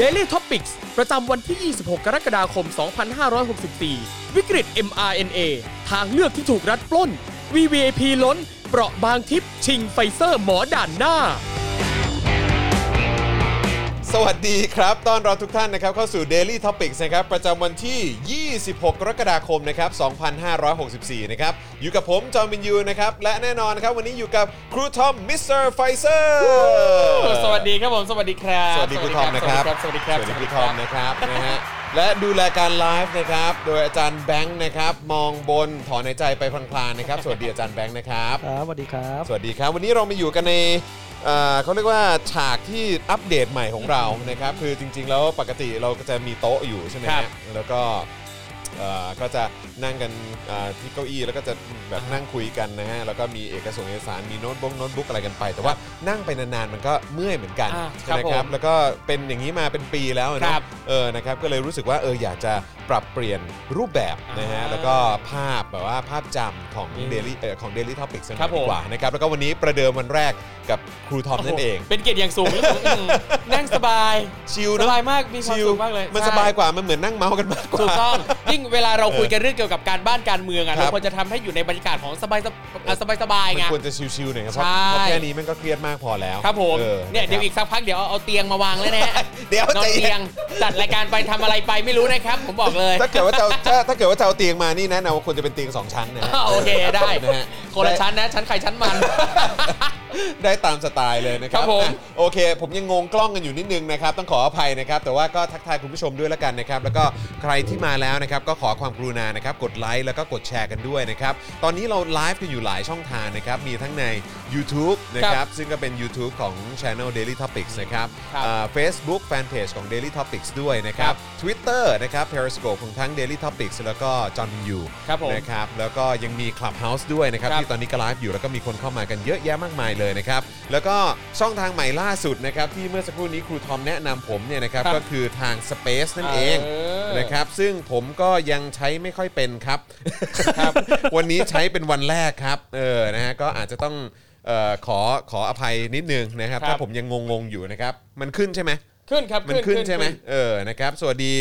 Daily Topics ประจำวันที่ 26 กรกฎาคม 2564 วิกฤต mRNA ทางเลือกที่ถูกรัฐปล้น VVIP ล้น เปราะบางทิพย์ชิงไฟเซอร์หมอด่านหน้า สวัสดีครับต้อนรับทุกท่านนะครับเข้าสู่ Daily Topics นะครับประจำวันที่ 26 กรกฎาคมนะครับ 2564 นะครับ อยู่กับผมจอห์นวินยูนะครับ และแน่นอนนะครับ วันนี้อยู่กับครูทอมมิสเตอร์ไฟเซอร์ สวัสดีครับผม สวัสดีครับ สวัสดีครูทอมนะครับ สวัสดีครับ สวัสดีครูทอมนะครับนะฮะและดูแลการไลฟ์นะครับ โดยอาจารย์แบงค์นะครับ มองบนถอนหายใจไปพลางๆนะครับสวัสดีอาจารย์แบงค์นะครับ ครับสวัสดีครับ สวัสดีครับ วันนี้เรามาอยู่กันในเอ่อเขาเรียกว่าฉากที่อัปเดตใหม่ของเรานะครับ คือจริง ๆ แล้วปกติเราก็จะมีโต๊ะอยู่ใช่ไหม ครั ฮะ บ แล้วก็เอ่อก็จะนั่งกันเอ่อที่เก้าอี้แล้วก็จะแบบนั่งคุยกันนะฮะแล้วก็มีเอกสารเอกสารมีโน้ตบุ๊กโน้ตบุ๊กอะไรกันไป แต่ว่านั่งไปนานๆมันก็เมื่อยเหมือนกัน อ่าครับ นะครับ ผม แล้วก็เป็นอย่างนี้มาเป็นปีแล้วนะครับ เออนะครับก็เลยรู้สึกว่าเอออยากจะปรับเปลี่ยนรูปแบบนะฮะ อ่า แล้วก็ภาพแบบว่าภาพจำของ Daily เอ่อของ Daily Topic สักหน่ ครั อย บ ดี ผม กว่า นะครับแล้วก็วันนี้ประเดิมวันแรกกับครูทอมนั่นเอง เป็นเกียรติอย่างสูง ที่ผมอืมนั่งสบาย ชิล ส นะ บายมาก มีความ ชิล สุขมากเลย มัน ใช่ สบายกว่ามันเหมือนนั่งเมาส์กันมากกว่า ถูกต้องยิ่งเวลาเราคุยกันเรื่องเกี่ยวกับการบ้านการเมืองอ่ะ ครับ เราควรจะทำให้อยู่ในบรรยากาศของสบายๆอ่ะสบายๆ มั ไง นควรจะชิลๆหน่อยครับเพ ใช่ ราะเพราะแค่นี้มันก็เครียดมากพอแล้ว ครับผม ออ เนี่ยเดี๋ยวอีกสักพักเดี๋ยวเอาเอาเตียงมาวางแล้วนะฮะ เดี๋ยวน อน ใจเย็ เตีย น งจัดรายการไปทำอะไรไปไม่รู้นะครับ ผมบอกเลย ถ้าเกิดว่าจะ เอาถ้าถ้าเกิดว่าจะเอาเตียงมานี่แนะนำว่าควรจะเป็นเตียงสองชั้นนะฮะ อ่าโอเคได้ นะฮะ คนละชั้นนะชั้นใครชั้นมัน ได้ตามสไตล์เลยนะคครัรับผม อ่ะโอเค ผมยังงงกล้องกันอยู่นิดนึงนะครับ ต้องขออภัยนะครับ แต่ว่าก็ทักทายคุณผู้ชมด้วยละกันนะครับ แล้วก็ใครที่มาแล้วนะครับ ก็ขอความกรุณานะครับ กดไลค์แล้วก็กดแชร์กันด้วยนะครับ ตอนนี้เราไลฟ์กันอยู่หลายช่องทางนะครับ มีทั้งใน YouTube นะค ค รั รับ บ ซึ่งก็เป็น YouTube ของ Channel Daily Topics นะครับ ครับ อ่า Facebook Fanpage ของ Daily Topics ด้วยนะครับ Twitter นะครับ Periscope ของทั้ง Daily Topics แล้วก็ John Yu ครับผม นะครับ แล้วก็ยังมี Clubhouse ด้วยนะครับ ครับ ที่ตอนนี้ก็ไลฟ์อยู่แล้วก็มีคนเข้ามากันเยอะแยะมากมายเลยนะครับ แล้วก็ช่องทางใหม่ล่าสุดนะครับ ที่เมื่อสักครู่นี้ครูทอมแนะนำผมเนี่ยนะครับ ครับ ก็คือทาง Space นั่นเอง เออ นะครับ ซึ่งผมก็ยังใช้ไม่ค่อยเป็นครับ วันนี้ใช้เป็นวันแรกครับ เออนะฮะก็อาจจะต้องเอ่อขอขออภัยนิดนึงนะครับ ครับ ถ้าผมยังงงๆอยู่นะครับ มันขึ้นใช่ไหม ขึ้นครับ มันขึ้นใช่ไหมเออ นะครับ สวัสดี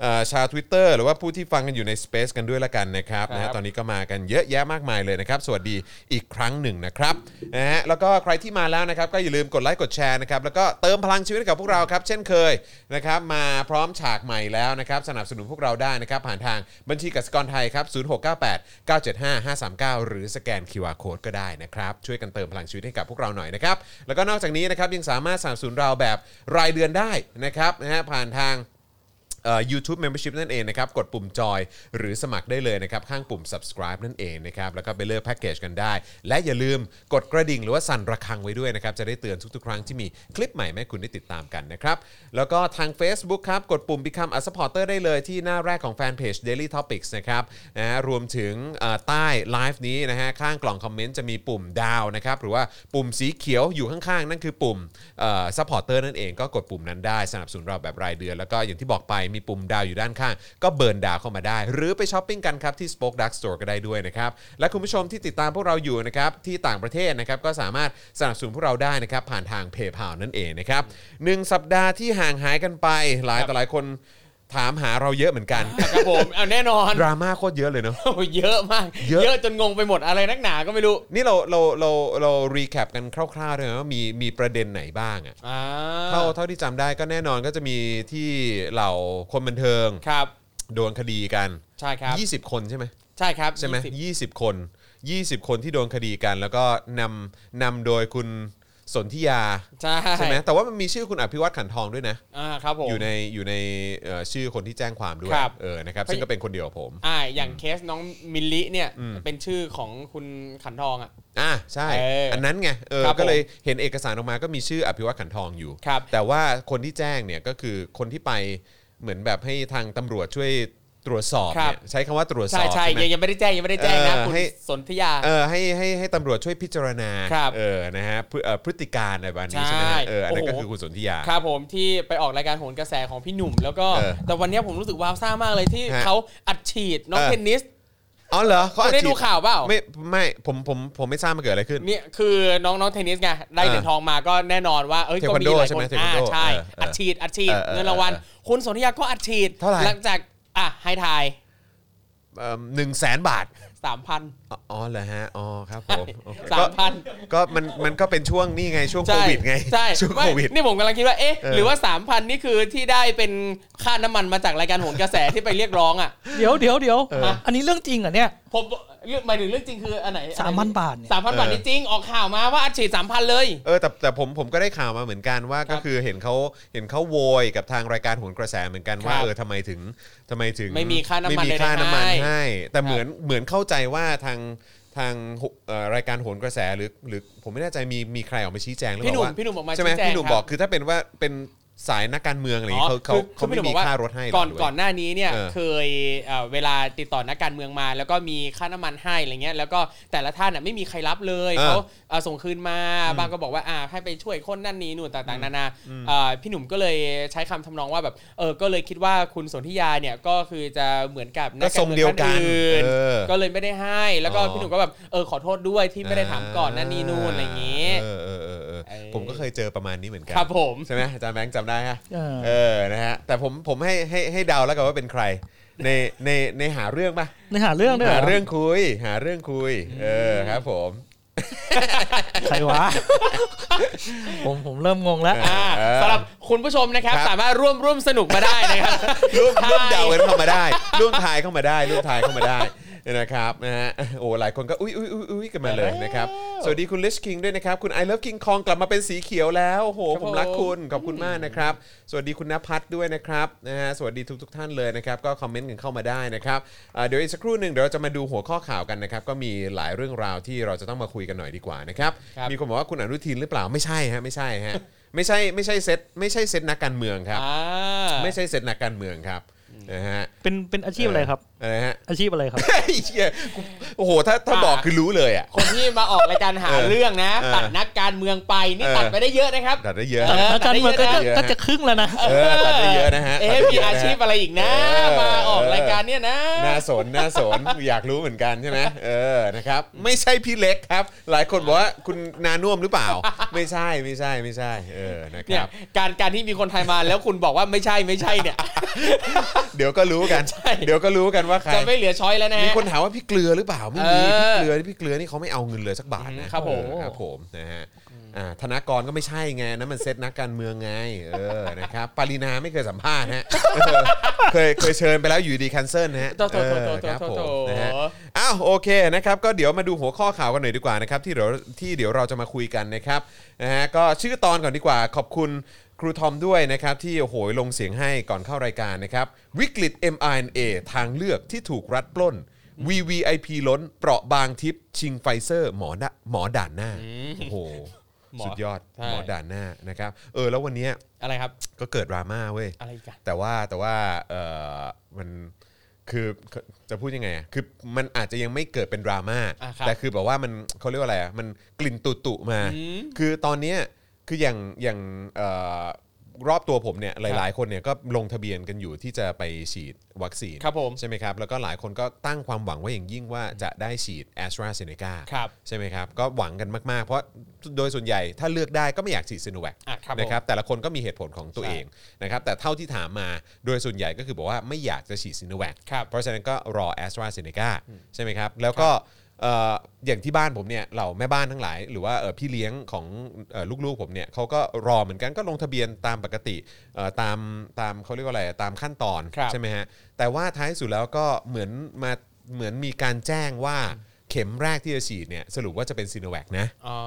เอ่อชาว Twitter หรือว่าผู้ที่ฟังกันอยู่ใน Space กันด้วยละกันนะครับนะฮะตอนนี้ก็มากันเยอะแยะมากมายเลยนะครับ สวัสดีอีกครั้งหนึ่งนะครับนะฮะแล้วก็ใครที่มาแล้วนะครับ ก็อย่าลืมกดไลค์กดแชร์นะครับ แล้วก็เติมพลังชีวิตให้กับพวกเราครับ เช่นเคยนะครับ มาพร้อมฉากใหม่แล้วนะครับ สนับสนุนพวกเราได้นะครับ ผ่านทางบัญชีกสิกรไทยครับ0698 975 539 หรือสแกน QR Code ก็ได้นะครับ ช่วยกันเติมพลังชีวิตให้กับพวกเราหน่อยนะครับ แล้วก็นอกจากนี้นะครับยังสามารถสนับสนุนเราแบบรายเดือนได้นะครับนะฮะผ่านทาง ยูทูบเมมเบอร์ชิพนั่นเองนะครับ กดปุ่มจอยหรือสมัครได้เลยนะครับ ข้างปุ่ม subscribe นั่นเองนะครับ แล้วก็ไปเลือกแพ็กเกจกันได้ และอย่าลืมกดกระดิ่งหรือว่าสั่นระฆังไว้ด้วยนะครับ จะได้เตือนทุกๆ ครั้งที่มีคลิปใหม่แม่คุณได้ติดตามกันนะครับ แล้วก็ทาง Facebook ครับ กดปุ่ม become a supporter ได้เลยที่หน้าแรกของแฟนเพจ daily topics นะครับนะฮะรวมถึงเอ่อใต้ไลฟ์นี้นะฮะข้างกล่องคอมเมนต์จะมีปุ่มดาวนะครับหรือว่าปุ่มสีเขียวอยู่ข้างๆ นั่นคือปุ่ม ซัพพอร์เตอร์นั่นเองก็กดปุ่มนั้นได้สนับสนุนเราแบบรายเดือน แล้วก็อย่างที่บอกไปมีปุ่มดาวอยู่ด้านข้าง ก็เบิร์นดาวเข้ามาได้ หรือไปช้อปปิ้งกันครับที่ Spoke Dark Store ก็ได้ด้วยนะครับ และคุณผู้ชมที่ติดตามพวกเราอยู่นะครับ ที่ต่างประเทศนะครับ ก็สามารถสนับสนุนพวกเราได้นะครับ ผ่านทางเพย์พานั่นเองนะครับหนึ่งสัปดาห์ที่ห่างหายกันไป หลายต่อหลายคนถามหาเราเยอะเหมือน กัน ครับผมเอาแน่นอน ดราม่าโคตรเยอะเลยเนาะ โอ้เยอะมาก เยอะ เยอะจนงงไปหมดอะไรนักหนาก็ไม่รู้ นี่เราเราเราเรารีแคปกันคร่าวๆด้วยนะว่ามีมีประเด็นไหนบ้างอะ อ่า เท่าเท่าที่จำได้ก็แน่นอนก็จะมีที่เหล่าคนบันเทิง ครับ โดนคดีกัน ใช่ครับ 20 คนใช่ไหม ใช่ครับ ใช่ไหม 20 ยี่สิบคน 20 คนที่โดนคดีกัน แล้วก็นำนำโดยคุณสนธิยา ใช่ ใช่ไหมแต่ว่ามันมีชื่อคุณอภิวัตขันทองด้วยนะ อ่าครับผม อยู่ในอยู่ในเอ่อชื่อคนที่แจ้งความด้วย ครับ เออนะครับซึ่งก็เป็นคนเดียวกับผม อ่าอย่างเคสน้องมิลลิเนี่ยเป็นชื่อของคุณขันทองอ่ะ อ่ะใช่ เอออั อันนั้นไงเออ ครับผม ก็เลยเห็นเอกสารออกมาก็มีชื่ออภิวัตขันทองอยู่ ครับ แต่ว่าคนที่แจ้งเนี่ยก็คือคนที่ไปเหมือนแบบให้ทางตำรวจช่วยตรวจสอบ ครับ เนี่ยใช้คำว่าตรวจส ใช่ อบ ใช่ ไหม ยังยังไม่ได้แจ้งยังไม่ได้แจ้งนะ เออ คุณ ให้ สนธิยา เออให้ให้ให้ตำรวจช่วยพิจารณา ครับ เออนะฮะพฤเอ่อพฤติการอะไรแบบนี้ใช่ไหม ใช่ ฮะเอออันนั้น โอ้ ก็ โห คือคุณสนธิยา ครับผมที่ไปออกรายการโหนกระแสของพี่หนุ่ม แล้วก็ เออ แต่วันเนี้ยผมรู้สึกว้าวซ่ามากเลยที่ ฮะ เขาอัดฉีดน้อง เออ เทนนิส อ๋อเหรอเขา คุ อา ณได้ ชี ดู พ ข่าวเปล่า ไม่ไม่ผมผมผมไม่ทราบมันเกิดอะไรขึ้น เนี่ยคือน้องน้องเทนนิสไงได้เหรียญทองมาก็แน่นอนว่าเอ้ย เท ก็ ควัน มี โด หลาย ใช่ ค ไหม น เทควั อ่าน โด ใช่ เออเอออั อัดฉีดอัดฉีด เออเออ เงินรางวัล เออเออ คุณสนธยาก็อัดฉีด เท่าไหร่ หลังจากอ่ะให้ทาย หนึ่งแสนบาท สามพัน อ๋ออ๋อเหรอฮะ อ๋อครับผมโอเค สา ก็ มพัน ก็มันมันก็เป็นช่วงนี่ไงช่วงโค ใช่ วิดไง ใช่ ช่วง ไม่ โควิด นี่ผมกำลังคิดว่า เอ๊ะ เออ หรือว่า 3,000 นี่คือที่ได้เป็นค่าน้ำมันมาจากรายการโหนกระแส ที่ไปเรียกร้องอ่ะ เดี๋ยวเดี๋ยวเดี๋ยว เออ อันนี้เรื่องจริงเหรอเนี่ย ผมเรื่องหมายถึงเรื่องจริงคืออันไหน สามพันบาทเนี่ย สามพันบาทนี่จริง ออกข่าวมาว่าอัดฉีดสามพันเลย เออแต่แต่ผมผมก็ได้ข่าวมาเหมือนกันว่าก็คือเห็นเขาเห็นเขาโวยกับทางรายการโหนกระแสเหมือนกันคว่ารับ เออทำไมถึงทำไมถึง ไม่มีค่าน้ำมัน ไม่มี ใดๆ ค่าน้ำมัน ให้ ให้ แต่เหมือนเหมือนเข้าใจว่าทางทางเอ่อรายการโหนกระแสหรือหรือผมไม่แน่ใจมีมีใครออกมาชี้แจงหรือเป พี่ ล่า หนุ่ม ว่า พี่หนุ่มออกมา ใช่ไหม ชี้แจง พี่หนุ่ม ครับ บอกคือถ้าเป็นว่าเป็นสายนักการเมืองอะไรอย่าง อ๋ เงี้ย อ เขาคือเขาเขาไม่ คือพี่หนุ่มบอกมีว่า ค่ารถให้ ก่อน หรืเปล่า ก่อนหน้านี้เนี่ย เออ เคยเอ่อเวลาติดต่อนักการเมืองมา แล้วก็มีค่าน้ำมันให้อะไรเงี้ยแล้วก็แต่ละท่านน่ะไม่มีใครรับเลย เออ เขาเอ่อส่งคืนมาบางก็บอกว่าอ่าให้ไปช่วยคนนั่นนี่นู่นต่างๆนานาเอ่อพี่หนุ่มก็เลยใช้คำทำนองว่าแบบเออก็เลยคิดว่าคุณสนธิยาเนี่ยก็คือจะเหมือนกับนัก ก็ท การรง เมือง เดียวกัน ท่านอื่น เออ ก็เลยไม่ได้ให้แล้วก็ อ๋อ พี่หนุ่มก็แบบเออขอโทษด้วยที่ไม่ได้ถามก่อนนั่นนี่นู่นอะไรอย่างงี้ เออเออเออเออ เออ ผมก็เคยเจอประมาณนี้เหมือนกั ครับผม ใช่ไหมอาจารย์แบงค์จำได้ฮะ เออ เออนะฮะแต่ผมผมให้ให้ให้เดาแล้วกันว่าเป็นใคร ในในในหาเรื่องปะ ในหาเรื่องด้วยเหร หา อ เรื่องคุย หาเรื่องคุย เออครับ ผม ใครวะ ผมผมเริ่มงงแล้ว อ่า เออ สำหรับคุณผู้ชมนะครับ ครับ สามารถร่วมร่วมสนุกมาได้นะครับ ร่วมร่วมเดากันเข้ามาได้ ร่วมทายเข้ามาได้ร่วมทายเข้ามาได้นะครับนะฮะโอ้หลายคนก็อุ้ยอุ้ยอุ้ยอุ้ยกันมาเลยนะครับสวัสดีคุณลิชคิงด้วยนะครับ คุณไอ o v ฟคิงคองกลับมาเป็นสีเขียวแล้วโอ้โห ครับ ผ ผม มรักคุณขอบคุณมากนะครับ สวัสดีคุณนภัสด้วยนะครับนะฮะสวัสดีทุกทท่านเลยนะครับ ก็คอมเมนต์กันเข้ามาได้นะครับอ่าเดี๋ยวอีกสักครู่หนึ่งเดี๋ยวเราจะมาดูหัวข้อข่าวกันนะครับก็มีหลายเรื่องราวที่เราจะต้องมาคุยกันหน่อยดีกว่านะครับ ครับ มีคนบอกว่าคุณอนุทินหรือเปล่าไม่ใช่ฮะไม่ใช่ฮะไม่ใช่ไม่ใช่เซตไม่ใช่เซตนักการเมืองครับ อ่า ไม่ใช่เซตนักการเมืองครับนะฮะ เป็นเป็นอาชีพอะไรครับ อะไรฮะ อาชีพอะไรครับ ไอ้เหี้ยกูโอ้โหถ้าถ้า อ่า บอกคือรู้เลยอ่ะ คนที่มาออกรายการหา เออ เรื่องนะ เออ ตัดนักการเมืองไป นี่ เออ ตัดไปได้เยอะนะครับ ตัดได้เยอะ แต่อาจารย์มันก็จะ เยอะ ก็จะครึ่งแล้วนะ เออตัดได้เยอะนะฮะ เอ๊ ตัดได้ มี เยะนะฮะ อาชีพอะไรอีกนะ เออ มาออกรายการเนี่ยนะ น่าสนน่าสน อยากรู้เหมือนกันใช่ไหมเออนะครับ ไม่ใช่พี่เล็กครับ หลายคนบอกว่าคุณนานุ่วมหรือเปล่า ไม่ใช่ไม่ใช่ไม่ใช่เออนะค เนี่ รั ย บ การการที่มีคนไทยมาแล้วคุณบอกว่าไม่ใช่ไม่ใช่เนี่ย เดี๋ยวก็รู้กัน ใช่ เดี๋ยวก็รู้กันว่าใคร จะไม่เหลือช้อยแล้วนะ มี ฮะ คนถามว่าพี่เกลือหรือเปล่าไม่มี เออ พี่เกลือพี่เกลือนี่เขาไม่เอาเงินเลยสักบาท อื นะ มครับผม เออครับผมนะฮะอ่าธนากรก็ไม่ใช่ไงนั่นมันเซตนักการเมืองไงเออนะครับปารีนาไม่เคยสัมภาษณ์ฮะเออเคยเคยเชิญไปแล้วอยู่ดีแคนเซิลนะฮะ โตโตโตโต เออครับ โต ผ โต มนะฮะ อ้าวโอเคนะครับก็เดี๋ยวมาดูหัวข้อข่าวกันหน่อยดีกว่านะครับที่เดี๋ยวที่เดี๋ยวเราจะมาคุยกันนะครับนะฮะก็ชื่อตอนก่อนดีกว่า ขอบคุณครูทอมด้วยนะครับที่โอ้โหลงเสียงให้ก่อนเข้ารายการนะครับวิกฤต mRNA ทางเลือกที่ถูกรัฐปล้น VVIP ล้นเปราะบางทิพย์ชิงไฟเซอร์หมอดะหมอด่านหน้าโอ้โห หมอ สุดยอด ใช่ หมอด่านหน้านะครับเออแล้ววันเนี้ย อะไรครับ ก็เกิดดราม่าเว้ย อะไรอีกัน แต่ว่าแต่ว่าเออมันคือจะพูดยังไงอะคือมันอาจจะยังไม่เกิดเป็นดราม่า อ่ะครับ แต่คือแบบว่ามันเขาเรียกว่าอะไรอ่ะมันกลิ่นตุตุมา อืม คือตอนเนี้ยคืออย่างอย่างเอ่อรอบตัวผมเนี่ยหลาย ๆ คนเนี่ยก็ลงทะเบียนกันอยู่ที่จะไปฉีดวัคซีน ครับผม ใช่ไหมครับแล้วก็หลายคนก็ตั้งความหวังไว้อย่างยิ่งว่าจะได้ฉีดแอสตราเซเนกา ครับ ใช่ไหมครับ ก็หวังกันมากๆ เพราะโดยส่วนใหญ่ถ้าเลือกได้ก็ไม่อยากฉีดซ i โนแวค อ่ะครับผม นะครับ แต่ละคนก็มีเหตุผลของตัว ใช่ เองนะครับแต่เท่าที่ถามมาโดยส่วนใหญ่ก็คือบอกว่าไม่อยากจะฉีดซิโนแวค ครับ เพราะฉะนั้นก็รอแอสตราเซเนกาใช่ไหมครับ แล้วก็เอ่ออย่างที่บ้านผมเนี่ยเหล่าแม่บ้านทั้งหลาย หรือว่าเอ่อพี่เลี้ยงของเอ่อลูกๆผมเนี่ยเขาก็รอเหมือนกันก็ลงทะเบียนตามปกติเอ่อตามตามเขาเรียกว่าอะไรตามขั้นตอน ครับ ใช่ไหมฮะแต่ว่าท้ายสุดแล้วก็เหมือนมาเหมือนมีการแจ้งว่าเข็มแรกที่จะฉีดเนี่ยสรุปว่าจะเป็นซีโนแวคนะ อ๋อ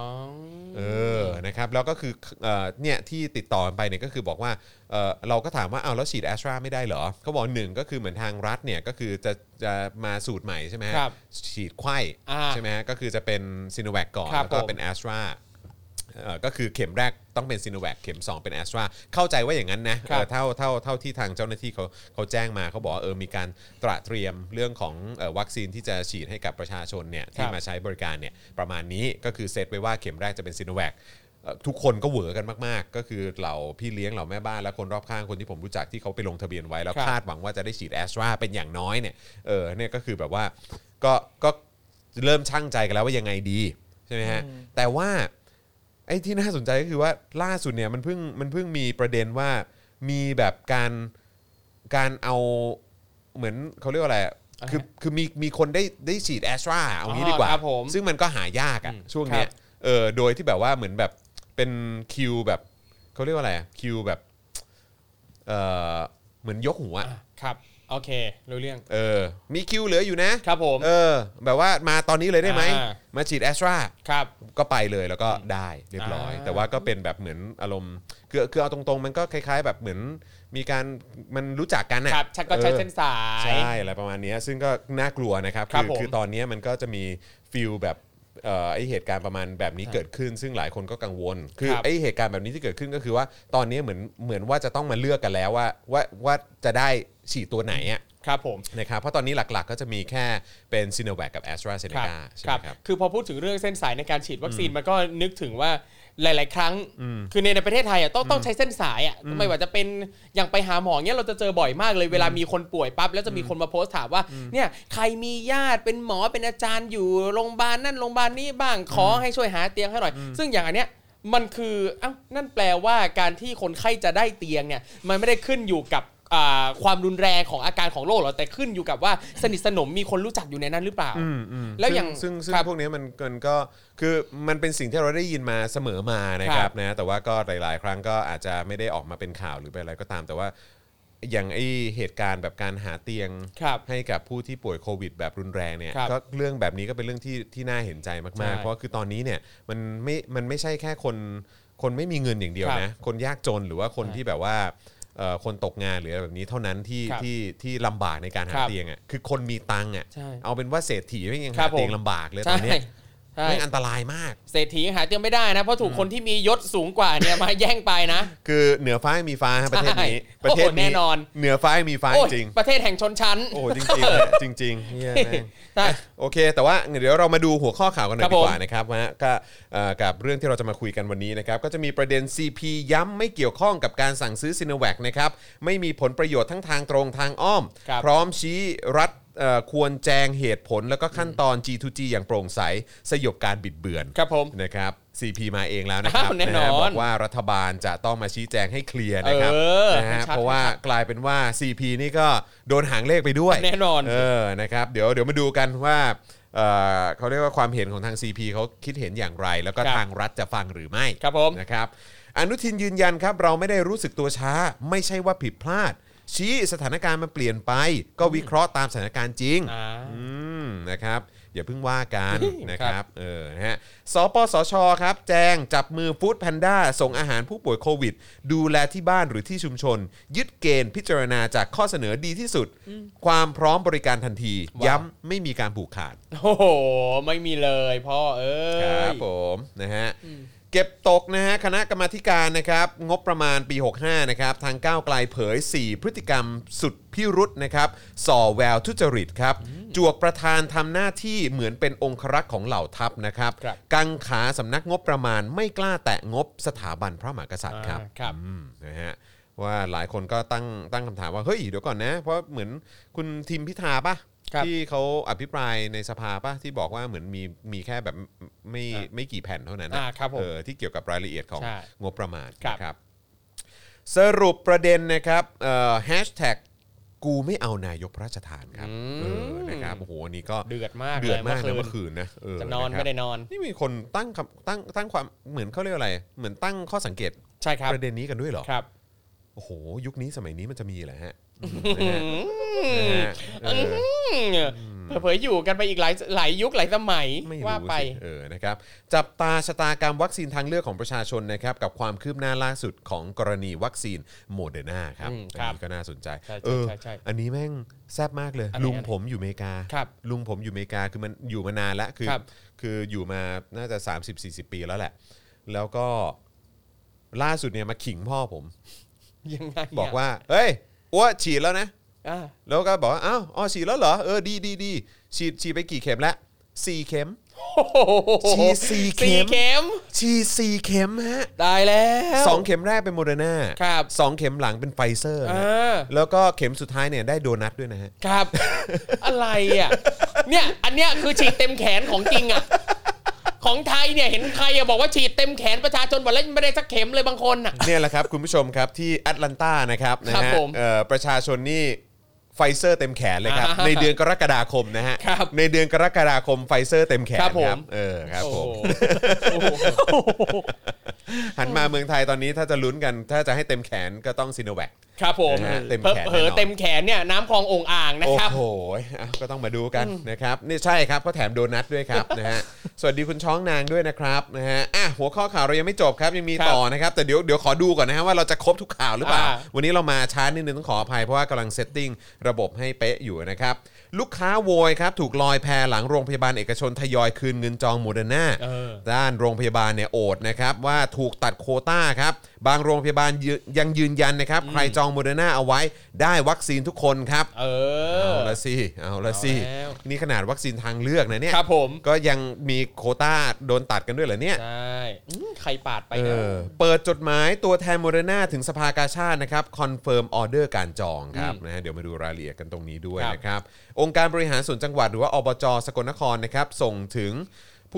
เออ นะครับ แล้วก็คือเอ่อเนี่ยที่ติดต่อกันไปเนี่ยก็คือบอกว่าเอ่อเราก็ถามว่าเอาวแล้วฉีดแอสตราไม่ได้เหรอ เขาบอกหนึ่งก็คือเหมือนทางรัฐเนี่ยก็คือจะจะมาสูตรใหม่ใช่ไหมฮะ ครับ ฉีดไข้ อ่า ใช่ไหมฮะก็คือจะเป็นซีโนแวคก่อน ครับ แล้วก็ ผม เป็นแอสตราก็คือเข็มแรกต้องเป็นซีโนแวคเข็ม 2 เป็นแอสตราเข้าใจว่าอย่างนั้นนะ ครั เอบ อเท่าเท่าเท่าที่ทางเจ้าหน้าที่เขาเขาแจ้งมาเขาบอกว่าเออมีการตระเตรียมเรื่องของเอ่อวัคซีนที่จะฉีดให้กับประชาชนเนี่ยที่ ครับ มา ใช้บริการเนี่ยประมาณนี้ก็คือเซตไว้ว่าเข็มแรกจะเป็นซีโนแวคทุกคนก็เหวอกันมาก ๆ ก็คือเหล่าพี่เลี้ยงเหล่าแม่บ้านและคนรอบข้างคนที่ผมรู้จักที่เขาไปลงทะเบียนไว้แล้ว ครับ คาดหวังว่าจะได้ฉีดแอสตราเป็นอย่างน้อยเนี่ยเออเนี่ยก็คือแบบว่า ก็ก็เริ่มช่างใจกันแล้วว่ายังไงดีใช่ไหมฮะแต่ว่าไอ้ที่น่าสนใจก็คือว่าล่าสุดเนี่ยมันเพิ่งมันเพิ่งมีประเด็นว่ามีแบบการการเอาเหมือนเขาเรียกว่าอะไรอะ อะไรฮะ คือคือมีมีคนได้ได้ฉีดแอสตราเอางี้ดีกว่า อ๋อครับผม ซึ่งมันก็หายากอะ อืม ช่วงเนี้ย ครับ เออโดยที่แบบว่าเหมือนแบบเป็นคิวแบบเขาเรียกว่าอะไรอะคิวแบบเออเหมือนยกหัวอะ ครับโอเครู้เรื่อง เออ มีคิวเหลืออยู่นะครับ ผม เออ แบบว่ามาตอนนี้เลยได้ไหม อ่า มาฉีดแอสตรา ครับ ก็ไปเลยแล้วก็ได้เรียบร้อย อ่า แต่ว่าก็เป็นแบบเหมือนอารมณ์คือคือเอาตรงๆ มันก็คล้าย ๆ แบบเหมือนมีการมันรู้จักกันนะครับ ชักก็ใช้เส้นสาย ใช่อะไรประมาณเนี้ยซึ่งก็น่ากลัวนะครับ ครับผม คือตอนเนี้ยมันก็จะมีฟิลแบบเอ่อไอเหตุการณ์ประมาณแบบนี้เกิดขึ้น ซึ่งหลายคนก็กังวล คือ ครับ ไอเหตุการณ์แบบนี้ที่เกิดขึ้นก็คือว่าตอนเนี้ยเหมือนเหมือนว่าจะต้องมาเลือกกันแล้วว่าว่าว่าจะได้ฉีดตัวไหนอะ ครับผม นะครับเพราะตอนนี้หลักๆ ก็จะมีแค่เป็น s i n o v a c กับ a s t r a z ค e รับ c a ใช่ไห ค ม รับ ครับ คือพอพูดถึงเรื่องเส้นสายในการฉีดวัคซีนมันก็นึกถึงว่าหลาย ๆ ครั้ง คือในในประเทศไทยอ่ะต้องต้องใช้เส้นสายอ่ะไม่ว่าจะเป็นอย่างไปหาหมอเนี้ยเราจะเจอบ่อยมากเลยเวลามีคนป่วยปั๊บแล้วจะมีคนมาโพสต์ถามว่าเนี่ยใครมีญาติเป็นหมอเป็นอาจารย์อยู่โรงพยาบาลนั่นโรงพยาบาลนี่บ้างขอให้ช่วยหาเตียงให้หน่อย ซึ่งอย่างอันเนี้ยมันคือเอ้านั่นแปลว่าการที่คนไข้จะได้เตียงเนี่ยมันไม่ได้ขึ้นอยู่กับอ่าความรุนแรงของอาการของโรคหรอกแต่ขึ้นอยู่กับว่าสนิทสนมมีคนรู้จักอยู่ในนั้นหรือเปล่า แล้วอย่าง ซึ่งซึ่ง ครับ พวกเนี้ยมันมันก็คือมันเป็นสิ่งที่เราได้ยินมาเสมอมานะค ครั รับบ นะแต่ว่าก็หลายๆ ครั้งก็อาจจะไม่ได้ออกมาเป็นข่าวหรือเป็นอะไรก็ตาม แต่ว่าอย่างไอเหตุการณ์แบบการหาเตียง ครับ ให้กับผู้ที่ป่วยโควิด แบบรุนแรงเนี่ย ครับ ก็เรื่องแบบนี้ก็เป็นเรื่องที่ที่น่าเห็นใจ ใช่ มากๆ เพราะว่าคือตอนนี้เนี่ยมันไม่มันไม่ใช่แค่คนคนไม่มีเงินอย่างเดียว ครับ นะคนยากจนหรือว่าคน ใช่ ที่แบบว่าเอ่อคนตกงานหรืออะไรแบบนี้เท่านั้นที่ ครับ ที่ที่ลำบากในการหา ครับ เตียงอ่ะคือคนมีตังค์อ่ะ ใช่ เอาเป็นว่าเศรษฐีไม่ยัง ครั หา บผม เตียงลำบากเลยต ใช่ อนเนี้ย ใช่ ไม่งอันตรายมาก เศรษฐียังหาเตียงไม่ได้นะ เพราะถูกคนที่มียศสูงกว่าเนี่ย มาแย่งไปนะ คือเหนือฟ้ายังมีฟ้าฮะประเทศนี้ ใช่ ประเทศ โอ้โหแน่นอน เหนือฟ้ายังมีฟ้า โอ้ย จริง ประเทศแห่งชนชั้น โอ้โหจริงๆฮะจริงจริงๆเหี้ยแม่ง ใช่ อ่ะโอเค แต่ว่าเดี๋ยวเรามาดูหัวข้อข่าวกันหน่อย ครับ ดี ผม กว่านะครับว่าก็เอ่อกับเรื่องที่เราจะมาคุยกันวันนี้นะครับก็จะมีประเด็น CP ย้ำไม่เกี่ยวข้องกับการสั่งซื้อซินแวคนะครับไม่มีผลประโยชน์ทั้งทางตรงทางอ้อม ครับ พร้อมชี้รัฐเอ่อควรแจงเหตุผลแล้วก็ขั้นตอน G2G อย่างโปร่งใสสยบการบิดเบือน ครับผม นะครับ CP มาเองแล้วนะครับ อ้าวแน่นอนะ ฮะบอกว่ารัฐบาลจะต้องมาชี้แจงให้เคลียร์นะครับ เออ นะ ให้ ฮะ ชัด เพราะว่ากลายเป็นว่า CP นี่ก็โดนหางเลขไปด้วย แน่นอน เออนะครับเดี๋ยวเดี๋ยวมาดูกันว่าเอ่อเขาเรียกว่าความเห็นของทาง CP เขาคิดเห็นอย่างไร แล้วก็ ครับ ทางรัฐจะฟังหรือไม่ ครับผม นะครับอนุทินยืนยันครับ เราไม่ได้รู้สึกตัวช้า ไม่ใช่ว่าผิดพลาด ชี้สถานการณ์มันเปลี่ยนไป ก็วิเคราะห์ตามสถานการณ์จริง อ่า อืมนะครับอย่าเพิ่งว่ากัน นะครับเออนะฮะสปสชครับ แจงจับมือฟู้ดแพนด้าส่งอาหารผู้ป่วยโควิด ดูแลที่บ้านหรือที่ชุมชน ยึดเกณฑ์พิจารณาจากข้อเสนอดีที่สุด ความพร้อมบริการทันที ว้าว ย้ำไม่มีการผูกขาด โอ้โห ไม่มีเลยพ่อเอ้ ครับ ย ผมนะฮะเก็บตกนะฮะคณะกรรมาธิการนะครับงบประมาณปี 65นะครับทางก้าวไกลเผย 4 พฤติกรรมสุดพิรุษนะครับส่อแววทุจริตครับจวกประธานทำหน้าที่เหมือนเป็นองครักษ์ของเหล่าทัพนะครับ ครับ กังขาสำนักงบประมาณไม่กล้าแตะงบสถาบันพระมหากษัตริย์ครับ อ่าครับ อืมนะฮะว่าหลายคนก็ตั้งตั้งคำถามว่าเฮ้ยเดี๋ยวก่อนนะ เพราะเหมือนคุณทิมพิธาปะ ครับ ที่เขาอภิปรายในสภาปะที่บอกว่าเหมือนมีมีแค่แบบไม่ อ่ะ ไม่กี่แผ่นเท่านั้นนะ อ่าครับผม เออที่เกี่ยวกับรายละเอียดของ ใช่ งบประมาณ ครับ นะสรุปประเด็นนะครับแฮชแท็กกูไม่เอานายกพระราชทานครับเออนะครับโอ้โหอันนี้ก็ เดือดมาก เดือดมาก เล นะ ยเมื่ เมื่ อ อ คืน คืนนะเ จะนอน ครับ ไม่ได้นอน นี่มีคนตั้งคำตั้งตั้งความเหมือนเขาเรียกว่าอะไร เหมือนตั้งข้อสังเกต ใช่ครับ ประเด็นนี้กันด้วยเหรอ ครับ โอ้โห ยุคนี้สมัยนี้มันจะมีเหรอฮะนะฮะนะฮะเออ เผยๆอยู่กันไปอีกหลายหลายยุคหลายสมัย ไม่ ว่า รู้ ไป สิเออนะครับ จับตาชะตากรรมวัคซีนทางเลือกของประชาชนนะครับ กับความคืบหน้าล่าสุดของกรณีวัคซีนโมเดอร์นาครับ อืมอัครับ นนี้ก็น่าสนใจ ใช่ใช่ เออ ใช่ใช่ อันนี้แม่งแซบมากเลย อันไหน ลุงผมอยู่อเมริกา ครับ ลุงผมอยู่อเมริกา คือมันอยู่มานานแล้ว คือ ครับ คืออยู่มาน่าจะ 30-40 ปีแล้วแหละ แล้วก็ล่าสุดเนี่ยมาขิงพ่อผม ยังไงะ บอกว่า เฮ้ยอ้วฉีดแล้วนะ อ่า แล้วก็บอกว่าอ้าวอ๋อฉีดแล้วเหรอ เออ ดีดีดีฉีดฉีดไปกี่เข็มแล้วสี่เข็ม ฉีดสี่เข็ม สี่เข็ม ฉีดสี่เข็มฮะ ได้แล้ว สองเข็มแรกเป็นโมเดอร์นา ครับ สองเข็มหลังเป็นไฟเซอร์ เอ ฮะ อ แล้วก็เข็มสุดท้ายเนี่ยได้โดนัทด้วยนะฮะ ครับ อะไรอ่ะ เนี่ยอันเนี้ยคือฉีดเต็มแขนของจริงอ่ะของไทยเนี่ยเห็นใครอะบอกว่าฉีดเต็มแขนประชาชนหมดแล้วยังไม่ได้สักเข็มเลยบางคนอ่ะ เนี่ยแหละครับ คุณผู้ชมครับที่แอตแลนตานะครับนะ ครั ฮะ บผม เอ่อประชาชนนี่ไฟเซอร์เต็มแขนเลยครับ อ่าฮะ ในเดือนกรกฎาคมนะฮะ ครับ ในเดือนกรกฎาคมไฟเซอร์เต็มแขนค ครั รับบ ผม เออครับ โอ้ ผ โห ม โอ้โห หันมาเมืองไทยตอนนี้ถ้าจะลุ้นกัน ถ้าจะให้เต็มแขนก็ต้องซีโนแวค ครับผม นะฮะเต็มแขนแน่นอน เผลอๆเต็มแขนเนี่ยน้ำคลององอ่างนะ โอ้ ครับ โหอ่ะก็ต้องมาดูกันนะครับนี่ใช่ครับก็แถมโดนัทด้วยครับ นะฮะสวัสดีคุณช้องนางด้วยนะครับนะฮะอ่ะหัวข้อข่าวเรายังไม่จบครับยังมี ครับ ต่อนะครับ แต่เดี๋ยวเดี๋ยวขอดูก่อนนะฮะว่าเราจะครบทุกข่าวหรือเปล่า อ่า วันนี้เรามาช้านิดนึงต้องขออภัยเพราะว่ากำลังเซตติ้งระบบให้เป๊ะอยู่นะครับ ลูกค้าโวยครับ ถูกลอยแพหลังโรงพยาบาลเอกชนทยอยคืนเงินจองโมเดอร์นา เออ ด้านโรงพยาบาลเนี่ยโอดนะครับ ว่าถูกตัดโควต้าครับ บางโรงพยาบาลยืนยังยืนยันนะครับ ใครจองโมเดอร์นาเอาไว้ได้วัคซีนทุกคนครับ เออ เอาละสิ เอาละสิ เอาแล้ว นี่ขนาดวัคซีนทางเลือกนะเนี่ย ครับผม ก็ยังมีโควต้าโดนตัดกันด้วยเหรอเนี่ย ใช่อื้อใครปาดไป เอ นะ อ เปิดจดหมายตัวแทนโมเดอร์นาถึงสภากาชาตินะครับ คอนเฟิร์มออเดอร์การจองครับนะฮะเดี๋ยวมาดูรายละเอียดกันตรงนี้ด้วย ครับ นะครับ องค์การบริหารส่วนจังหวัดหรือว่าอบจสกลนครนะครับ ส่งถึง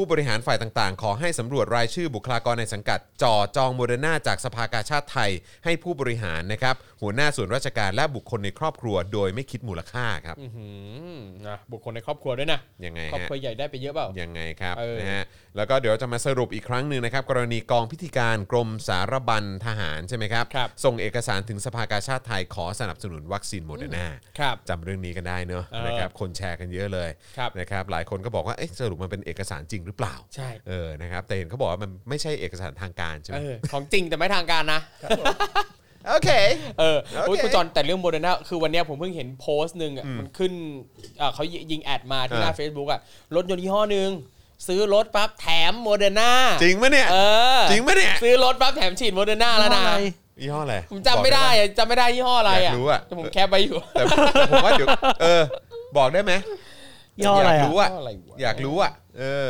ผู้บริหารฝ่ายต่างๆ ขอให้สำรวจรายชื่อบุคลากรในสังกัดจ่อจองโมเดอร์นาจากสภากาชาติไทย ให้ผู้บริหารนะครับหัวหน้าส่วนราชการและบุคคลในครอบครัว โดยไม่คิดมูลค่าครับ อื้อหือนะบุคคลในครอบครัวด้วยนะ ยังไง ครอบ ฮะ ครัวใหญ่ได้ไปเยอะเปล่า ยังไงครับ เออ นะฮะแล้วก็เดี๋ยวจะมาสรุปอีกครั้งหนึ่งนะครับ กรณีกองพิธีการกรมสารบัญทหารใช่ไหมครับ ครับ ส่งเอกสารถึงสภากาชาติไทยขอสนับสนุนวัคซีนโมเดอร์นา ครับ จำเรื่องนี้กันได้เนอะ เออ นะครับคนแชร์กันเยอะเลย ครับ นะครับหลายคนก็บอกว่าเอ๊ะสรุปมันเป็นเอกสารจริงหรือเปล่า ใช่ เออนะครับแต่เห็นเขาบอกว่ามันไม่ใช่เอกสารทางการใช่ไหม เออของจริงแต่ไม่ทางการนะ โอเค เออโอ้ย โอเค คุณจอนแต่เรื่องโมเดอร์นาคือวันเนี้ยผมเพิ่งเห็นโพสต์หนึ่งอ่ะมันขึ้นอ่าเขายิงแอดมาที่หน้า อ่า Facebook อ่ะรถยนต์ยี่ห้อหนึ่งซื้อรถปั๊บแถมโมเดอร์นา จริงไหมเนี่ย เออ จริงปะเนี่ย ซื้อรถปั๊บแถมฉีดโมเดอร์นาแล้วนะ อะไร ยี่ห้ออะไร ผมจำไม่ได้ บอกห อะจำไม่ได้ยี่ห้ออะไร อยา อ่ะ กรู้อะ แต่ผมแคปไปอยู่ แต่แต่ผมว่าเดี๋ยวเออบอกได้ไหม ย่ห้ออะไร อยาก อ่ะ รู้อ่ะ ย่ออะไรวะ อยากรู้อ่ะเออ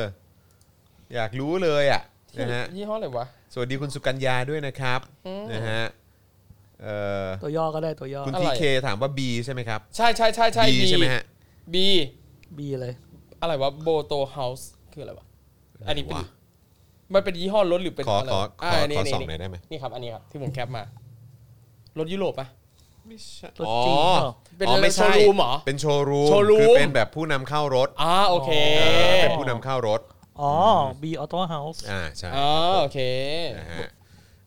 อยากรู้เลยอ่ะนะฮะ ยี่ห้ออะไรวะ สวัสดีคุณสุกัญญาด้วยนะครับนะฮะเออ ตัวย่อก็ได้ตัวย่อ คุณ อะไร ทีเคถามว่า B ใช่ไหมครับ ใช่ใช่ใช่ใช่ B ใช่ไหมฮะ B บีเลย อะไรวะโบโตเฮาส์คืออะไรวะอันนี้เป็น วะ มันเป็นยี่ห้อรถหรือเป็น ขอ อะไร ขอ วะ ข อ่า อ นี่ ขอ นี่ ส่อง นี่ หน่อยได้ไหม นี่ครับอันนี้ครับที่ผมแคปมารถยุโรปปะ ไม่ใช่ รถ อ๋อ จีนเหรอ เป็น อ๋อไม่โชใช่ว์รูมเหรอ เป็นโชว์รูม โชว์รูม คือเป็นแบบผู้นำเข้ารถ อ่าโอเค เออเป็น อ๋อ ผู้นำเข้ารถ อ๋อบีออโต้เฮาส์ อ่าใช่ อ๋อโอเค นะฮะ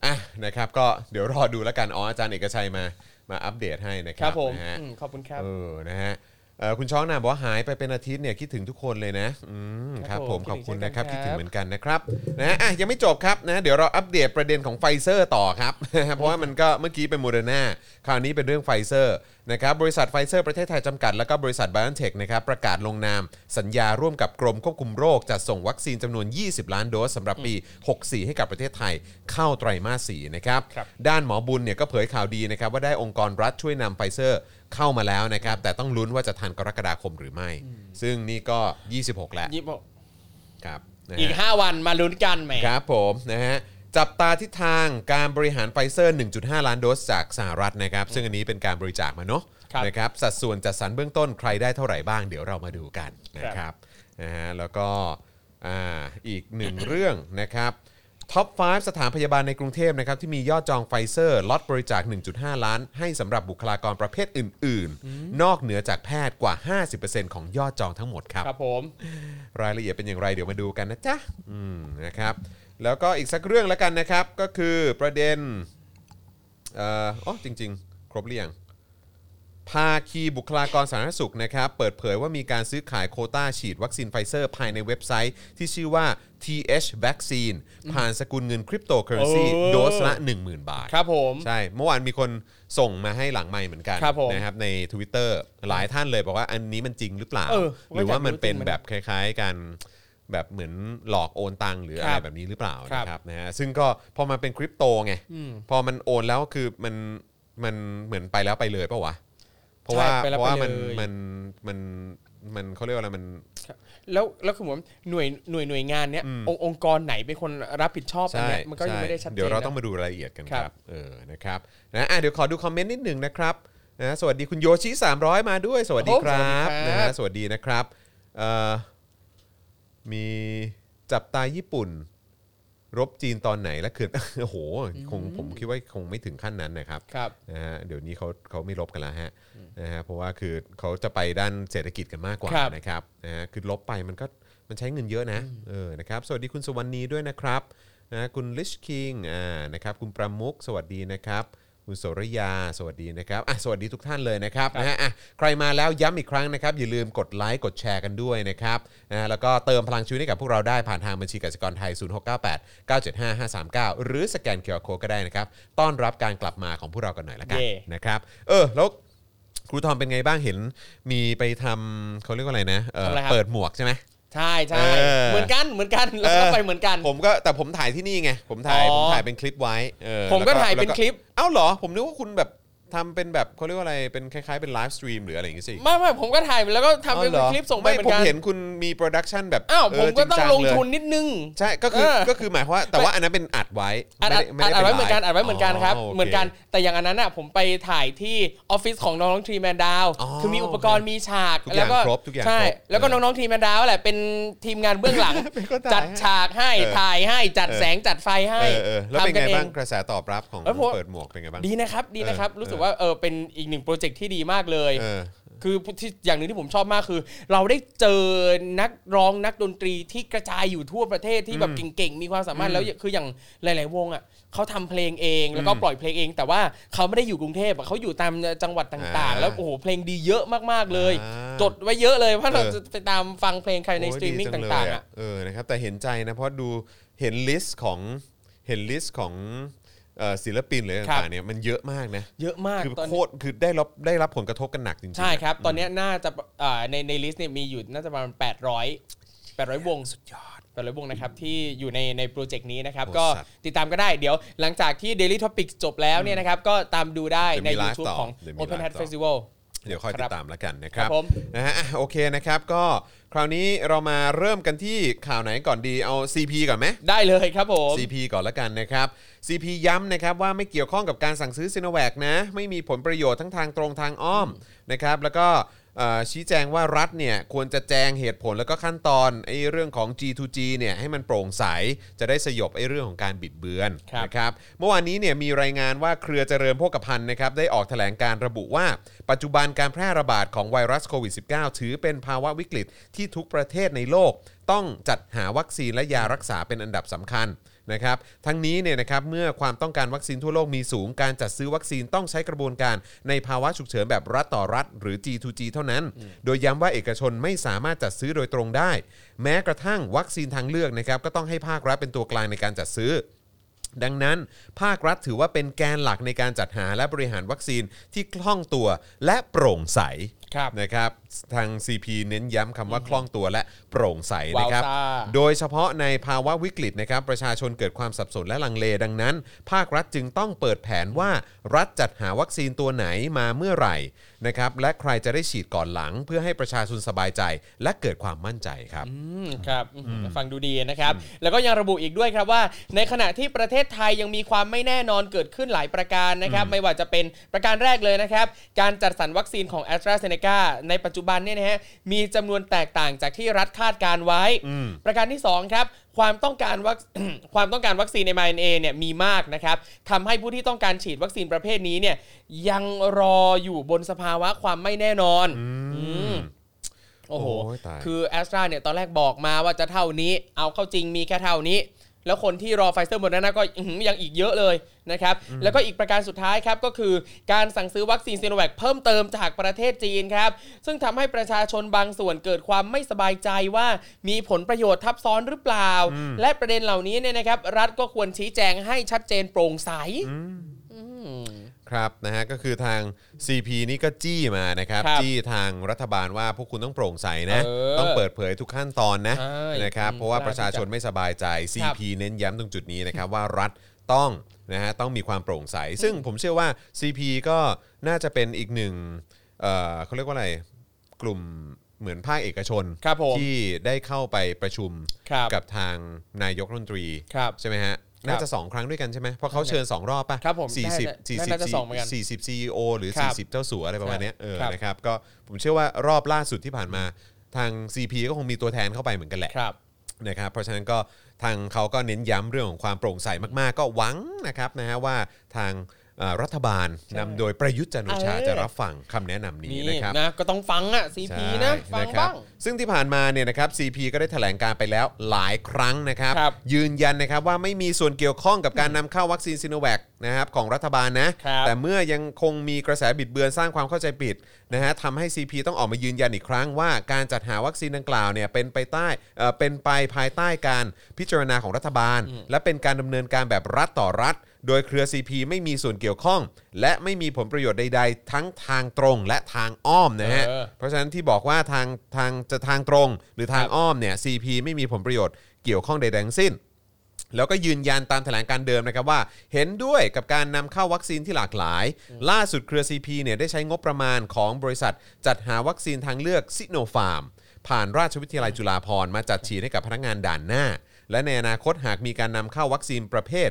อ่ะนะครับ ก็เดี๋ยวรอดูแล้วกันอ๋ออาจารย์เอกชัยมามาอัปเดตให้นะค ค รั รั บบ ผม นะฮะ อืมขอบคุณครับ เออ นะฮะเอ่อคุณช้องนาบอกว่าหายไปเป็นอาทิตย์เนี่ยคิดถึงทุกคนเลยนะอืมค ครั รับบ ผ ผม ม ขอบคุณ คิดถึง นะครับ เช่ คิด นกันครับ ถึงเหมือนกันนะครับนะอ่ะยังไม่จบครับนะเดี๋ยวเราอัปเดตประเด็นของไฟเซอร์ต่อครับ เพราะว่ามันก็เมื่อกี้เป็นโมเดอร์นาคราวนี้เป็นเรื่องไฟเซอร์นะครับบริษัทไฟเซอร์ประเทศไทยจำกัด แล้วก็บริษัทไบออนเทคนะครับประกาศลงนาม สัญญาร่วมกับกรมควบคุมโรคจัดส่งวัคซีนจำนวน 20 ล้านโดสสำหรับปี 64 ให้กับประเทศไทยเข้าไตรมาส4นะครับ ครับ ด้านหมอบุญเนี่ยก็เผยข่าวดีนะครับว่าได้องค์กรรัฐช่วยนำไฟเซอร์เข้ามาแล้วนะครับ แต่ต้องลุ้นว่าจะทันกรกฎาคมหรือไม่ ซึ่งนี่ก็ 26 แล้ว ยี่สิบหก ครับนะฮะ อีก 5 วันมาลุ้นกันแหม ครับผมนะฮะจับตาทิศทางการบริหารไฟเซอร์ 1.5 ล้านโดสจากสหรัฐนะครับ ซึ่งอันนี้เป็นการบริจาคมาเนาะ ครับ นะครับสัดส่วนจัดสรรเบื้องต้นใครได้เท่าไหร่บ้างเดี๋ยวเรามาดูกันนะครับนะฮะแล้วก็อ่าอีกหนึ่งเรื่องนะครับ ท็อป 5 สถานพยาบาลในกรุงเทพนะครับ ที่มียอดจองไฟเซอร์ล็อตบริจาค 1.5 ล้าน ให้สำหรับบุคลากรประเภทอื่น ๆ นอกเหนือจากแพทย์กว่า 50%ของยอดจองทั้งหมดครับ ครับผม รายละเอียดเป็นอย่างไรเดี๋ยวมาดูกันนะจ๊ะอืมนะครับ แล้วก็อีกสักเรื่องแล้วกันนะครับ ก็คือประเด็นเอ่ออ๋อจริง ๆ ครบหรือยัง ภาคีบุคลากรสาธารณสุขนะครับ เปิดเผยว่ามีการซื้อขายโควต้าฉีดวัคซีนไฟเซอร์ภายในเว็บไซต์ที่ชื่อว่า th vaccine ผ่านสกุลเงินคริปโตเคอเรนซี โอ้ โดสละ 10,000 บาท ครับผม ใช่ เมื่อวานมีคนส่งมาให้หลังไมค์เหมือนกัน ครับผม นะครับใน Twitter หลายท่านเลยบอกว่าอันนี้มันจริงหรือเปล่า เออ หรือว่ามันเป็น ผมก็อยากรู้จริงไหม แบบคล้ายๆกันแบบเหมือนหลอกโอนตังค์หรืออะไร ครับ แบบนี้หรือเปล่า ครับ นะครับนะฮะซึ่งก็พอมันเป็นคริปโตไง พอมันโอนแล้วคือมันมันเหมือนไปแล้วไปเลยเปล่าวะ เพราะว่า ใช่ไปแล้ เพ ว ราะว่า ไป มัน เลย มันมันมันเขาเรียกว่าอะไรมัน แล้วแล้วคือผมหน่วยหน่วยหน่วยงานเนี้ยองค์องค์กรไหนเป็นคนรับผิดชอบอัน ใช่ เนี้ยมันก็ยัง ใช่ ไม่ได้ชัดเจนนะ เดี๋ยวเราต้องมาดูรายละเอียดกันค ครั รับบ เออนะครับนะอ่ะเดี๋ยวขอดูคอมเมนต์นิดหนึ่งนะครับนะสวัสดีคุณโยชิ300 มาด้วย สวัสดีครับนะฮะสวัสดีนะครับ เอ่อมีจับตาญี่ปุ่น รบจีนตอนไหนและเขื่อน โอ้โหคงผมคิดว่าคงไม่ถึงขั้นนั้นนะครับ ครับ นะฮะเดี๋ยวนี้เขาเขาไม่ลบกันแล้วฮะนะฮะเพราะว่าคือเขาจะไปด้านเศรษฐกิจกันมากกว่า ครับ นะครับนะฮะคือลบไปมันก็มันใช้เงินเยอะนะเออนะครับสวัสดีคุณสุวรรณีด้วยนะครับนะคุณลิชคิงอ่านะครับคุณประมุกสวัสดีนะครับ คุณโสรยาสวัสดีนะครับอ่ะสวัสดีทุกท่านเลยนะครับนะฮะอ่ะใครมาแล้วย้ำอีกครั้งนะครับ อย่าลืมกดไลค์กดแชร์กันด้วยนะครับนะฮะแล้วก็เติมพลังชีวิตให้กับพวกเราได้ผ่านทางบัญชีกสิกรไทย 0698 975 539 หรือสแกนเคอร์โคก็ได้นะครับ ต้อนรับการกลับมาของพวกเรากันหน่อยละกัน เย่ นะครับเออแล้วครูทอมเป็นไงบ้างเห็นมีไปทำเขาเรียกว่าอะไรนะเอ่อ ทำอะไรครับ เปิดหมวกใช่ไหม ใช่ใช่ เออ เหมือนกันเหมือนกันแล้วก็ เออ ไปเหมือนกัน ผมก็แต่ผมถ่ายที่นี่ไงผมถ่าย อ๋อ ผมถ่ายเป็นคลิปไว้เออ ผมก็ แว ถ่ายเป็น แวก็ คลิป เอ้าเหรอ ผมนึกว่าคุณแบบทำเป็นแบบเขาเรียกว่าอะไรเป็นคล้ายๆเป็นไลฟ์สตรีมหรืออะไรอย่างงี้สิ ไม่ไม่ผมก็ถ่ายแล้วก็ทำเป็น อ้าหรอ คลิปส่งไป ไม่ เหมือ ผม นกัน เห็นคุณมีโปรดักชันแบบ อ้าว เ ผมก็ต้อง จริ ล จั ง เลย ทุนนิดนึง ใช่ก็คือ เออ ก็คือหมายความว่าแต่ว่าอันนั้นเป็นอัดไว้ อัดอัด ไม่ได้ อัดไว้ ป็ เหมือนกัน ไลฟ์ อัดไว้เหมือนกันครับ โ เหมือนกันแต่อย่างอันนั้นอ่ะผมไปถ่ายที่ออฟฟิศของน้องๆทรีแมนดาว อ๋อ คือมีอุปกรณ์มีฉาก ทุกอย่าง แล้วก็ ครบทุกอย่าง ใช่ ครบ แล้วก็น้องๆทรีแมนดาวแหละเป็นทีมงานเบื้องหลัง เป็นคน จั ถ่า ด ยให้ ฉากให้ เออ ถ่ายให้จัด เออ แสงจัดไฟให้ เออเออแล้วเป็น ทำกันไงเอ บ้าง งกระแสตอบรับของ เอ้ยผม เปิดหมวกเป็นไงบ้าง ดีนะครับดีนะครับ เออ รู้สึก เออ ว่าเออเป็นอีกหนึ่งโปรเจกต์ที่ดีมากเลย เออ คือที่อย่างหนึ่งที่ผมชอบมากคือ เราได้เจอนักร้องนักดนตรีที่กระจายอยู่ทั่วประเทศที่แบบเก่งๆ มีความสามารถแล้วคืออย่างหลาย ๆ วงอ่ะเขาทำเพลงเองแล้วก็ปล่อยเพลงเอง แต่ว่าเขาไม่ได้อยู่กรุงเทพอะเขาอยู่ตามจังหวัดต่าง อ่า ๆ แล้วโอ้โหเพลงดีเยอะมากๆเลย อ่า จดไว้เยอะเลยว่าเรา เออ จะไปตามฟังเพลงใครใน โอ้ ส ย ตรีมมิ่ ดี ง เลย ต่างๆอ่ะ เออนะครับแต่เห็นใจนะเพราะดูเห็นลิสต์ของเห็นลิสต์ของเอ่อศิลปินหรืออะไร ครับ ต่างๆเนี่ยมันเยอะมากนะ เยอะมาก คือ ตอน โค นี้ ตรคือได้รับได้รับผลกระทบกันหนักจริงๆ ใช่ครับ ตอนเนี้ยน่าจะอ่าในในลิสต์เนี่ยมีอยู่น่าจะประมาณ800 800 วง สุดยอด แต่ละวงนะครับที่อยู่ในในโปรเจกต์นี้นะครับ โอ้ ก็ สัตว์ ติดตามก็ได้เดี๋ยวหลังจากที่ Daily Topics จบแล้วเนี่ยนะครับ ก็ตามดูได้ใน เดี๋ยวมีไลฟ์ YouTube ต่อ ของ เดี๋ยวมี Open ไลฟ์ Hat ต่อ Festival เดี๋ยวค่อย ครับ ติดตามแล้วกันนะครัครับบผม นะฮะอ่ะโอเคนะครับก็คราวนี้เรามาเริ่มกันที่ข่าวไหนก่อนดีเอา CP ก่อนไหม ได้เลยครับผม CP ก่อนละกันนะครับ CP ย้ำนะครับว่าไม่เกี่ยวข้องกับการสั่งซื้อซีโนแวคนะ ไม่มีผลประโยชน์ทั้งทางตรงทางอ้อมนะครับ แล้วก็เอ่อชี้แจงว่ารัฐเนี่ยควรจะแจงเหตุผลแล้วก็ขั้นตอนไอ้เรื่องของ G2G เนี่ยให้มันโปร่งใส จะได้สยบไอ้เรื่องของการบิดเบือน ครับ นะครับ เมื่อวานนี้เนี่ยมีรายงานว่าเครือเจริญโภคภัณฑ์นะครับได้ออกแถลงการระบุว่า ปัจจุบันการแพร่ระบาดของไวรัสโควิด -19 ถือเป็นภาวะวิกฤตที่ทุกประเทศในโลก ต้องจัดหาวัคซีนและยารักษาเป็นอันดับสำคัญนะครับ ทั้งนี้เนี่ยนะครับเมื่อความต้องการวัคซีนทั่วโลกมีสูง การจัดซื้อวัคซีนต้องใช้กระบวนการในภาวะฉุกเฉินแบบรัฐต่อรัฐ หรือ G2G เท่านั้น โดยย้ำว่าเอกชนไม่สามารถจัดซื้อโดยตรงได้ แม้กระทั่งวัคซีนทางเลือกนะครับก็ต้องให้ภาครัฐเป็นตัวกลางในการจัดซื้อ ดังนั้น ภาครัฐถือว่าเป็นแกนหลักในการจัดหาและบริหารวัคซีนที่คล่องตัวและโปร่งใส ครับ นะครับ ทาง CP เน้นย้ำคำว่าคล่องตัวและโปร่งใสนะครับ ว้าวซ่า โดยเฉพาะในภาวะวิกฤตนะครับ ประชาชนเกิดความสับสนและลังเลดังนั้น ภาครัฐจึงต้องเปิดแผนว่ารัฐจัดหาวัคซีนตัวไหนมาเมื่อไหร่นะครับและใครจะได้ฉีดก่อนหลัง เพื่อให้ประชาชนสบายใจและเกิดความมั่นใจครับ อืมครับอืมฟังดูดีนะครับ แล้วก็ยังระบุอีกด้วยครับว่า ในขณะที่ประเทศไทยยังมีความไม่แน่นอนเกิดขึ้นหลายประการนะครับ ไม่ว่าจะเป็นประการแรกเลยนะครับ การจัดสรรวัคซีนของ a s t r a z e ซ e c a ในปัจจุบันเนี่ยนะฮะมีจำนวนแตกต่างจากที่รัฐคาดการไว้ ประการที่สองครับ ความต้องการวัค ความต้องการวัคซีนใน m อ n a เนี่ยมีมากนะครับทำให้ผู้ที่ต้องการฉีดวัคซีนประเภทนี้เนี่ยยังรออยู่บนสภาวะความไม่แน่นอนอืม โอ้โห โอ้ยตาย คือแอสตราเนี่ยตอนแรกบอกมาว่าจะเท่านี้ เอาเข้าจริงมีแค่เท่านี้ แล้วคนที่รอไฟเซอร์หมดนั้นนะก็อื้อหือยังอีกเยอะเลยนะครับ แล้วก็อีกประการสุดท้ายครับ ก็คือการสั่งซื้อวัคซีนซีโนแวคเพิ่มเติมจากประเทศจีนครับ ซึ่งทำให้ประชาชนบางส่วนเกิดความไม่สบายใจว่ามีผลประโยชน์ทับซ้อนหรือเปล่า และประเด็นเหล่านี้เนี่ยนะครับ รัฐก็ควรชี้แจงให้ชัดเจนโปร่งใส ครับนะฮะก็คือทาง CP นี่ก็จี้มานะครับ ครับ จี้ทางรัฐบาลว่าพวกคุณต้องโปร่งใสนะ เออ ต้องเปิดเผยทุกขั้นตอนนะ ใช่ นะครับ อืม เพราะว่าประชาชนไม่สบายใจ CP เน้นย้ำตรงจุดนี้นะครับว่ารัฐต้องนะฮะต้องมีความโปร่งใส ซึ่งผมเชื่อว่า CP ก็น่าจะเป็นอีกหนึ่งเอ่อเขาเรียกว่าอะไรกลุ่มเหมือนภาคเอกชน ครับผม ที่ได้เข้าไปประชุม ครับ กับทางนายกรัฐมนตรี ครับ ใช่ไหมฮะน่าจะสองครั้งด้วยกันใช่ไหมเพราะเขาเชิญสองรอบป่ะ ครับผม สี่สิบ น่าจะ สี่สิบ น่าจะสองเหมือนกัน สี่ 40 CEO หรือ ครับ 40 เจ้าสัวอะไรประมาณเนี้ยเออ ครับ นะครับก็ผมเชื่อว่ารอบล่าสุดที่ผ่านมา ทาง CP ก็คงมีตัวแทนเข้าไปเหมือนกันแหละ ครับ นะครับเพราะฉะนั้นก็ทางเขาก็เน้นย้ำเรื่องของความโปร่งใสมากๆ ก็หวังนะครับนะฮะว่าทางเอ่อรัฐบาลนำโดยประยุทธ์จันทร์โอชา เออ จะรับฟังคำแนะนำนี้ นี่ นะครับ นะก็ต้องฟังอ่ะซีพีนะ ใช่ ฟัง นะครั บ้าง ซึ่งที่ผ่านมาเนี่ยนะครับ CP ก็ได้แถลงการไปแล้วหลายครั้งนะครับ ครับ ยืนยันนะครับว่าไม่มีส่วนเกี่ยวข้องกับการนำเข้าวัคซีนซิโนแวคนะครับของรัฐบาลนะ ครับ แต่เมื่อยังคงมีกระแสบิดเบือนสร้างความเข้าใจผิดนะฮะทำให้ CP ต้องออกมายืนยันอีกครั้งว่าการจัดหาวัคซีนดังกล่าวเนี่ยเป็นไปใต้เอ่อเป็นไปภายใต้การพิจารณาของรัฐบาล และเป็นการดำเนินการแบบรัฐต่อรัฐ โดยเครือ CP ไม่มีส่วนเกี่ยวข้อง และไม่มีผลประโยชน์ใด ๆ ทั้งทางตรงและทางอ้อมนะฮะ เออ เพราะฉะนั้นที่บอกว่าทางทางจะทางตรงหรือทางอ้อมเนี่ย CP ไม่มีผลประโยชน์เกี่ยวข้องใดๆทั้งสิ้น แล้วก็ยืนยันตามแถลงการเดิมนะครับว่า เห็นด้วยกับการนำเข้าวัคซีนที่หลากหลาย ล่าสุดเครือ CP เนี่ยได้ใช้งบประมาณของบริษัท จัดหาวัคซีนทางเลือกซิโนฟาร์ม ผ่านราชวิทยาลัยจุฬาภรณ์มาจัดฉีดให้กับพนักงานด่านหน้า และในอนาคตหากมีการนำเข้าวัคซีนประเภท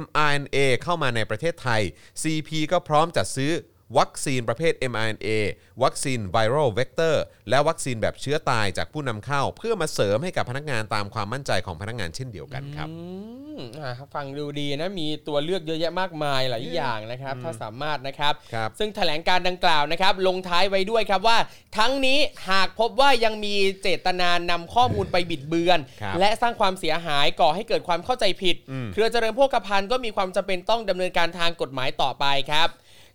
mRNA เข้ามาในประเทศไทย CP ก็พร้อมจัดซื้อ วัคซีนประเภท mRNA วัคซีน viral vector และวัคซีนแบบเชื้อตายจากผู้นำเข้า เพื่อมาเสริมให้กับพนักงานตามความมั่นใจของพนักงานเช่นเดียวกันครับ อืมอ่ะฟังดูดีนะ มีตัวเลือกเยอะแยะมากมายหลายอย่างนะครับ ถ้าสามารถนะครับ ครับ ซึ่งแถลงการดังกล่าวนะครับ ลงท้ายไว้ด้วยครับว่า ทั้งนี้หากพบว่ายังมีเจตนานำข้อมูลไปบิดเบือน ครับ และสร้างความเสียหายก่อให้เกิดความเข้าใจผิด อืม เครือเจริญโภคภัณฑ์ก็มีความจำเป็นต้องดำเนินการทางกฎหมายต่อไปครับ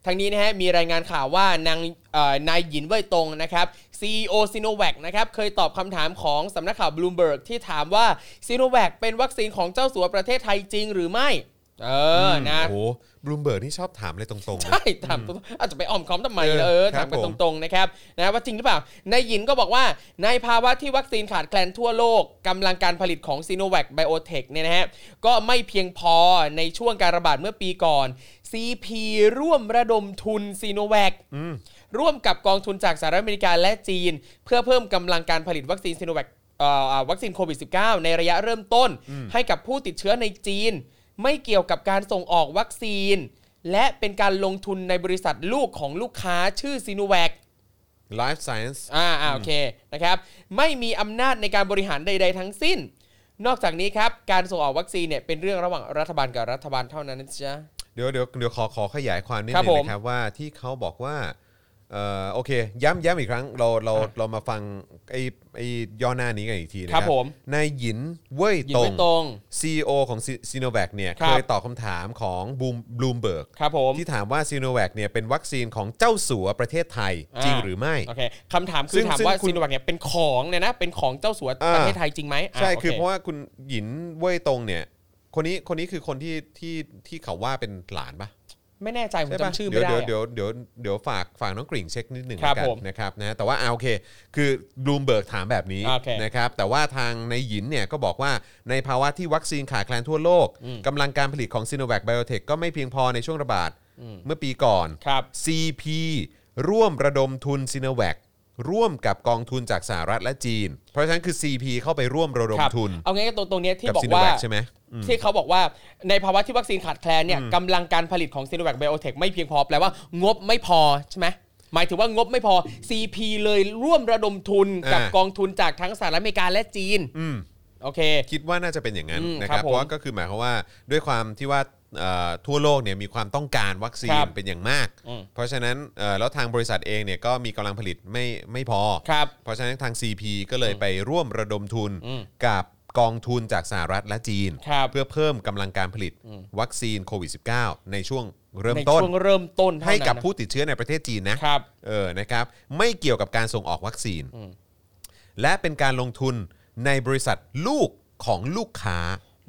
ทั้งนี้นะฮะมีรายงานข่าวว่านางเอ่อนายหยินเว่ยตงนะครับ CEO s i n o v a c นะครับเคยตอบคำถามของสำนักข่าว Bloomberg ที่ถามว่า s i n o v a c เป็นวัคซีนของเจ้าสัวประเทศไทยจริงหรือไม่ เออนะ โอ้โหบลูมเบิร์ดนี่ชอบถามอะไรตรงๆนะ ใช่ถามตรงๆอาจจะไปอ้อมค้อมทำไม เออ เออ คถารับ มกัน ผ ต ม รงๆนะครับนะว่าจริงหรือเปล่านายหยินก็บอกว่าในภาวะที่วัคซีนขาดแคลนทั่วโลกกำลังการผลิตของซีโนแวคไบโอเทคเนี่ยนะฮะก็ไม่เพียงพอในช่วงการระบาดเมื่อปีก่อน CP ร่วมระดมทุนซีโนแวคร่วมกับกองทุนจากสหรัฐอเมริกาและจีน เพื่อเพิ่มกำลังการผลิตวัคซีนซีโนแวคเอ่อวัคซีนโควิด -19 ในระยะเริ่มต้น ให้กับผู้ติดเชื้อในจีน ไม่เกี่ยวกับการส่งออกวัคซีน และเป็นการลงทุนในบริษัทลูกของลูกค้าชื่อซีโนแวค Life Science อ่าอ่าโอเคนะครับ ไม่มีอำนาจในการบริหารใด ๆ ทั้งสิ้น นอกจากนี้ครับ การส่งออกวัคซีนเนี่ยเป็นเรื่องระหว่างรัฐบาลกับรัฐบาลเท่านั้นนะจ๊ะ เดี๋ยวเดี๋ยวเดี๋ยวขอขอขยายความนิด ครั นึ บผ ง ม นะครับว่าที่เขาบอกว่าเอ่อโอเค ย้ำย้ำอีกครั้งเราเราเรามาฟังไอ้ไอ้ย่อหน้านี้กันอีกทีนะค ครั รับบ ผม นายหยินเว่ย หยิน ต ไม่ ง ตรง CEO ของซีโนแวคเนี่ย ครั เค บ ยตอบคำถามของบูมบลูมเบิร์ก ครับผม ที่ถามว่าซีโนแวคเนี่ยเป็นวัคซีนของเจ้าสัวประเทศไทย อ่า จริงหรือไม่ โอเคคำถามคืซึ่อง ถาม ซึ่ง ว่า คุณ ซีโนแวคเนี่ยเป็นของเนี่ยนะ เป็นของเจ้าสัว อ่า ประเทศไทยจริงไหม ใช่ โ คือเพราะว่าคุณหยินเว่ยตงเนี่ยคนนี้คนนี้คือคนที่ที่ที่เขาว่าเป็นหลานปะ ไม่แน่ใจผม ใช่ปะ จำชื่อ เดี๋ ไม่ ยว ได้ เดี๋ยว อะ เดี๋ยวเดี๋ยวเดี๋ยวฝากฝากน้องกริ่งเช็คนิดหนึ่ง ครับ แล้วกัน ผม นะครับนะแต่ว่าเอาโอเค คือบลูมเบิร์กถามแบบนี้ โอเค นะครับแต่ว่าทางในหยินเนี่ยก็บอกว่าในภาวะที่วัคซีนขาดแคลนทั่วโลก อืม กำลังการผลิตของซีโนแวคไบโอเทคก็ไม่เพียงพอในช่วงระบาดเมื่อปีก่อน ครับ CP ร่วมระดมทุนซีโนแวคร่วมกับกองทุนจากสหรัฐและจีน เพราะฉะนั้นคือ CP เข้าไปร่วมระดม ครับ ทุน เอาง่ายๆตรงตรงเนี้ยที่ กับ บอก ซีโน ว่า แวคใช่ไหม ที่เขาบอกว่าในภาวะที่วัคซีนขาดแคลนเนี่ยกำลังการผลิตของซีโนแวคไบโอเทคไม่เพียงพอแปลว่างบไม่พอใช่ไหมหมายถึงว่างบไม่พอ CP เลยร่วมระดมทุนกับ อ่าก กองทุนจากทั้งสหรัฐอเมริกาและจีน อืม โอเค คิดว่าน่าจะเป็นอย่างนั้น อืม นะครัคบรับผม เพราะว่าก็คือหมายความว่าด้วยความที่ว่าเอ่อทั่วโลกเนี่ยมีความต้องการวัคซีน ครับ เป็นอย่างมาก อืม เพราะฉะนั้นเอ่อแล้วทางบริษัทเองเนี่ยก็มีกำลังผลิตไม่ไม่พอ ครับ เพราะฉะนั้นทาง CP ก็เลยไปร่วมระดมทุน อืม กับกองทุนจากสหรัฐและจีน ครับ เพื่อเพิ่มกำลังการผลิตวัคซีนโควิด -19 ในช่วงเริ่ม ใน ต้น ช่วงเริ่มต้นเท่า ให้ นั้น กับ นะ ผู้ติดเชื้อในประเทศจีนนะ ครับ เออ นะครับ ไม่เกี่ยวกับการส่งออกวัคซีน อืม และเป็นการลงทุนในบริษัทลูกของลูกค้า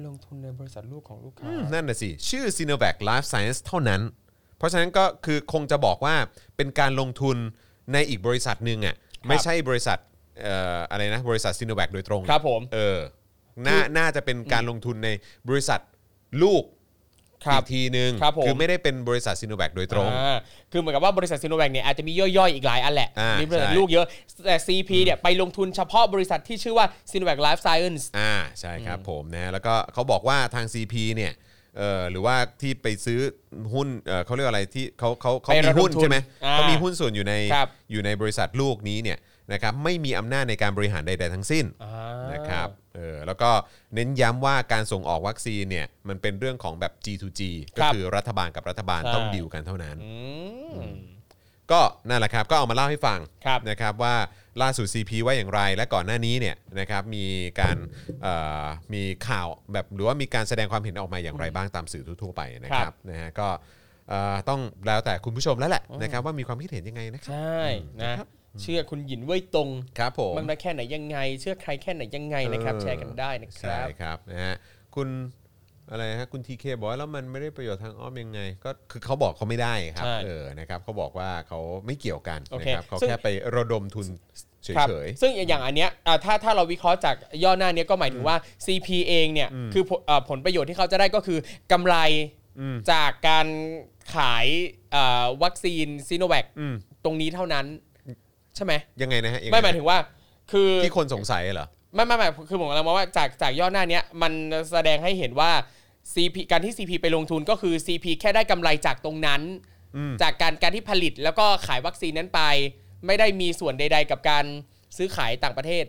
ลงทุนในบริษัทลูกของลูกค้า นั่นน่ะสิ ชื่อ s i n o v a c Life Science เท่านั้น เพราะฉะนั้นก็คือคงจะบอกว่าเป็นการลงทุนในอีกบริษัทหนึ่งอ่ะไม่ใช่บริษัทเอ่ออะไรนะ บริษัท s i n o v a c โดยตรง ครับผม เออน่าน่าจะเป็นการลงทุนในบริษัทลูก ครับ อีกทีหนึ่ง ครับผม อไม่ได้เป็นบริษัท s i n o v a c โดยตรง อ่าคือเหมือนกับว่าบริษัทซีโนแวคเนี่ยอาจจะมีย่อยๆอีกหลายอันแหละ อ่ามี มีบริษัท ใช่ ลูกเยอะแต่ CP เนี่ยไปลงทุนเฉพาะบริษัทที่ชื่อว่าซีโนแวคไลฟ์ไซเอนซ์ อ่าใช่ครับผมนะแล้วก็เขาบอกว่าทาง CP เนี่ยเออหรือว่าที่ไปซื้อหุ้นเออเขาเรียกอะไรที่เขาเขาเขา ไประ มี ดม หุ้น ทุน ใช่ไหม อ่า เขามีหุ้นส่วนอยู่ใน ครับ อยู่ในบริษัทลูกนี้เนี่ย นะครับไม่มีอำนาจในการบริหารใด ๆ ทั้งสิ้น อ่า นะครับ เออ แล้วก็เน้นย้ำว่าการส่งออกวัคซีนเนี่ย มันเป็นเรื่องของแบบ G2G ก็คือรัฐบาลกับรัฐบาล ใช่ ต้องดิวกันเท่านั้น อืม ก็นั่นแหละครับ ก็เอามาเล่าให้ฟัง ครับ นะครับว่าล่าสุด CP ว่าอย่างไร และก่อนหน้านี้เนี่ยนะครับ มีการเอ่อมีข่าวแบบหรือว่ามีการแสดงความเห็นออกมาอย่างไรบ้างตามสื่อทั่วๆไปนะค ครั รับบ นะฮะ ก็เอ่อต้องแล้วแต่คุณผู้ชมแล้วแหละนะครับว่ามีความคิดเห็นยังไงนะครับ ใช่นะเชื่อคุณหยินเว่ยตง ครับผม มันได้แค่ไหนยังไง เชื่อใครแค่ไหนยังไงนะครับ เออ แชร์กันได้นะค ใช่ รับ ครับนะฮะคุณอะไรฮะคุณทีเคบอกว่าแล้วมันไม่ได้ประโยชน์ทางอ้อมยังไง ก็คือเขาบอกเขาไม่ได้ครับ ใช่ เออนะครับเขาบอกว่าเขาไม่เกี่ยวกัน โอเค นะครับเขา ซึ่ง แค่ไประดมทุนเฉ ครับ ย ซึ่งอย่างอันเนี้ยอ่าถ้าถ้าเราวิเคราะห์จากย่อหน้าเนี้ยก็หมายถึงว่า CP เองเนี่ยคือผลอ่าผลประโยชน์ที่เขาจะได้ก็คือกำไร อืม จากการขายอ่าวัคซีนซีโนแวค ๆอืม ตรงนี้เท่านั้น ใช่ไหม ยังไงนะฮะงง ไม่หมายถึงว่าคือ ที่คนสงสัยเหรอ ไม่ไม่ไม่คือผมกำลังมองว่าจากจากย่อหน้าเนี้ยมันแสดงให้เห็นว่า CP การที่ CP ไปลงทุนก็คือ CP แค่ได้กำไรจากตรงนั้น อืม จากการการที่ผลิตแล้วก็ขายวัคซีนนั้นไป ไม่ได้มีส่วนใด ๆ กับการซื้อขายต่างประเทศ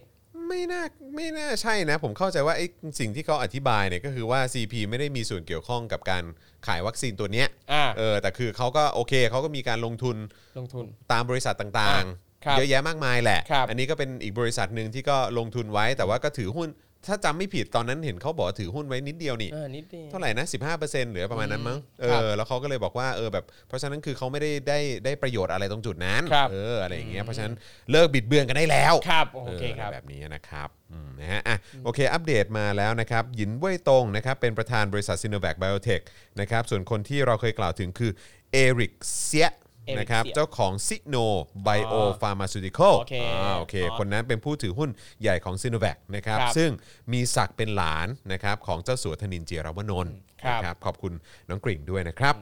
ไม่น่าไม่น่าใช่นะ ผมเข้าใจว่าไอ้สิ่งที่เขาอธิบายเนี่ยก็คือว่า CP ไม่ได้มีส่วนเกี่ยวข้องกับการขายวัคซีนตัวเนี้ย อ่า เออแต่คือเขาก็โอเคเขาก็มีการลงทุน ลงทุน ตามบริษัทต่าง ครั ๆ บ เยอะแยะมากมายแหละ ครับ อันนี้ก็เป็นอีกบริษัทหนึ่งที่ก็ลงทุนไว้ แต่ว่าก็ถือหุ้น ถ้าจำไม่ผิดตอนนั้นเห็นเขาบอกว่าถือหุ้นไว้นิดเดียวนี่ านิดดียว เท่าไหร่นะ 15%หรือประมาณนั้นมั้ง เอ ครับ อ แล้วเขาก็เลยบอกว่า เออแบบ เพราะฉะนั้นคือเขาไม่ได้ได้ได้ประโยชน์อะไรตรงจุดนั้น ครับ เออ อะไรอย่างเงี้ย เพราะฉะนั้นเลิกบิดเบือนกันได้แล้ว ครับ โอเคครับ แบบนี้นะครับอืมนะฮะอ่ะโอเค อัปเดตมาแล้วนะครับ หยินเว่ยตงนะครับ เป็นประธานบริษัทซิโนแวคไบโอเทคนะครับ ส่วนคนที่เราเคยกล่าวถึงคือเอริกเซีย เอริกเซีย นะครับ เจ้าของซิโนไบโอฟาร์มาซูติคอล โอเค โอเค อ๋อ คนนั้นเป็นผู้ถือหุ้นใหญ่ของซิโนแวคนะครับ ครับ ซึ่งมีศักดิ์เป็นหลานนะครับของเจ้าสัวธนินเจยรวนนท์ ครับ นะขอบคุณน้องกริ่งด้วยนะครับ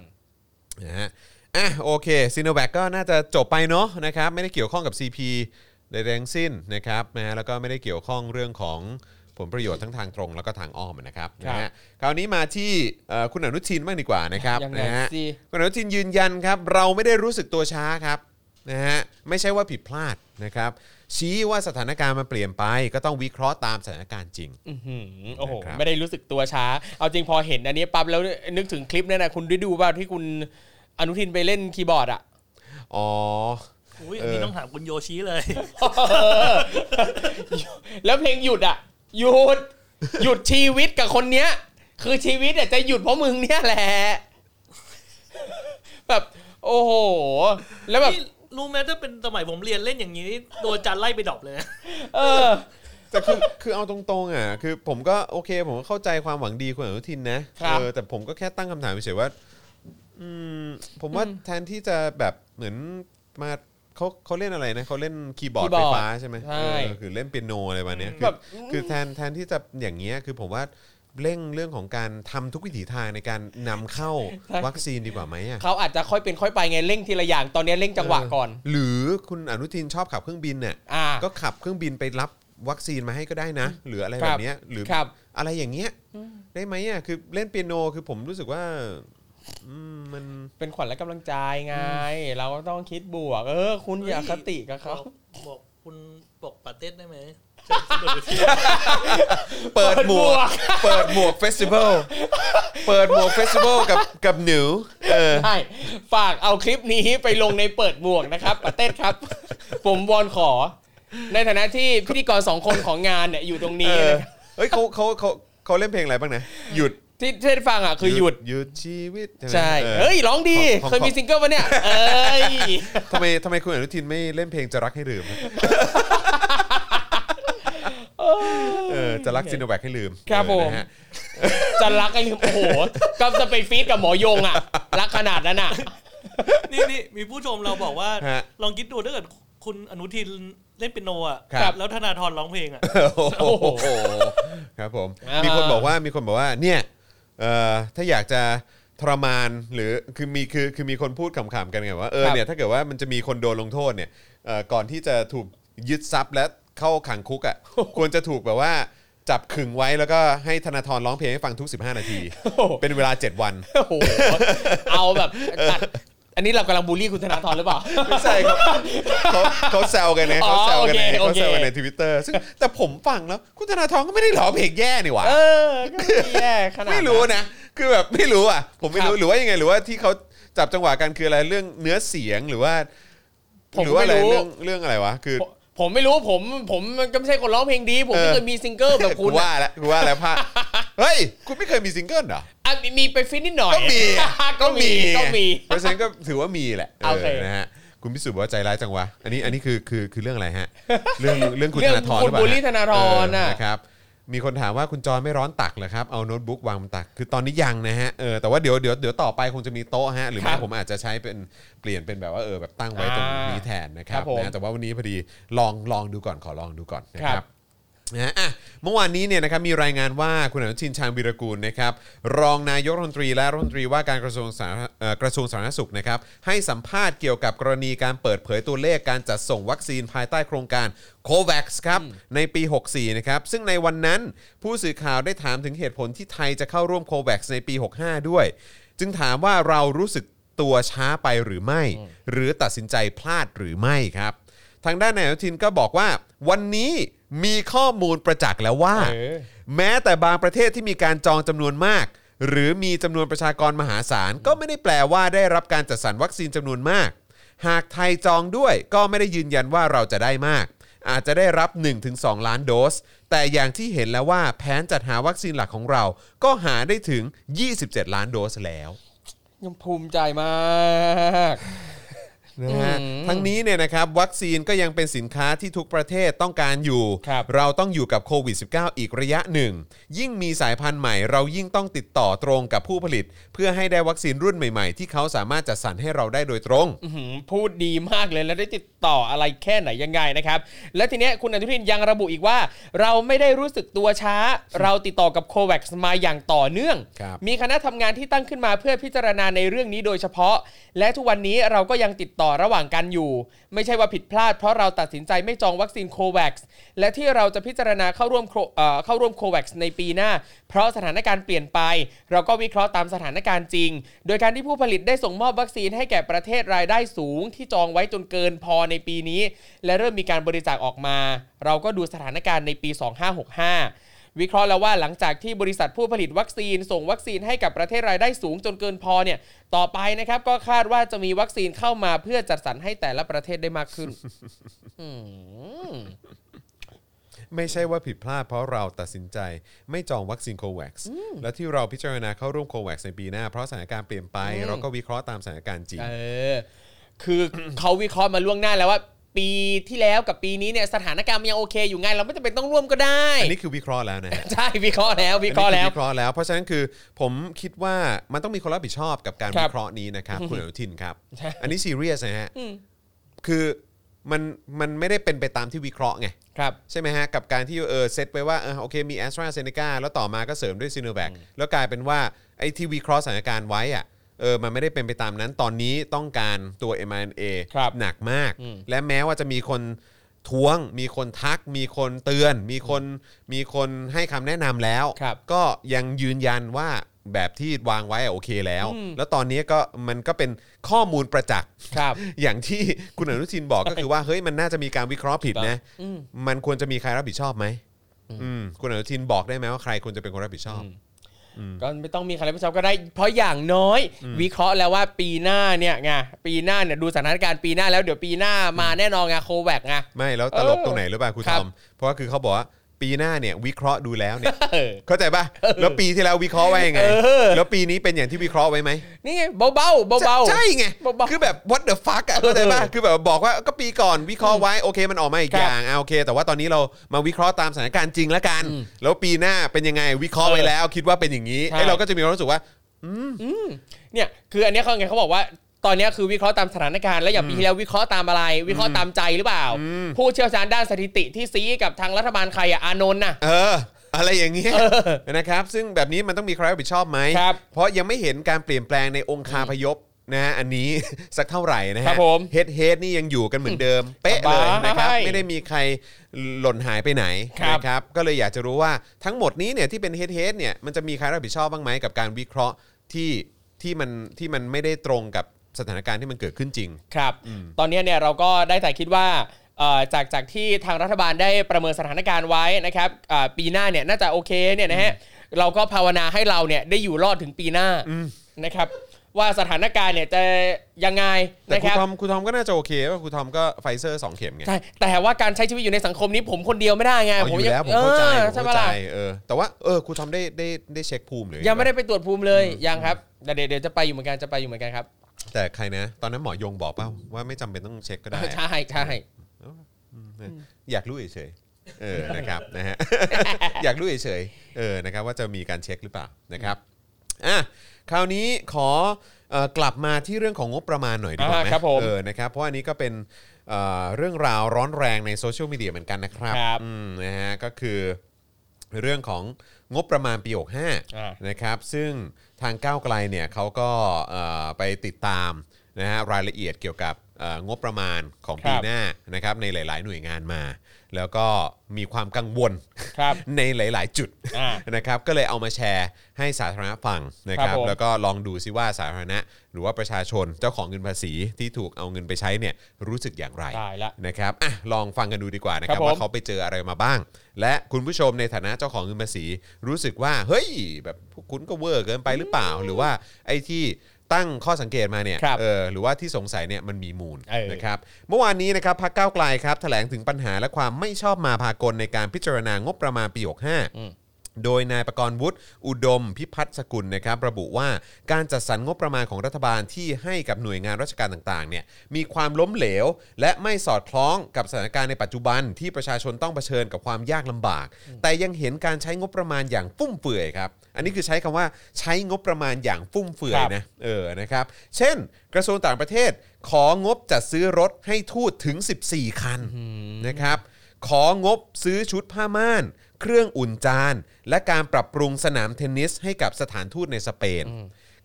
นะฮะอ่ะโอเคซีโนแวคก็น่าจะจบไปเนาะนะครับไม่ได้เกี่ยวข้องกับ CP ใดๆทั้งสิ้นนะครับนะฮะแล้วก็ไม่ได้เกี่ยวข้องเรื่องของผลประโยชน์ทั้งทางตรงแล้วก็ทางอ้อมนะครับ ครับ นะฮะคราวนี้มาที่เอ่อคุณอนุทินบ้างดีกว่านะครับ ยังไง นะฮะ สิ คุณอนุทินยืนยันครับ เราไม่ได้รู้สึกตัวช้าครับนะฮะไม่ใช่ว่าผิดพลาดนะครับชี้ว่าสถานการณ์มันเปลี่ยนไป ก็ต้องวิเคราะห์ตามสถานการณ์จริง อื้อหือโอ้โห นะครับ ไม่ได้รู้สึกตัวช้า เอาจริงพอเห็นอันนี้ปั๊บแล้วนึกถึงคลิปนั่นนะคุณได้ดูป่ะที่คุณอนุทินไปเล่นคีย์บอร์ดอ่ะ อ๋อ อุ้ยอันนี้ต้องถามคุณโยชิเลย แล้วเพลงหยุดอ่ะ หยุด หยุดชีวิตกับคนเนี้ย คือชีวิตอ่ะจะหยุดเพราะมึงเนี่ยแหละ แบบ โอ้โห แล้วแบบ นี่รู้ไหมถ้าเป็นสมัยผมเรียนเล่นอย่างนี้นี่โดนอาจันไล่ไปดรอปเลยนะ เออ แต่คือคือเอาตรงๆอ่ะคือผมก็โอเค ผมก็เข้าใจความหวังดีคุณอนุทินนะครับ เออแต่ผมก็แค่ตั้งคำถามเฉยๆว่าอืมผมว่าแทนที่จะแบบเหมือนมาเขาเขาเล่นอะไรนะเขาเล่นคีย์บอร์ด คีย์บอร์ดไฟฟ้าใช่ไหม ใช่ เออคือเล่นเปียโนอะไรประมาณเนี้ยคือ แบบ คือแทนแทนที่จะอย่างเงี้ยคือผมว่าเร่งเรื่องของการทำทุกวิถีทางในการนำเข้า ใช่ วัคซีนดีกว่าไหมอ่ะ เขาอาจจะค่อยเป็นค่อยไปไงเร่งทีละอย่าง ตอนนี้เร่งจังหวะก่อน หรือคุณอนุทินชอบขับเครื่องบินเนี่ย อ่า ก็ขับเครื่องบินไปรับวัคซีนมาให้ก็ได้นะ หรืออะไร ค แบ รั บบ เนี้ยหรือ ครับ อะไรอย่างเงี้ยได้ไหมอ่ะคือเล่นเปียโนคือผมรู้สึกว่าอืมมัน เป็นขวัญและกำลังใจไง เราก็ต้องคิดบวก เออ คุณอย่าคติกับเขา บอกบอกคุณบอกปาเต้นได้ไหม เปิดหมวกเปิดหมวกเฟสติวั ลเปิดหมวกเฟสติวัลกับกับหนูเออ ใช่ฝากเอาคลิปนี้ไปลงในเปิดบวกนะครับปาเต้ครับ ผมวอนขอ ในฐานะที่พิธีกรสองคนของงานเนี่ยอยู่ตรงนี้ เออ นะครับ เฮ้ยเขาเขาเขาเขาเล่นเพลงอะไรบ้างนะหยุด ที่ที่ได้ฟังอ่ะคือหยุด หยุดชีวิตไหม ใช่ ออ เฮ้ย ร้องดี ของ เคยมีซิงเกิลปะเนี่ย เอ้ย ทำไมทำไมคุณอนุทินไม่เล่นเพลงจะรักให้ลืมเออจะรักซินแวคให้ลืม ครับ เออ ผม นะฮะ จะรักไอ้ลืมโอ้โห ก็จะไปฟีดกับหมอยงอ่ะ รักขนาดนั้นอ่ะ นี่นี่มีผู้ชมเราบอกว่า ฮะ ลองคิดดูถ้าเกิดคุณอนุทินเล่นเปียโนอ่ะ ครับ แล้วธนาธรร้องเพลงอ่ะ โอ้ โอ้ โห โห ครับผม อ่ามี มีคนบอกว่ามีคนบอกว่าเนี่ยเอ่อถ้าอยากจะทรมานหรือคือมีคือคือมีคนพูดขำๆกันไงว่าเออ ครับ เนี่ยถ้าเกิดว่ามันจะมีคนโดนลงโทษเนี่ยเอ่อก่อนที่จะถูกยึดทรัพย์และเข้าขังคุ กอ่ะ ควรจะถูกแบบว่าจับขึงไว้แล้วก็ให้ธนาธรร้องเพลงให้ฟังทุก 15 นาที โอ้โห เป็นเวลา 7 วัน โอ้โห เอาแบบตัด อันนี้เรากำลังบูลลี่คุณธนาธรหรือเปล่า ไม่ใช่ครับเขาเขาแซวกันนะเขาแซวกันใน อ๋อโอเคเขาโอเค แซวกันในทวิตเตอร์ซึ่งแต่ผมฟังแล้ว คุณธนาธรก็ไม่ได้ร้องเพลงแย่นี่หว่า เออก็ไม่แย่ขนาดนั้น ไม่รู้นะ คือแบบไม่รู้อ่ะ ผมไม่รู้ ครับ หรือว่ายังไง หรือว่าที่เขาจับจังหวะกันคืออะไร เรื่องเนื้อเสียง หรือว่า ผม หรือว่า ไม่ อะไร รู้ เรื่องเรื่องอะไรวะ คือ ผมผมไม่รู้ผมผมก็ไม่ใช่คนร้องเพลงดี ผมไม่ เออ เคยมีซิงเกิลแบบ กู คุณอะ ว่าแล้วกูว่าแล้วพลาด เฮ้ย คุณไม่เคยมีซิงเกิลเหรอ อ่ะมีมีไปฟิตนิดหน่อย ก็มีอะ ก็มีก็มี เพราะฉะนั้นก็ถือว่ามีแหละ โอเค นะฮะ คุณพิสูจน์บอกว่าใจร้ายจังวะ อันนี้ อันนี้คือ คือ คือเรื่องอะไรฮะ เรื่อง เรื่องคุณ เรื่ ธ อง นาธรห คุ รือ ณ เปล่า บูลลี่ธนาธร เออ น่ะ นะครับ มีคนถามว่าคุณจอนไม่ร้อนตักเหรอครับ เอาโน้ตบุ๊กวางบนตัก คือตอนนี้ยังนะฮะ เออ แต่ว่าเดี๋ยว เดี๋ยว เดี๋ยวต่อไปคงจะมีโต๊ะฮะ หรือ ค ไม่ รับ ผมอาจจะใช้เป็น เปลี่ยนเป็นแบบว่า เออ แบบตั้งไว้ตรงนี้แทนนะครับ ครับผม นะฮะแต่ว่าวันนี้พอดี ลอง ลองดูก่อน ขอลองดูก่อนนะค ครั รับ บ นะฮะอ่ะเมื่อวานนี้เนี่ยนะครับมีรายงานว่าคุณอนุทินชาญวิรกูลนะครับรองนายกรัฐมนตรีและรัฐมนตรีว่าการกระทรวงสาธารเอ่อกระทรวงสาธารณสุขนะครับให้สัมภาษณ์เกี่ยวกับกรณีการเปิดเผยตัวเลขการจัดส่งวัคซีนภายใต้โครงการโควัคครับในปี 64 นะครับซึ่งในวันนั้นผู้สื่อข่าวได้ถามถึงเหตุผลที่ไทยจะเข้าร่วมโควัคในปี 65 ด้วย จึงถามว่าเรารู้สึกตัวช้าไปหรือไม่ หรือตัดสินใจพลาดหรือไม่ครับ ทางด้านนายอนุทินก็บอกว่า วันนี้มีข้อมูลประจักษ์แล้วว่า เออ แม้แต่บางประเทศที่มีการจองจำนวนมาก หรือมีจำนวนประชากรมหาศาล ก็ไม่ได้แปลว่าได้รับการจัดสรรวัคซีนจำนวนมาก หากไทยจองด้วยก็ไม่ได้ยืนยันว่าเราจะได้มาก อาจจะได้รับ 1-2 ล้านโดส แต่อย่างที่เห็นแล้วว่าแผนจัดหาวัคซีนหลักของเรา ก็หาได้ถึง 27 ล้านโดสแล้ว ยังภูมิใจมาก นะฮะ อืม ทั้งนี้เนี่ยนะครับวัคซีนก็ยังเป็นสินค้าที่ทุกประเทศต้องการอยู่ ครับ เราต้องอยู่กับโควิด -19 อีกระยะหนึ่ง ยิ่งมีสายพันธุ์ใหม่ เรายิ่งต้องติดต่อตรงกับผู้ผลิต เพื่อให้ได้วัคซีนรุ่นใหม่ๆ ที่เขาสามารถจัดสรรให้เราได้โดยตรง อื้อหือพูดดีมากเลยแล้วได้ติดต่ออะไรแค่ไหนยังไงนะครับ และทีเนี้ยคุณอนุทินยังระบุอีกว่า เราไม่ได้รู้สึกตัวช้า เราติดต่อกับโควัคมาอย่างต่อเนื่อง ครับ มีคณะทำงานที่ตั้งขึ้นมาเพื่อพิจารณาในเรื่องนี้โดยเฉพาะ และทุกวันนี้เราก็ยังติดต่อระหว่างกันอยู่ ไม่ใช่ว่าผิดพลาดเพราะเราตัดสินใจไม่จองวัคซีนโควัคและที่เราจะพิจารณาเข้าร่วมโคเอ่อเข้าร่วมโควัคในปีหน้า เพราะสถานการณ์เปลี่ยนไป เราก็วิเคราะห์ตามสถานการณ์จริง โดยการที่ผู้ผลิตได้ส่งมอบวัคซีนให้แก่ประเทศรายได้สูง ที่จองไว้จนเกินพอในปีนี้ และเริ่มมีการบริจาคออกมา เราก็ดูสถานการณ์ในปี 2565 วิเคราะห์แล้วว่าหลังจากที่บริษัทผู้ผลิตวัคซีน ส่งวัคซีนให้กับประเทศรายได้สูงจนเกินพอเนี่ย ต่อไปนะครับก็คาดว่าจะมีวัคซีนเข้ามาเพื่อจัดสรรให้แต่ละประเทศได้มากขึ้น อืม ไม่ใช่ว่าผิดพลาดเพราะเราตัดสินใจไม่จองวัคซีนโควัคและที่เราพิจารณาเข้าร่วมโควัคในปีหน้า เพราะสถานการณ์เปลี่ยนไปเราก็วิเคราะห์ตามสถานการณ์จริง เออ คือ เขาวิเคราะห์มาล่วงหน้าแล้วว่า ปีที่แล้วกับปีนี้เนี่ยสถานการณ์มันยังโอเค อยู่ไงเราไม่จำเป็นต้องร่วมก็ได้ อันนี้คือวิเคราะห์แล้วนะฮะ ใช่วิเคราะห์แล้ววิเคราะห์แล้ว อันนี้อวิเคราะห์แล้ว เพราะฉะนั้นคือผมคิดว่ามันต้องมีคนรับผิดชอบกับการ ครั วิ บ เคราะห์นี้นะครับ คุณอนุทินครับ ใช่ อันนี้ซีเรียสนะฮะ อืม คือมันมันไม่ได้เป็นไปตามที่วิเคราะห์ไง ครับ ใช่ไหมฮะ กับการที่เออเซตไปว่าเออโอเคมีแอสตราเซเนกาแล้วต่อมาก็เสริมด้วยซีโนแวคแล้วกลายเป็นว่าไอ้ที่วิเคราะห์สถานการณ์ไว้อะเออมันไม่ได้เป็นไปตามนั้นตอนนี้ต้องการตัว m อ n a ครับ หนักมาก อืม และแม้ว่าจะมีคนท้วง มีคนทัก มีคนเตือน มีคนมีคนให้คำแนะนำแล้ว ครับ ก็ยังยืนยันว่าแบบที่วางไว้อะโอเคแล้ว อืม แล้วตอนนี้ก็มันก็เป็นข้อมูลประจักษ์ ครับ อย่างที่คุณอนุทินบอกก็คือว่า เฮ้ยมันน่าจะมีการวิเคราะห์ผิดนะ อืม มันควรจะมีใครรับผิดชอบไหมอืมคุณอนุทินบอกได้ไหมว่าใครควรจะเป็นคนรับผิดชอบ ก็ไม่ต้องมีใครรับผิดชอบก็ได้ เพราะอย่างน้อย วิเคราะห์แล้วว่าปีหน้าเนี่ยไงปีหน้าเนี่ยดูสถานการณ์ปีหน้าแล้วเดี๋ยวปีหน้ามาแน่นอนไงโควิดไง ไม่แล้วตลกตรงไหนหรือเปล่าคุณ ค ท รับ อม เพราะว่าคือเขาบอกว่าปีหน้าเนี่ยวิเคราะห์ดูแล้วเนี่ย เออ เข้าใจป่ะ แล้วปีที่แล้ววิเคราะห์ไว้ยังไง เออ แล้วปีนี้เป็นอย่างที่วิเคราะห์ไว้ไหม นี่ไงเบาๆเบาๆ ใช่ไง เบาๆ คือแบบ what the fuck อะเข้าใจป่ะ เออ คือแบบบอกว่าก็ปีก่อนวิเคราะห์ไว้โอเคมันออกมาอีก ครับ อย่างอ่ะโอเค แต่ว่าตอนนี้เรามาวิเคราะห์ตามสถานการณ์จริงแล้วกัน แล้วปีหน้าเป็นยังไงวิเคราะห์ไปแล้ว คิดว่าเป็นอย่างนี้ ใช่ ไอ้เราก็จะมีความรู้สึกว่า เนี่ยคืออันเนี้ยเขาไงเขาบอกว่าตอนเนี้ยคือวิเคราะห์ตามสถานการณ์แล้วอย่างปีที่แล้ววิเคราะห์ตามอะไร วิเคราะห์ตามใจหรือเปล่า ผู้เชี่ยวชาญด้านสถิติที่ซีกับทางรัฐบาลใครอะอานนท์น่ะ เออ อะไรอย่างเงี้ยนะครับ ซึ่งแบบนี้มันต้องมีใครรับผิดชอบไหม ครับ เพราะยังไม่เห็นการเปลี่ยนแปลงในองคาพยพนะฮะอันนี้ สักเท่าไหร่นะ ครั ฮะ บผม เฮดเฮดนี่ยังอยู่กันเหมือนเดิม เป๊ะเลยนะครับ สบาย ไม่ได้มีใครหล่นหายไปไหน ครับ นะครับก็เลยอยากจะรู้ว่าทั้งหมดนี้เนี่ยที่เป็นเฮดเฮดเนี่ยมันจะมีใครรับผิดชอบบ้างไหมกับการวิเคราะห์ที่ที่มันที่มันไม่ได้ตรงกับ สถานการณ์ที่มันเกิดขึ้นจริง ครับ อืม ตอนเนี้ยเนี่ยเราก็ได้แต่คิดว่าเอ่อจากจากที่ทางรัฐบาลได้ประเมินสถานการณ์ไว้นะครับอ่าปีหน้าเนี่ยน่าจะโอเคเนี่ยนะฮะเราก็ภาวนาให้เราเนี่ยได้อยู่รอดถึงปีหน้านะครับว่าสถานการณ์เนี่ยจะยังไง แต่ นะ ค ค รู รับ ทอมครูทอมก็น่าจะโอเคว่าครูทอมก็ไฟเซอร์สองเข็มไง ใช่แต่ว่าการใช้ชีวิตอยู่ในสังคมนี้ผมคนเดียวไม่ได้ไง เอาอยู่แล้วผมเข้าออใจผม ใช่ เข้า ปะ ใจ ล่ะ เออแต่ว่าเออครูทอมได้ได้ได้เช็คภูมิหรือ ยังไม่ได้ไปตรวจภูมิเลยยังครับแต่เดี๋ยวเดี๋ยวจะไปอยู่เหมือนกันจะไปอยู่เหมือนกันครับ แต่ใครนะ ตอนนั้นหมอยงบอกเปล่าว่าไม่จำเป็นต้องเช็คก็ได้ ใช่ใช่ นะอยากรู้เฉยๆเออ นะครับ นะ ฮะ อยากรู้เฉยๆเออ นะครับ ว่าจะมีการเช็คหรือเปล่า นะครับ อ่ะ คราวนี้ขอเอ่อกลับมาที่เรื่องของงบประมาณหน่อยดีกว่าไหม อ่าครับผม เออ นะครับ เพราะอันนี้ก็เป็นเอ่อเรื่องราวร้อนแรงในโซเชียลมีเดียเหมือนกันนะครับ ครับ อืมนะฮะ ก็คือ เรื่องของงบประมาณปี อ่า 65นะครับ ซึ่งทางก้าวไกลเนี่ยเขาก็เอ่อไปติดตามนะฮะรายละเอียดเกี่ยวกับเอ่องบประมาณของปี ครับ หน้านะครับในหลาย ๆ หน่วยงานมา แล้วก็มีความกังวล ครับ ในหลาย ๆ จุด อ่า นะครับ ก็เลยเอามาแชร์ให้สาธารณะฟังนะค ครั รับ บผม แล้วก็ลองดูซิว่าสาธารณะ หรือว่าประชาชนเจ้าของเงินภาษีที่ถูกเอาเงินไปใช้เนี่ยรู้สึกอย่างไร ได้ละ นะครับอ่ะลองฟังกันดูดีกว่านะครั ครับ บผม ว่าเขาไปเจออะไรมาบ้าง และคุณผู้ชมในฐานะเจ้าของเงินภาษี รู้สึกว่าเฮ้ยแบบพวกคุณก็เวอร์เกินไปหรือเปล่า หรือว่าไอ้ที่ตั้งข้อสังเกตมาเนี่ย ครับ เออหรือว่าที่สงสัยเนี่ยมันมีมูล เออ นะครับ นะครับเมื่อวานนี้นะครับพักก้าวไกลครับแถลงถึงปัญหาและความไม่ชอบมาพากลในการพิจารณางบประมาณปี65 โดยนายประกรณ์วุฒิอุดมพิพัฒน์สกุลนะครับระบุว่าการจัดสรรงบประมาณของรัฐบาลที่ให้กับหน่วยงานราชการต่างๆเนี่ยมีความล้มเหลว และไม่สอดคล้องกับสถานการณ์ในปัจจุบันที่ประชาชนต้องเผชิญกับความยากลำบาก แต่ยังเห็นการใช้งบประมาณอย่างฟุ่มเฟือยครับอันนี้คือใช้คำว่าใช้งบประมาณอย่างฟุ่มเฟือย ครับ นะ เออ นะครับ เช่น กระทรวงต่างประเทศ ของบจัดซื้อรถให้ทูตถึง 14 คันนะครับ ของบซื้อชุดผ้าม่าน เครื่องอุ่นจาน และการปรับปรุงสนามเทนนิสให้กับสถานทูตในสเปน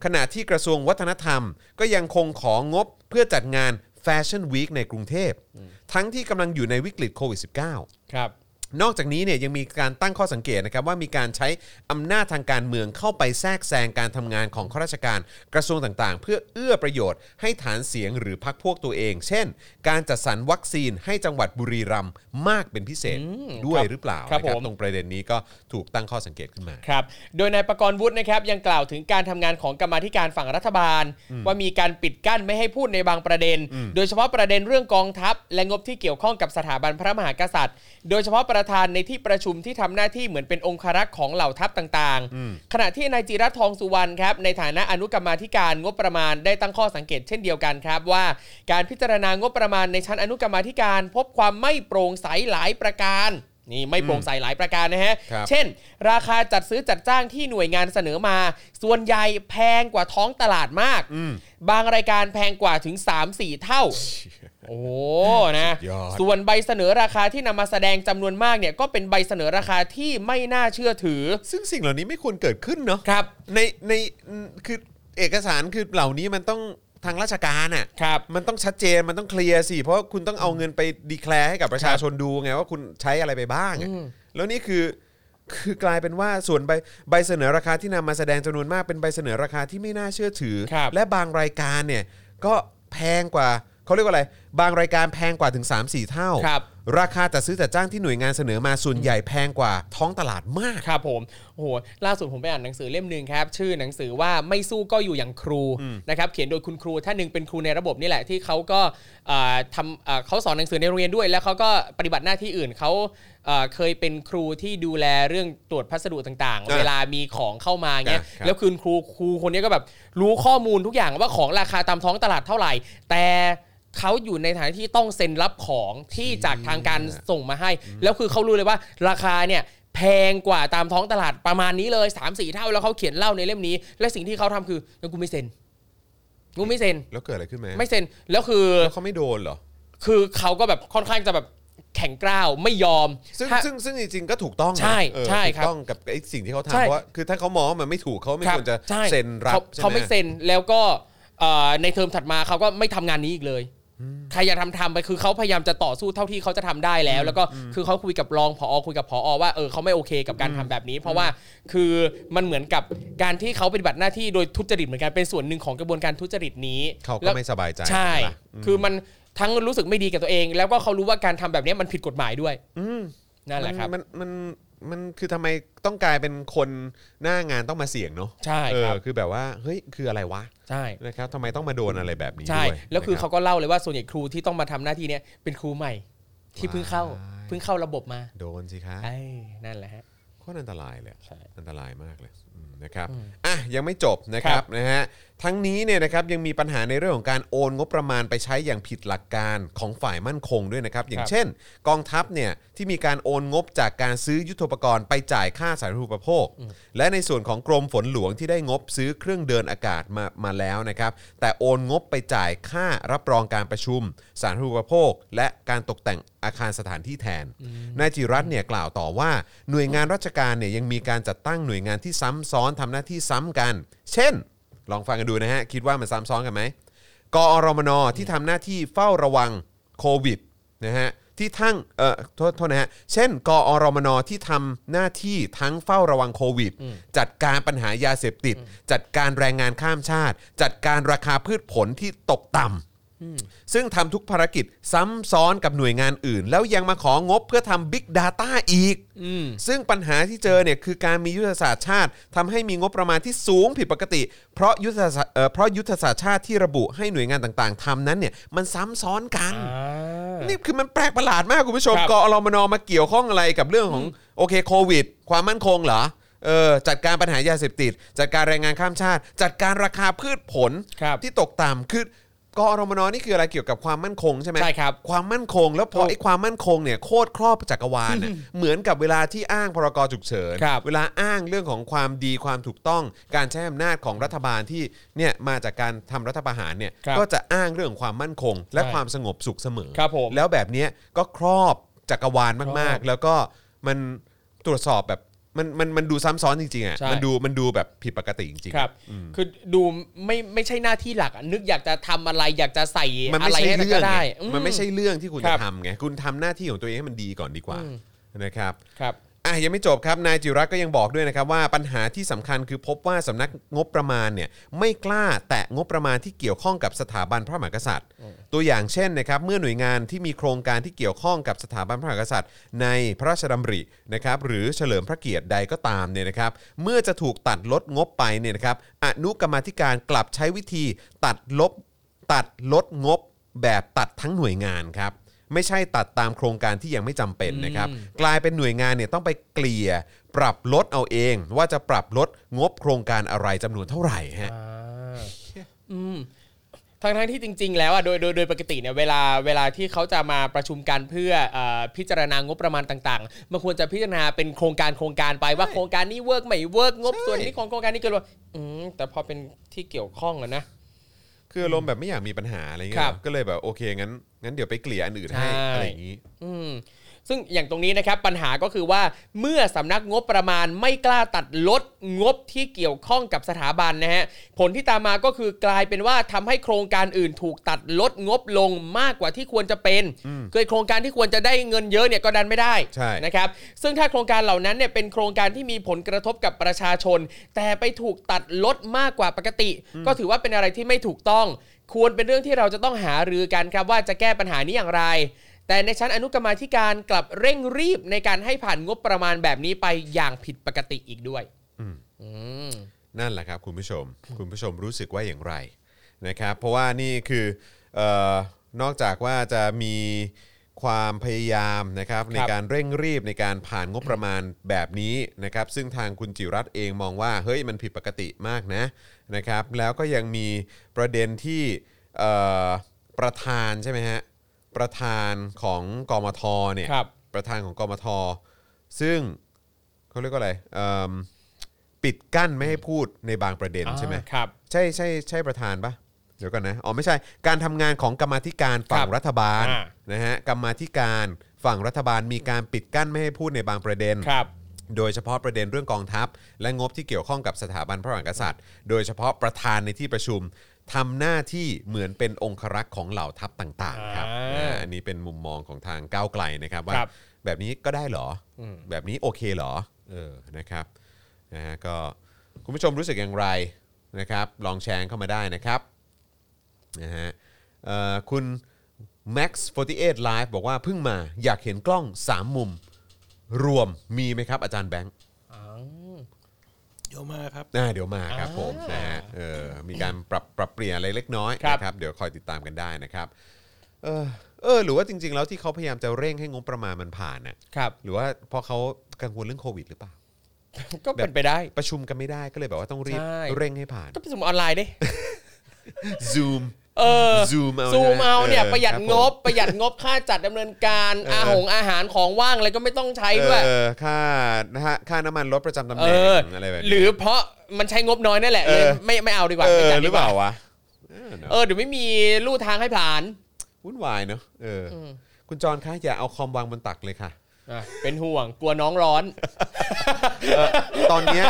ขณะที่กระทรวงวัฒนธรรม ก็ยังคงของงบเพื่อจัดงานแฟชั่นวีคในกรุงเทพ ทั้งที่กำลังอยู่ในวิกฤตโควิด -19 ครับ นอกจากนี้เนี่ยยังมีการตั้งข้อสังเกตนะครับว่ามีการใช้อำนาจทางการเมืองเข้าไปแทรกแซงการทำงานของข้าราชการกระทรวงต่างๆ เพื่อเอื้อประโยชน์ให้ฐานเสียงหรือพรรคพวกตัวเอง เช่น การจัดสรรวัคซีนให้จังหวัดบุรีรัมย์มากเป็นพิเศษด้วยหรือเปล่า ครับ นะ ผม ตรงประเด็นนี้ก็ถูกตั้งข้อสังเกตขึ้นมา ครับ โดยนายประกรณ์วุฒินะครับยังกล่าวถึงการทำงานของกรรมาธิการฝั่งรัฐบาล ว่ามีการปิดกั้นไม่ให้พูดในบางประเด็น โดยเฉพาะประเด็นเรื่องกองทัพ และงบที่เกี่ยวข้องกับสถาบันพระมหากษัตริย์ โดยเฉพาะประธานในที่ประชุมที่ทำหน้าที่เหมือนเป็นองครักษ์ของเหล่าทัพต่างๆ ขณะที่นายจิรัตน์ทองสุวรรณครับในฐานะอนุกรรมาธิการงบประมาณได้ตั้งข้อสังเกตเช่นเดียวกันครับว่า การพิจารณางบประมาณในชั้นอนุกรรมาธิการ พบความไม่โปร่งใสหลายประการ นี่ไม่โปร่งใสหลายประการนะฮะ ครับ เช่น ราคาจัดซื้อจัดจ้างที่หน่วยงานเสนอมา ส่วนใหญ่แพงกว่าท้องตลาดมาก บางรายการแพงกว่าถึง 3-4 เท่า โอ้ นะ สุดยอด ส่วนใบเสนอราคาที่นำมาแสดงจำนวนมากเนี่ยก็เป็นใบเสนอราคาที่ไม่น่าเชื่อถือ ซึ่งสิ่งเหล่านี้ไม่ควรเกิดขึ้นเนาะ ครับ ในในคือเอกสารคือเหล่านี้มันต้องทางราชการอ่ะ ครับ มันต้องชัดเจนมันต้องเคลียร์สิ เพราะคุณต้องเอาเงินไปดีแคลร์ให้กับประชาชนดูไงว่าคุณใช้อะไรไปบ้างอะแล้วนี่คือคือกลายเป็นว่าส่วนใบใบเสนอราคาที่นำมาแสดงจำนวนมากเป็นใบเสนอราคาที่ไม่น่าเชื่อถือ ครับ และบางรายการเนี่ยก็แพงกว่าเขาเรียกว่าอะไร บางรายการแพงกว่าถึง 3-4 เท่า ครับ ราคาจัดซื้อจัดจ้างที่หน่วยงานเสนอมาส่วนใหญ่แพงกว่าท้องตลาดมาก ครับผมโอ้โหล่าสุดผมไปอ่านหนังสือเล่มหนึ่งครับ ชื่อหนังสือว่าไม่สู้ก็อยู่อย่างครูนะครับ เขียนโดยคุณครูท่านหนึ่งเป็นครูในระบบนี่แหละที่เขาก็เอ่อทำเอ่อเขาสอนหนังสือในโรงเรียนด้วย แล้วเขาก็ปฏิบัติหน้าที่อื่นเขาเอ่อเคยเป็นครูที่ดูแลเรื่องตรวจพัสดุต่างๆอ่ะเวลามีของเข้ามาเงี้ย อ่ะครับ แล้วคืนครูครูคนนี้ก็แบบรู้ข้อมูลทุกอย่างว่าของราคาตามท้องตลาดเท่าไหร่ แต่เขาอยู่ในฐานะที่ต้องเซ็นรับของที่จากทางการ เชี่ย ส่งมาให้แล้วคือเขารู้เลยว่าราคาเนี่ยแพงกว่าตามท้องตลาดประมาณนี้เลย3 4เท่าแล้วเขาเขียนเล่าในเล่มนี้ และสิ่งที่เขาทำคือแล้วกูไม่เซ็นกูไม่เซ็น แล้วเกิดอะไรขึ้นไหม ไม่เซ็นแล้วคือ แล้วเขาไม่โดนเหรอ คือเขาก็แบบค่อนข้างจะแบบแข็งกร้าวไม่ยอม ซึ่ง ถ้า ซึ่งซึ่งจริงๆก็ถูกต้องนะ ใช่ เออ ใช่ ถูก ครับ ต้องกับไอ้สิ่งที่เขาทำ ใช่ เพราะว่าคือถ้าเขามองว่ามันไม่ถูกเขาไม่ควรจะ ใช่ เซ็นรับ เขา ใช่ห เขาไม่เซ็นแล้วก็เอ่อในเทอมถัดมาเขาก็ไม่ทำงานนี้อีกเลย ใครอยากทำทำไปคือเขาพยายามจะต่อสู้เท่าที่เขาจะทำได้แล้ว แล้วก็คือเขาคุยกับรองผอคุยกับผอว่าเออเขาไม่โอเคกับการทำแบบนี้ เพราะว่าคือมันเหมือนกับการที่เขาปฏิบัติหน้าที่โดยทุจริตเหมือนกันเป็นส่วนหนึ่งของกระบวนการทุจริตนี้ เขาก็ แล้ว ไม่สบายใจ ใช่ ไหมล่ะ คือมันทั้งรู้สึกไม่ดีกับตัวเอง แล้วก็เขารู้ว่าการทำแบบเนี้ยมันผิดกฎหมายด้วย อืม นั่นแหละครับ มันมันมันคือทำไมต้องกลายเป็นคนหน้างานต้องมาเสี่ยงเนาะ ใช่ เอ ค อ รับ คือแบบว่าเฮ้ยคืออะไรวะ ใช่ นะครับทำไมต้องมาโดนอะไรแบบนี้ ใช่ ด้วย แล้วคือเขา นะรับ ก็เล่าเลยว่าส่วนใหญ่ครูที่ต้องมาทำหน้าที่เนี้ยเป็นครูใหม่ ที่เพิ่งเข้าเพิ่งเข้าระบบมา โดนสิคะ ไอ้นั่นแหละฮะ โคตรอันตรายเลยอะ ใช่ อันตรายมากเลยอืมนะครับอ่ะยังไม่จบนะคครัรับ บ นะฮะทั้งนี้เนี่ยนะครับยังมีปัญหาในเรื่องของการโอนงบประมาณไปใช้อย่างผิดหลักการของฝ่ายมั่นคงด้วยนะครับ อย่า ค ง รับ เช่น กองทัพเนี่ยที่มีการโอนงบจากการซื้อยุทโธปกรณ์ไปจ่ายค่าสาธารณูปโภค และในส่วนของกรมฝนหลวงที่ได้งบซื้อเครื่องเดินอากาศมามาแล้วนะครับ แต่โอนงบไปจ่ายค่ารับรองการประชุม สาธารณูปโภค และการตกแต่งอาคารสถานที่แทน นายจิรัตน์เนี่ยกล่าวต่อว่าหน่วยงานราชการเนี่ยยังมีการจัดตั้งหน่วยงานที่ซ้ำซ้อนทำหน้าที่ซ้ำกัน เช่น ลองฟังกันดูนะฮะ คิดว่ามันซ้ำซ้อนกันไหมกอรมนที่ทำหน้าที่เฝ้าระวังโควิดนะฮะที่ทั้งเอ่อโทษโทษนะฮะเช่น กอรมนที่ทำหน้าที่ทั้งเฝ้าระวังโควิด จัดการปัญหายาเสพติด จัดการแรงงานข้ามชาติ จัดการราคาพืชผลที่ตกต่ำ ซึ่งทำทุกภารกิจซ้ำซ้อนกับหน่วยงานอื่น แล้วยังมาของบเพื่อทำ Big Data อีก ซึ่งปัญหาที่เจอเนี่ยคือการมียุทธศาสตร์ชาติทำให้มีงบประมาณที่สูงผิดปกติ เพราะยุทธศาสตร์เอ่อเพราะยุทธศาสตร์ชาติที่ระบุให้หน่วยงานต่างๆทำนั้นเนี่ยมันซ้ำซ้อนกัน นี่คือมันแปลกประหลาดมากคุณผู้ชม ครับ กอรมนมาเกี่ยวข้องอะไรกับเรื่องของโอเคโควิด ความมั่นคงเหรอเออจัดการปัญหายาเสพติด จัดการแรงงานข้ามชาติ จัดการราคาพืชผล ครับ ที่ตกต่ำคือกอรมนนี่คืออะไรเกี่ยวกับความมั่นคงใช่ไหม ใช่ครับ ความมั่นคงแล้วพอ ถูก ไอ้ความมั่นคงเนี่ยโคตรครอบจักรวาลเนี่ยเหมือนกับเวลาที่อ้างพรกฉุกเฉิน ครับ เวลาอ้างเรื่องของความดีความถูกต้อง การใช้อำนาจของรัฐบาลที่เนี่ยมาจากการทำรัฐประหารเนี่ย ครับ ก็จะอ้างเรื่องของความมั่นคง และ ใช่ ความสงบสุขเสมอ ครับผม แล้วแบบเนี้ยก็ครอบจักรวาลมาก ๆ แล้วก็มันตรวจสอบแบบมันมันมันดูซ้ำซ้อนจริงๆอ่ะ ใช่ มันดูมันดูแบบผิดปกติจริงๆ ครับ คือดูไม่ไม่ใช่หน้าที่หลักอะนึกอยากจะทำอะไรอยากจะใส่ มัน อะ ไม่ ไร ใช่ ให้มัน เรื่ ก็ องไง ได้อื มันไม่ใช่เรื่องที่คุณ ครั จะ บ ทำไงคุณทำหน้าที่ของตัวเองให้มันดีก่อนดีกว่า อืม นะครับ ครับ อ่ะยังไม่จบครับ นายจิรัตน์ก็ยังบอกด้วยนะครับว่าปัญหาที่สำคัญคือพบว่าสำนักงบประมาณเนี่ยไม่กล้าแตะงบประมาณที่เกี่ยวข้องกับสถาบันพระมหากษัตริย์ ตัวอย่างเช่นนะครับเมื่อหน่วยงานที่มีโครงการที่เกี่ยวข้องกับสถาบันพระมหากษัตริย์ ในพระราชดำรินะครับหรือเฉลิมพระเกียรติใดก็ตามเนี่ยนะครับเมื่อจะถูกตัดลดงบไปเนี่ยนะครับอนุกรรมาธิการกลับใช้วิธีตัดลบตัดลดงบแบบตัดทั้งหน่วยงานครับ ไม่ใช่ตัดตามโครงการที่ยังไม่จำเป็นนะครับ กลายเป็นหน่วยงานเนี่ยต้องไปเกลี่ยปรับลดเอาเอง ว่าจะปรับลดงบโครงการอะไรจำนวนเท่าไหร่ฮะ อืมทั้งทั้งๆที่จริง ๆ แล้วอ่ะโดยโดยโดยปกติเนี่ยเวลาเวลาที่เขาจะมาประชุมกันเพื่อเออพิจารณางบประมาณต่างๆ มันควรจะพิจารณาเป็นโครงการโครงการไปว่าโครงการนี้เวิร์กไม่เวิร์กงบ ใช่ ส่วนนี้ของโครงการนี้เกินว่าอืมแต่พอเป็นที่เกี่ยวข้องอะนะ คืออารมณ์แบบไม่อยากมีปัญหาอะไรเงี้ ค ย รับ ก็เลยแบบโอเคงั้นงั้นเดี๋ยวไปเกลี่ยอันอื่นให้ ใช่ อะไรอย่างนี้ อืมซึ่งอย่างตรงนี้นะครับปัญหาก็คือว่าเมื่อสำนักงบประมาณไม่กล้าตัดลดงบที่เกี่ยวข้องกับสถาบันนะฮะผลที่ตามมาก็คือกลายเป็นว่าทำให้โครงการอื่นถูกตัดลดงบลงมากกว่าที่ควรจะเป็นเคยโครงการที่ควรจะได้เงินเยอะเนี่ยก็ดันไม่ได้ ใช่ นะครับซึ่งถ้าโครงการเหล่านั้นเนี่ยเป็นโครงการที่มีผลกระทบกับประชาชน แต่ไปถูกตัดลดมากกว่าปกติ ก็ถือว่าเป็นอะไรที่ไม่ถูกต้อง ควรเป็นเรื่องที่เราจะต้องหารือกันครับว่าจะแก้ปัญหานี้อย่างไร แต่ในชั้นอนุกรรมาธิการกลับเร่งรีบในการให้ผ่านงบประมาณแบบนี้ไปอย่างผิดปกติอีกด้วยอืม นั่นแหละครับคุณผู้ชม คุณผู้ชมรู้สึกว่าอย่างไรนะครับเพราะว่านี่คือเออนอกจากว่าจะมีความพยายามนะครับในการเร่งรีบในการผ่านงบประมาณแบบนี้นะครับซึ่งทางคุณจิรัตน์เองมองว่าเฮ้ยมันผิดปกติมากนะนะครับแล้วก็ยังมีประเด็นที่เอ่อประธานใช่ไหมฮะประธานของกมทเนี่ย ครับ ประธานของกมท ซึ่งเขาเรียกว่าอะไรเอิ่มปิดกั้นไม่ให้พูดในบางประเด็นใช่ไหม ครับ ใช่ใช่ใช่ประธานปะเดี๋ยวก่อนนะอ๋อไม่ใช่ การทำงานของกรรมาธิการฝั่ง ครับ รัฐบาล อ่า นะฮะกรรมาธิการฝั่งรัฐบาลมีการปิดกั้นไม่ให้พูดในบางประเด็น ครับ โดยเฉพาะประเด็นเรื่องกองทัพ และงบที่เกี่ยวข้องกับสถาบันพระมหากษัตริย์ โดยเฉพาะประธานในที่ประชุม ทำหน้าที่เหมือนเป็นองครักษ์ของเหล่าทัพต่างๆครับ อ่า อ่าอันนี้เป็นมุมมองของทางก้าวไกลนะครับว่า ครับ แบบนี้ก็ได้เหรออแบบนี้โอเคเหรอเออนะครับนะฮะก็คุณผู้ชมรู้สึกอย่างไรนะครับ ลองแชร์เข้ามาได้นะครับนะฮะเอ่อคุณ Max 48 Live บอกว่าเพิ่งมาอยากเห็นกล้อง 3 มุมรวมมีไหมครับอาจารย์แบงค์ เดี๋ยวมาครับ อ่าเดี๋ยวมาครับผมนะฮะเออมีการปรับปรับเปลี่ยนอะไรเล็กน้อย ครับ นะครับเดี๋ยวคอยติดตามกันได้นะครับเออเออหรือว่าจริง ๆ แล้วที่เขาพยายามจะเร่งให้งบประมาณมันผ่านน่ะ ครับ หรือว่าเพราะเขากังวลเรื่องโควิดหรือเปล่า ก็เป็นไปได้ ประชุมกันไม่ได้ก็เลยแบบว่าต้องรีบ ใช่ เร่งให้ผ่าน ก็เป็นสมออนไลน์ดิ Zoom เออ Zoom เอา ซูมเอาเนี่ย ออ ประหยัด คผม งบ ประหยัดงบค่าจัดดำเนินการ เอออ อาหงอาหารของว่างอะไรก็ไม่ต้องใช้ด้วย เออค่านะฮะค่าน้ำมันลดประจำตำแห เอ น่ อง อะไรแบบนี้ หรือเพราะมันใช้งบน้อยนั่นแหละ เออ เลยไม่ไม่เอาดีกว่า เอ ไม่ อ จัด หรื ดี อก เป ว่า ล่าวะเออเนอะ เออเดี๋ยวไม่มีลู่ทางให้ผ่าน วุ่นวายเนอะเอออคุณจรคะอย่าเอาคอมวางบนตักเลยค่ะ อ่ะเป็นห่ว งกลัวน้องร้อน เอ่อตอนเนี้ย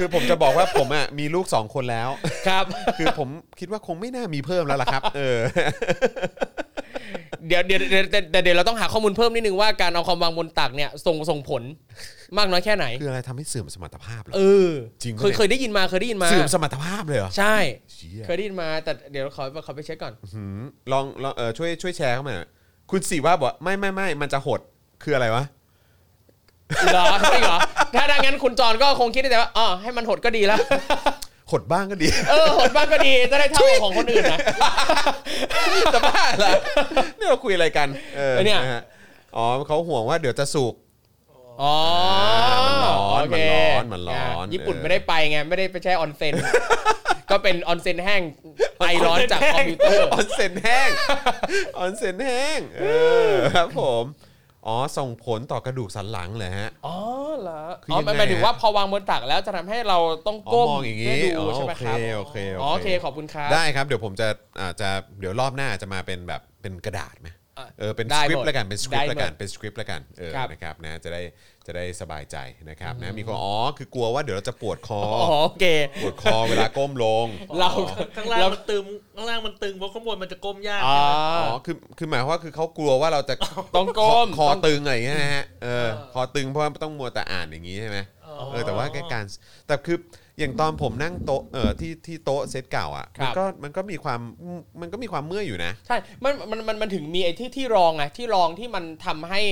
คือผมจะบอกว่าผมอ่ะมีลูกสองคนแล้ว ครับ คือผมคิดว่าคงไม่น่ามีเพิ่มแล้วล่ะครับ เออ เดี๋ยวเดี๋ยวเดี๋ยวแต่แต่เดี๋ยวเราต้องหาข้อมูลเพิ่มนิดนึงว่าการเอาความวางบนตักเนี่ยส่งส่งผลมากน้อยแค่ไหน คืออะไรทำให้เสื่อมสมรรถภาพเหรอ เออ จริงปะ เคย เนี่ย เคยได้ยินมาเคยได้ยินมา เสื่อมสมรรถภาพเลยเหรอ ใช่ เชี่ย เคยได้ยินมาแต่เดี๋ยวขอขอไปเช็คก่อน หืมลองลองเออช่วยช่วยแชร์เข้ามาหน่อยคุณสีว่าบอกไม่ไม่ไม่มันจะหดคืออะไรวะ เหรอจริงเหรอ ถ้าดังนั้นคุณจอนก็คงคิดได้แต่ว่าอ๋อให้มันหดก็ดีแล้ว หดบ้างก็ดี เออ หดบ้างก็ดี จะได้เท่ากับของคนอื่นนะ จะบ้าเหรอนี่เราคุยอะไรกัน เออ ไอ้เนี่ย ะฮะอ๋อเขาห่วงว่าเดี๋ยวจะสุก อ๋อ มันร้อน โเค มันร้อนมันร้อน ญี่ปุ่น เออ ไม่ได้ไปไง ไม่ได้ไปแช่ออนเซ็น ก็เป็นออนเซ็นแห้งไอร้อนจากคอมพิวเตอร์ ออนเซ็นแห้ง ออนเซ็นแห้ง เออครับผม อ๋อ ส่งผลต่อกระดูกสันหลังเลยฮะ อ๋อเหรอ คือ อ๋ ยั อง ไง หมายถึงว่าพอวางบนตักแล้วจะทำให้เราต้อง อ๋อ ก้ม มองอย่าง เพื่ นี้ ดู อ๋อ ใช่ไหม โอเค ครับ โอเค อ๋อโอเคขอบคุณครับ ได้ครับ เดี๋ยวผมจะอาจจะเดี๋ยวรอบหน้าจะมาเป็นแบบเป็นกระดาษไหม อ่ะ เออเป็น ได้ ส หมด คริปต์ละกันเป็นสคริปต์ ได้หมด ละกันเป็นสคริปต์ละกันเออ ครับ นะครับนะจะได้จะได้สบายใจนะครับนะมีคนอ๋อคือกลัวว่าเดี๋ยวเราจะปวดคอ อ๋อโอเค ปวดคอเวลาก้มลง เรา ข้างล่าง แล้ว มันตึงข้างล่างมันตึงเพราะข้างบนมันจะก้มยาก อ๋อ อ๋อคือคือหมายความว่าคือเขากลัวว่าเราจะ ต้องก้ม คอตึงอะไรอย่างเงี้ยนะฮะเออคอตึงเพราะว่าต้องมัวแต่อ่านอย่างงี้ใช่ไหม เออแต่ว่าแค่การแต่คืออย่างตอนผมนั่งโต๊ะเออที่ที่โต๊ะเซตเก่าอ่ะมันก็มันก็มีความมันก็มีความเมื่อยอยู่นะ ใช่ มันมันมันมันถึงมีไอ้ที่ที่รองไงที่รองที่มันทำให้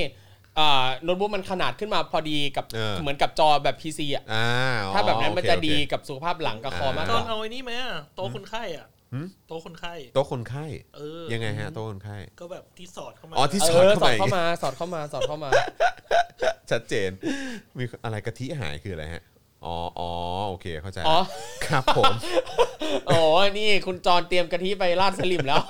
อ่าโน้ตบุ๊กมันขนาดขึ้นมาพอดีกับ เออ เหมือนกับจอแบบ PC อ่ะ อ่า ถ้าแบบนั้นมันจะ โอเค ดี โอเค กับสุขภาพหลังกับคอมาก ต ก อ ว่าน เอาไอ้นี่ไหมอะโต๊ะคนไข้อ่ะ หืม โต๊ะคนไข้ โต๊ะคนไข้ เออ ยังไงฮะโต๊ะคนไข้ ก็แบบที่สอดเข้ามา อ๋อที่ เอ สอด อ เข้า ส ไป อดเข้ามาสอดเข้ามาสอดเข้ามา ชัดเจน มีอะไรกะทิหายคืออะไรฮะอ๋ออ๋อโอเคเข้าใจ อ๋อ ครับผม โอ้นี่คุณจอนเตรียมกะทิไปราดสลิมแล้ว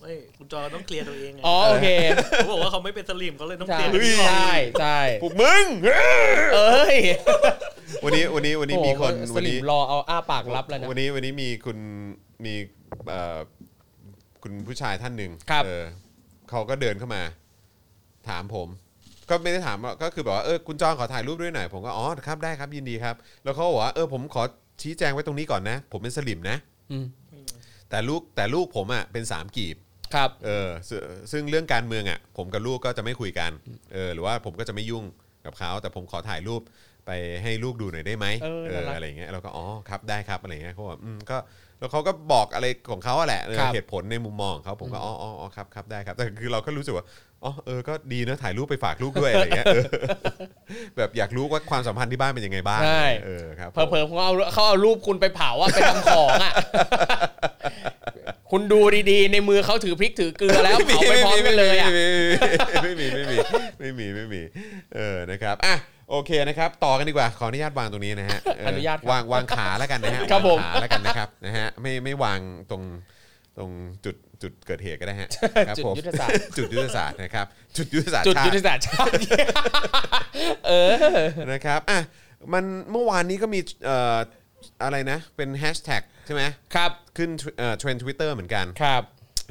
เฮ้ยคุณจอต้องเคลียร์ตัวเองไง อ๋อโอเค เขาบอกว่าเขาไม่เป็นสลิมเขาเลยต้อง ใช่ เคลียร์ตัวเอง ใช่ใช่ พวกมึง เอ้ย วันนี้วันนี้วันนี้มีคน โอ้โหส วัน ลิ นี้ มรอเอาอ้าปากรับแล้วนะ วันนี้วันนี้มีคุณมีเอ่อคุณผู้ชายท่านหนึ่ง ครับ เออเขาก็เดินเข้ามา ถามผม ก็ไม่ได้ถามหรอกก็คือแบบว่าเออคุณจองขอถ่ายรูปด้วยหน่อยผมก็อ๋อครับได้ครับยินดีครับ แล้วเขาบอกว่าเออผมขอชี้แจงไว้ตรงนี้ก่อนนะ ผมเป็นสลิมนะ อืม แต่ลูกแต่ลูกผมอ่ะเป็นสามกีบ ครับ เออซึ่งซึ่งเรื่องการเมืองอ่ะผมกับลูกก็จะไม่คุยกันเออหรือว่าผมก็จะไม่ยุ่งกับเขาแต่ผมขอถ่ายรูปไปให้ลูกดูหน่อยได้ไหม เออน่ารัก อะไรอย่างเงี้ยเราก็อ๋อครับได้ครับอะไรอย่างเงี้ยเขาบอกอืมก็แล้วเขาก็บอกอะไรของเขาอะแหละเออ ครับ เหตุผลในมุมมองของเขาผมก็อ๋ออ๋ออ๋อครับครับได้ครับแต่คือเราก็รู้สึกว่าอ๋อเออก็ดีนะถ่ายรูปไปฝากลูกด้วยอะไรอย่างเงี้ยเออ แบบอยากรู้ว่าความสัมพันธ์ที่บ้านเป็นยังไงบ้าง ใช่ เออครับผม เผลอๆเขาเอาเขาเอารูปคุณไปเผาอะไปทำของอะ คุณดูดีๆ ในมือเขาถือพริกถือเกลือแล้วเผาไปพร้อมกันเลยอะ ไม่มีไม่มีไม่มีไม่มีไม่มีไม่มีเออนะครับอ่ะโอเคนะครับ ต่อกันดีกว่าขออนุญาตวางตรงนี้นะฮะเ อนุญาตครับ วางวางขาแล้วกันนะฮะ ครับผม วางขาแล้วกันนะครับนะฮะไม่ไม่วางตรงตรงจุดจุดเกิดเหตุก็ได้ฮะครับ จุด ผม ยุทธศาสตร์ จุดยุทธศาสตร์นะครับ จุดยุทธศาสตร์ จุด ชา ยุทธ ติ ศาสตร์ชาติ เออ นะครับอ่ะมันเมื่อวานนี้ก็มีเอ่ออะไรนะ เป็นแฮชแท็กใช่ไหม ครับ ขึ้นเทรนด์ทวิตเตอร์เหมือนกัน ครับ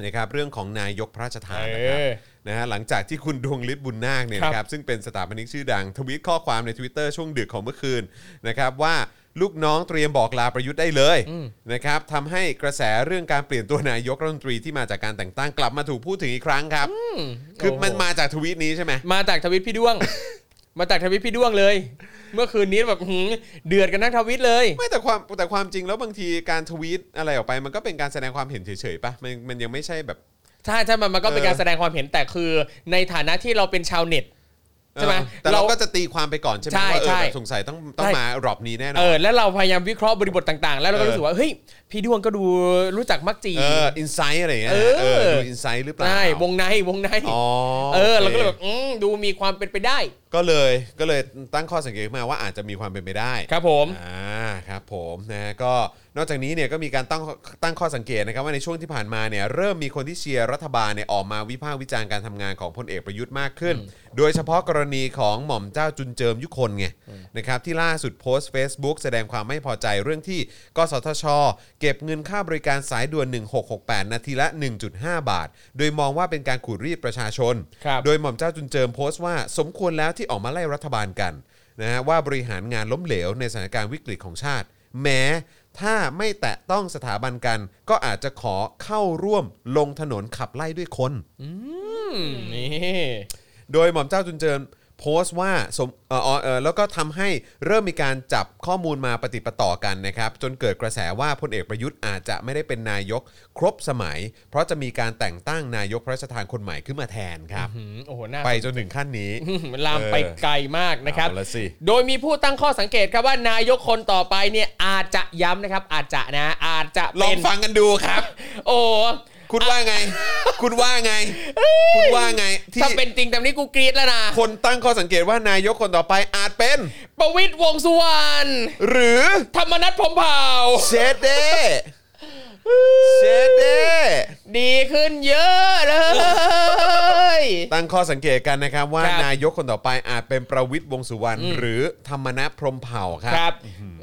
นะครับเรื่องของนายกพระราชทาน เออ นะครับ นะฮะหลังจากที่คุณดวงฤทธิ์บุญนาคเนี่ยนะครับซึ่งเป็นสถาปนิกชื่อดังทวีตข้อความใน Twitter ช่วงดึกของเมื่อคืนนะครับว่าลูกน้องเตรียมบอกลาประยุทธ์ได้เลยนะครับทำให้กระแสเรื่องการเปลี่ยนตัวนายกรัฐมนตรีที่มาจากการแต่งตั้งกลับมาถูกพูดถึงอีกครั้งครับ คือมันมาจากทวีตนี้ใช่ไหม มาจากทวิตพี่ด้วง มาจากทวิตพี่ด้วงเลย เมื่อคืนนี้แบบหืมเดือดกันทั้งทวิตเลย ไม่แต่ความแต่ความจริงแล้วบางทีการทวีตอะไรออกไป มันก็เป็นการแสดงความเห็นเฉยๆปะมันมันยังไม่ใช่แบบ ถ้าถ้ามันมันก็เป็น เออ การแสดงความเห็นแต่คือ ในฐานะที่เราเป็นชาวเน็ต ใช่ไหม เออแต่เรา เรา ก็จะตีความไปก่อนใช่ไหม ใช่ ว่าเออ ใช่ แบบสงสัยต้องต้อง ใช่ มารอบนี้แน่นอ เอน อแล้วเราพยายามวิเคราะห์บริบทต่างๆ แล้วเราก็ เออ รู้สึกว่าเฮ้ยพี่ด้วงก็ดูรู้จักมักจี เอออินไซต์อะไรอย่างเงี้ย เออ เออดูอินไซต์หรือเปล่า ใช่วงในวงใน อ๋อ เออ โค เราก็เลยแบบอืมดูมีความเป็นไปได้ ก็เลยก็เลยตั้งข้อสังเกตขึ้นมาว่าอาจจะมีความเป็นไปได้ ครับผม อ่าครับผมนะก็นอกจากนี้เนี่ยก็มีการตั้งตั้งข้อสังเกตนะครับว่าในช่วงที่ผ่านมาเนี่ยเริ่มมีคนที่เชียร์รัฐบาลเนี่ยออกมาวิพากษ์วิจารณ์การทำงานของพลเอกประยุทธ์มากขึ้น โดยเฉพาะกรณีของหม่อมเจ้าจุนเจิมยุคนไงนะครับที่ล่าสุดโพสต์ Facebook แสดงความไม่พอใจเรื่องที่กสทช เก็บเงินค่าบริการสายด่วน 1668 นาทีละ 1.5 บาท โดยมองว่าเป็นการขูดรีดประชาชน ครับ โดยหม่อมเจ้าจุนเจิมโพสต์ว่าสมควรแล้วที่ออกมาไล่รัฐบาลกันนะฮะว่าบริหารงานล้มเหลวในสถานการณ์วิกฤตของชาติ แม้ถ้าไม่แตะต้องสถาบันกัน ก็อาจจะขอเข้าร่วมลงถนนขับไล่ด้วยคน อืมนี่ โดยหม่อมเจ้าจุนเจิมโพสต์ว่าสมเอ่ออ๋อเอ่อแล้วก็ทำให้เริ่มมีการจับข้อมูลมาปฏิดปะต่อกันนะครับ จนเกิดกระแสว่าพลเอกประยุทธ์อาจจะไม่ได้เป็นนายกครบสมัย เพราะจะมีการแต่งตั้งนายกพระราชทานคนใหม่ขึ้นมาแทนครับ อืมโอ้โหน่า ไปจนถึงขั้นนี้ มันลามไปไกลมากนะครับ เอาละสิ โดยมีผู้ตั้งข้อสังเกตครับว่านายกคนต่อไปเนี่ยอาจจะย้ำนะครับ อาจจะนะ อาจจะ ลอ เป็ ง น ฟังกันดูครับ โอ้ คุณว่าไง คุณว่าไง คุณว่าไง ที่ ถ้าเป็นจริงตามนี้กูกรี๊ดแล้วนะ คนตั้งข้อสังเกตว่านายกคนต่อไปอาจเป็น ประวิตยวงษ์สุวรรณ หรือ ธรรมนัฐพรหมเผ่า เชดเดเชดเด ดีขึ้นเยอะเลย ตั้งข้อสังเกตกันนะครับ ว่า ครับ นายกคนต่อไปอาจเป็นประวิทย์วงษ์สุวรรณหรือธรรมนัฐพรหมเผ่าครั ครับ บ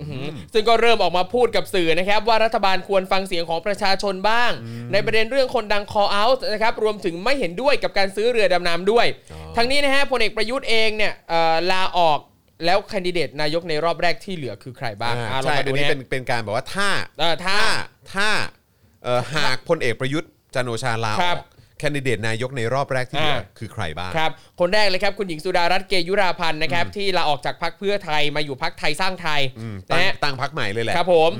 อืมซึ่งก็เริ่มออกมาพูดกับสื่อนะครับ ว่ารัฐบาลควรฟังเสียงของประชาชนบ้าง ในประเด็นเรื่องคนดัง call out นะครับรวมถึงไม่เห็นด้วยกับการซื้อเรือดำน้ำด้วย อ๋อ ทั้งนี้นะฮะพลเอกประยุทธ์เองเนี่ยเอ่อลาออกแล้วแคนดิเดตนายกในรอบแรกที่เหลือคือใครบ้างอ่ะ อ่า ลอง ใช่ มา อั ดู นนี้ นะ เป็นเป็นการแบบว่าถ้า เอ่อถ้า ถ้าถ้าเอ่อหากพลเอกประยุทธ์จันทร์โอชาลาอ ครั อบ กแคนดิเดตนายกในรอบแรกที่เหลืออา คือใครบ้าง ครับ คนแรกเลยครับ คุณหญิงสุดารัตน์เกยุราพันธ์นะครับ ที่ลาออกจากพักเพื่อไทยมาอยู่พักไทยสร้างไทย อืมตั้ นะ ง ฮะ ตั้งพักใหม่เลยแหละ ครับผม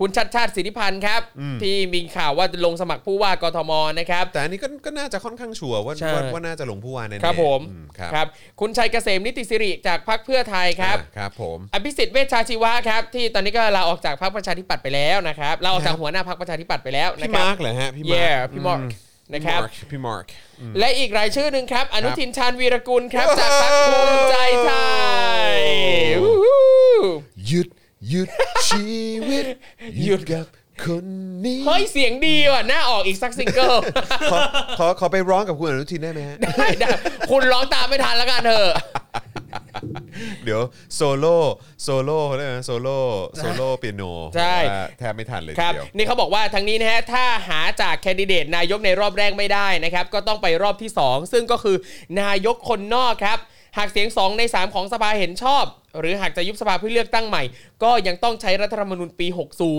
คุณชัดชาติสิทธิพันธ์ครับ อืม ที่มีข่าวว่าจะลงสมัครผู้ว่ากทมนะครับ แต่อันนี้ก็ก็น่าจะค่อนข้างชัวร์ว่า ใช่ ว่าว่าน่าจะลงผู้ว่าแน่ๆ ครับผม อืครับ ครับ คุณชัยเกษมนิติสิริจากพรรคเพื่อไทยครับ อ่าครับผม อภิสิทธิ์เวชชาชีวะครับ ที่ตอนนี้ก็ลาออกจากพรรคประชาธิปัตย์ไปแล้วนะครับลาออกจากหัวหน้าพรรคประชาธิปัตย์ไปแล้วนะ พี่ ครับมาร์กเหรอฮะพี่ เย่ มาร์ก พี่มอร์กนะครับ พี่มาร์ก และอีกรายชื่อหนึ่งครับ อนุทินชาญวีรกุลครับ จากพรรคภูมิใจไทย โอ้ วู้ฮู้ หยุดหยุด ชีวิต หยุด กับคนนี้ เฮ้ยเสียงดีว่ะหน้าออกอีกสักซิงเกิล ขอขอขอไปร้องกับคุณอนุทินได้ไหมฮะ ได้ได้คุณร้องตามไม่ทันแล้วกันเถอะ เดี๋ยวโซโล่โซโล่เลยนะโซโล่โซโล่เปียโน ใช่ ว่าแทบไม่ทันเลย ค ที รับ เดียว นี่เขาบอกว่าทั้งนี้นะฮะถ้าหาจากแคนดิเดตนายกในรอบแรกไม่ได้นะครับ ก็ต้องไปรอบที่ 2 ซึ่งก็คือนายกคนนอกครับ หากเสียง 2 ใน 3 ของสภาเห็นชอบ หรือหากจะยุบสภาเพื่อเลือกตั้งใหม่ ก็ยังต้องใช้รัฐธรรมนูญปี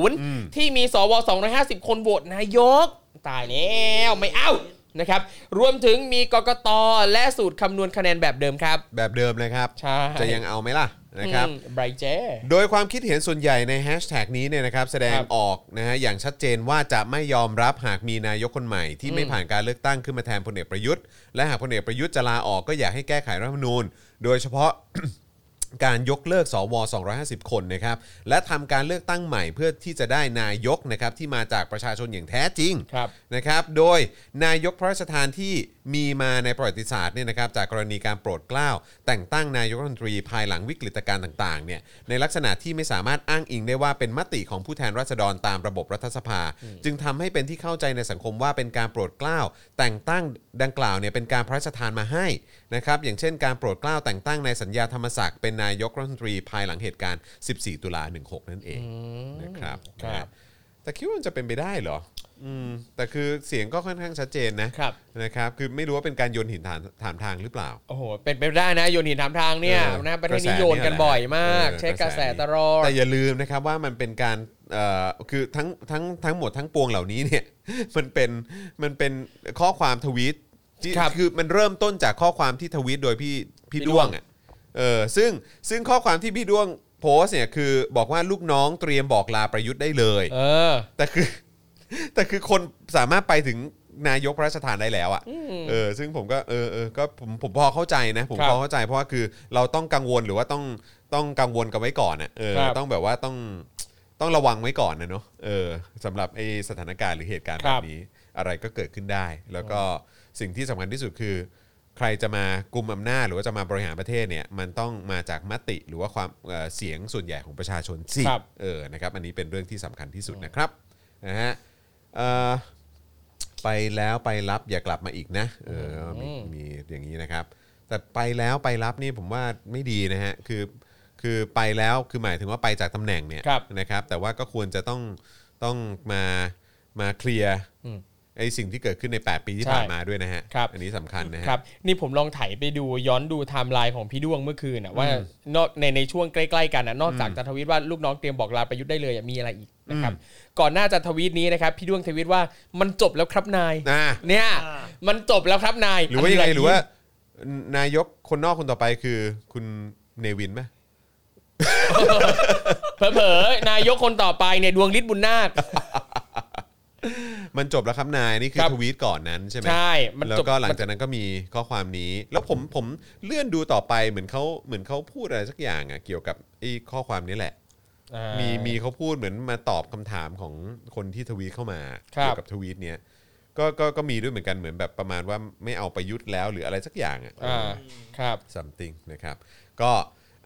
60 ที่มีสว 250 คนโหวตนายก ตายแล้วไม่เอานะครับ รวมถึงมีกกตและสูตรคำนวณคะแนนแบบเดิมครับ แบบเดิมเลยครับ ใช่ จะยังเอาไหมล่ะนะครับ ไบรท์เจ โดยความคิดเห็นส่วนใหญ่ในแฮชแท็กนี้เนี่ยนะครับแสดง ครับ ออกนะฮะอย่างชัดเจนว่าจะไม่ยอมรับหากมีนายกคนใหม่ ที่ไม่ผ่านการเลือกตั้งขึ้นมาแทนพลเอกประยุทธ์และหากพลเอกประยุทธ์จะลาออกก็อยากให้แก้ไขรัฐธรรมนูญ โดยเฉพาะ การยกเลิกสว 250 คนนะครับและทำการเลือกตั้งใหม่เพื่อที่จะได้นายกนะครับที่มาจากประชาชนอย่างแท้จริง ครับ นะครับ โดยนายกพระราชทานที่มีมาในประวัติศาสตร์เนี่ยนะครับจากกรณีการโปรดเกล้าแต่งตั้งนายกรัฐมนตรีภายหลังวิกฤตการณ์ต่างๆเนี่ยในลักษณะที่ไม่สามารถอ้างอิงได้ว่าเป็นมติของผู้แทนราษฎรตามระบบรัฐสภา จึงทำให้เป็นที่เข้าใจในสังคมว่าเป็นการโปรดเกล้าแต่งตั้งดังกล่าวเนี่ยเป็นการพระราชทานมาให้นะครับอย่างเช่นการโปรดเกล้าแต่งตั้งในายสัญญาธรรมศักดิ์เป็นนายกรัฐมนตรีภายหลังเหตุการณ์ 14 ตุลา16 นั่นเองนะครับ ครับ นะฮะ แต่คิดว่ามันจะเป็นไปได้เหรอ อืม แต่คือเสียงก็ค่อนข้างชัดเจนนะครับ นะครับ คือไม่รู้ว่าเป็นการโยนหินถามถามทางหรือเปล่า โอ้โห เป็นไปได้นะโยนหินถามทางเนี่ย ออ นะประเทศ ก นี้ รแส โยนกัน เแหละ บ่อยมาก เออ ใช้กระแส นี้ ตลอด แต่อย่าลืมนะครับว่ามันเป็นการเอ่อคือทั้งทั้งทั้งหมดทั้งปวงเหล่านี้เนี่ย มันเป็นมันเป็นข้อความทวีตที่ ครับ คือมันเริ่มต้นจากข้อความที่ทวีตโดยพี่พี่ พี่ด้ ด้ว ว ง ง อ่ะเออซึ่งซึ่งข้อความที่พี่ด้วงโพสต์เนี่ยคือบอกว่าลูกน้องเตรียมบอกลาประยุทธ์ได้เลย เออ แต่คือ แต่คือคนสามารถไปถึงนายกพระราชทานได้แล้วอะ่ะเออซึ่งผมก็เออเออก็ผมผมพอเข้าใจนะ ผม ครั พอบ เข้าใจเพราะว่าคือเราต้องกังวลหรือว่าต้องต้องกังวลกันไว้ก่อนอ่ะเออ ครับ ต้องแบบว่าต้องต้องระวังไว้ก่อนนะเนาะเออสำหรับไอสถานการณ์หรือเหตุการณ์ ค แบ รั บบ นี้อะไรก็เกิดขึ้นได้ แล้วก็สิ่งที่สำคัญที่สุดคือ ใครจะมากุมอำนาจหรือว่าจะมาบริหารประเทศเนี่ยมันต้องมาจากมติหรือว่าความเอ่อเสียงส่วนใหญ่ของประชาชนสิ ครับ เออนะครับอันนี้เป็นเรื่องที่สำคัญที่สุดนะครับนะฮะเอ่อไปแล้วไปรับอย่ากลับมาอีกนะเออมีมีอย่างนี้นะครับ แต่ไปแล้วไปรับนี่ผมว่าไม่ดีนะฮะคือคือไปแล้วคือหมายถึงว่าไปจากตำแหน่งเนี่ย ครับ นะครับ แต่ว่าก็ควรจะต้องต้องมามาเคลียร์ อืม ไอ้สิ่งที่เกิดขึ้นใน 8 ปีที่ ใช่ ผ่านมาด้วยนะฮะ ครับ อันนี้สำคัญนะฮะ ครับ นี่ผมลองไถไปดูย้อนดูไทม์ไลน์ของพี่ด้วงเมื่อคืนนะว่านอกในในช่วงใกล้ๆกันนะนอกจากจะทวีตว่าลูกน้องเตรียมบอกลาประยุทธ์ได้เลยอะมีอะไรอีกนะครับ ก่อนหน้าจะทวีตนี้นะครับ พี่ด้วงทวีตว่ามันจบแล้วครับนาย อ่า เนี่ย อ่า มันจบแล้วครับนาย หรือว่ายังไง นนี้ หรือว่านายกคนนอกคนต่อไปคือคุณเนวินไหม เผลอๆนายกคนต่อไปเนี่ยดวงฤทธิ์บุญนาค มันจบแล้วครับนายนี่คือ ครับ ทวีตก่อนนั้นใช่ไหม ใช่มัน แล้ว จบ ก็หลังจากนั้นก็มีข้อความนี้ แล้วผมผมเลื่อนดูต่อไปเหมือนเขาเหมือนเขาพูดอะไรสักอย่างอ่ะเกี่ยวกับไอ้ข้อความนี้แหละ มีมีเขาพูดเหมือนมาตอบคำถามของคนที่ทวีตเข้ามา ครับ เกี่ยวกับทวีตเนี้ยก็ก็ก็มีด้วยเหมือนกันเหมือนแบบประมาณว่าไม่เอาประยุทธ์แล้วหรืออะไรสักอย่างอ่ะ อ่าครับ something นะครับก็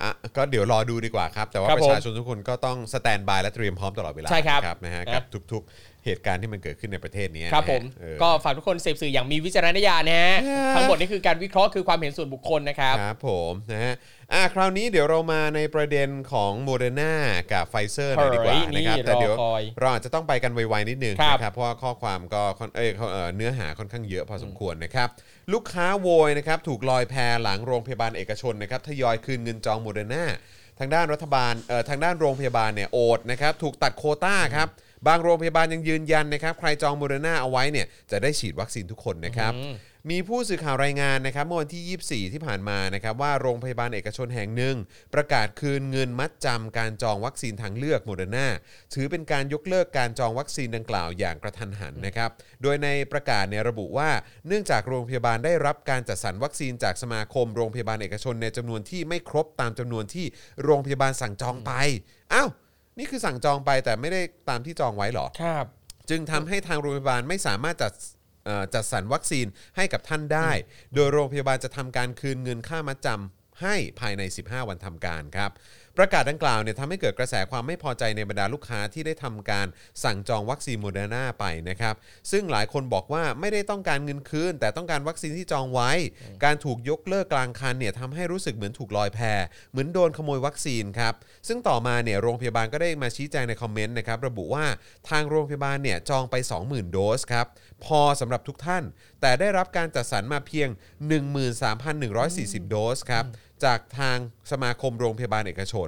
อ่ะก็เดี๋ยวรอดูดีกว่าครับ แต่ว่า ครับ ประชาชนทุกคนก็ต้องสแตนบายและเตรียมพร้อมตลอดเวลา ใช่ครับ นะนะฮะ นะ กับทุกๆ เหตุการณ์ที่มันเกิดขึ้นในประเทศนี้ ครับผม นะฮะเออ ก็ฝากทุกคนเสพสื่ออย่างมีวิจารณญาณนะฮะ เออ ทั้งหมดนี่คือการวิเคราะห์คือความเห็นส่วนบุคคลนะครับ ครับผมนะฮะอ่ะคราวนี้เดี๋ยวเรามาในประเด็นของโมเดอร์นากับไฟเซอร์หน่อยดีกว่า เฮ้ยนี่ นะครับแต่เดี๋ยว รอคอย เราอาจจะต้องไปกันไวๆนิดนึง ครับ นะครับเพราะว่าข้อความก็ค่อนเอยเอ่อเนื้อหาค่อนข้างเยอะพอสมควรนะครับ ลูกค้าโวยนะครับถูกลอยแพหลังโรงพยาบาลเอกชนนะครับทยอยคืนเงินจองโมเดอร์นาทางด้านรัฐบาลเอ่อทางด้านโรงพยาบาลเนี่ยโอดนะครับถูกตัดโควต้าครับบางโรงพยาบาลยังยืนยันนะครับใครจองโมเดอร์นาเอาไว้เนี่ยจะได้ฉีดวัคซีนทุกคนนะครับ อืม มีผู้สื่อข่าวรายงานนะครับเมื่อวันที่ 24 ที่ผ่านมานะครับว่าโรงพยาบาลเอกชนแห่งหนึ่ง ประกาศคืนเงินมัดจำการจองวัคซีนทางเลือกโมเดอร์นาถือเป็นการยกเลิกการจองวัคซีนดังกล่าวอย่างกระทันหันนะครับโดยในประกาศเนี่ยระบุว่า เนื่องจากโรงพยาบาลได้รับการจัดสรรวัคซีนจากสมาคมโรงพยาบาลเอกชนในจำนวนที่ไม่ครบตามจำนวนที่โรงพยาบาลสั่งจองไปอ้าวนี่คือสั่งจองไปแต่ไม่ได้ตามที่จองไว้เหรอ ครับ จึงทำให้ทางโรงพยาบาลไม่สามารถจัดเอ่อจัดสรรวัคซีนให้กับท่านได้ โดยโรงพยาบาลจะทำการคืนเงินค่ามัดจำให้ภายใน 15 วันทำการครับ ประกาศดังกล่าวเนี่ยทำให้เกิดกระแสความไม่พอใจในบรรดาลูกค้าที่ได้ทำการสั่งจองวัคซีนโมเดอร์นาไปนะครับ ซึ่งหลายคนบอกว่าไม่ได้ต้องการเงินคืน แต่ต้องการวัคซีนที่จองไว้ การถูกยกเลิกกลางคันเนี่ยทำให้รู้สึกเหมือนถูกลอยแพเหมือนโดนขโมยวัคซีนครับ ซึ่งต่อมาเนี่ยโรงพยาบาลก็ได้มาชี้แจงในคอมเมนต์นะครับระบุว่าทางโรงพยาบาลเนี่ยจองไป 20,000 โดสครับ พอสำหรับทุกท่าน แต่ได้รับการจัดสรรมาเพียง 13,140 โดสครับ จากทางสมาคมโรงพยาบาลเอกชน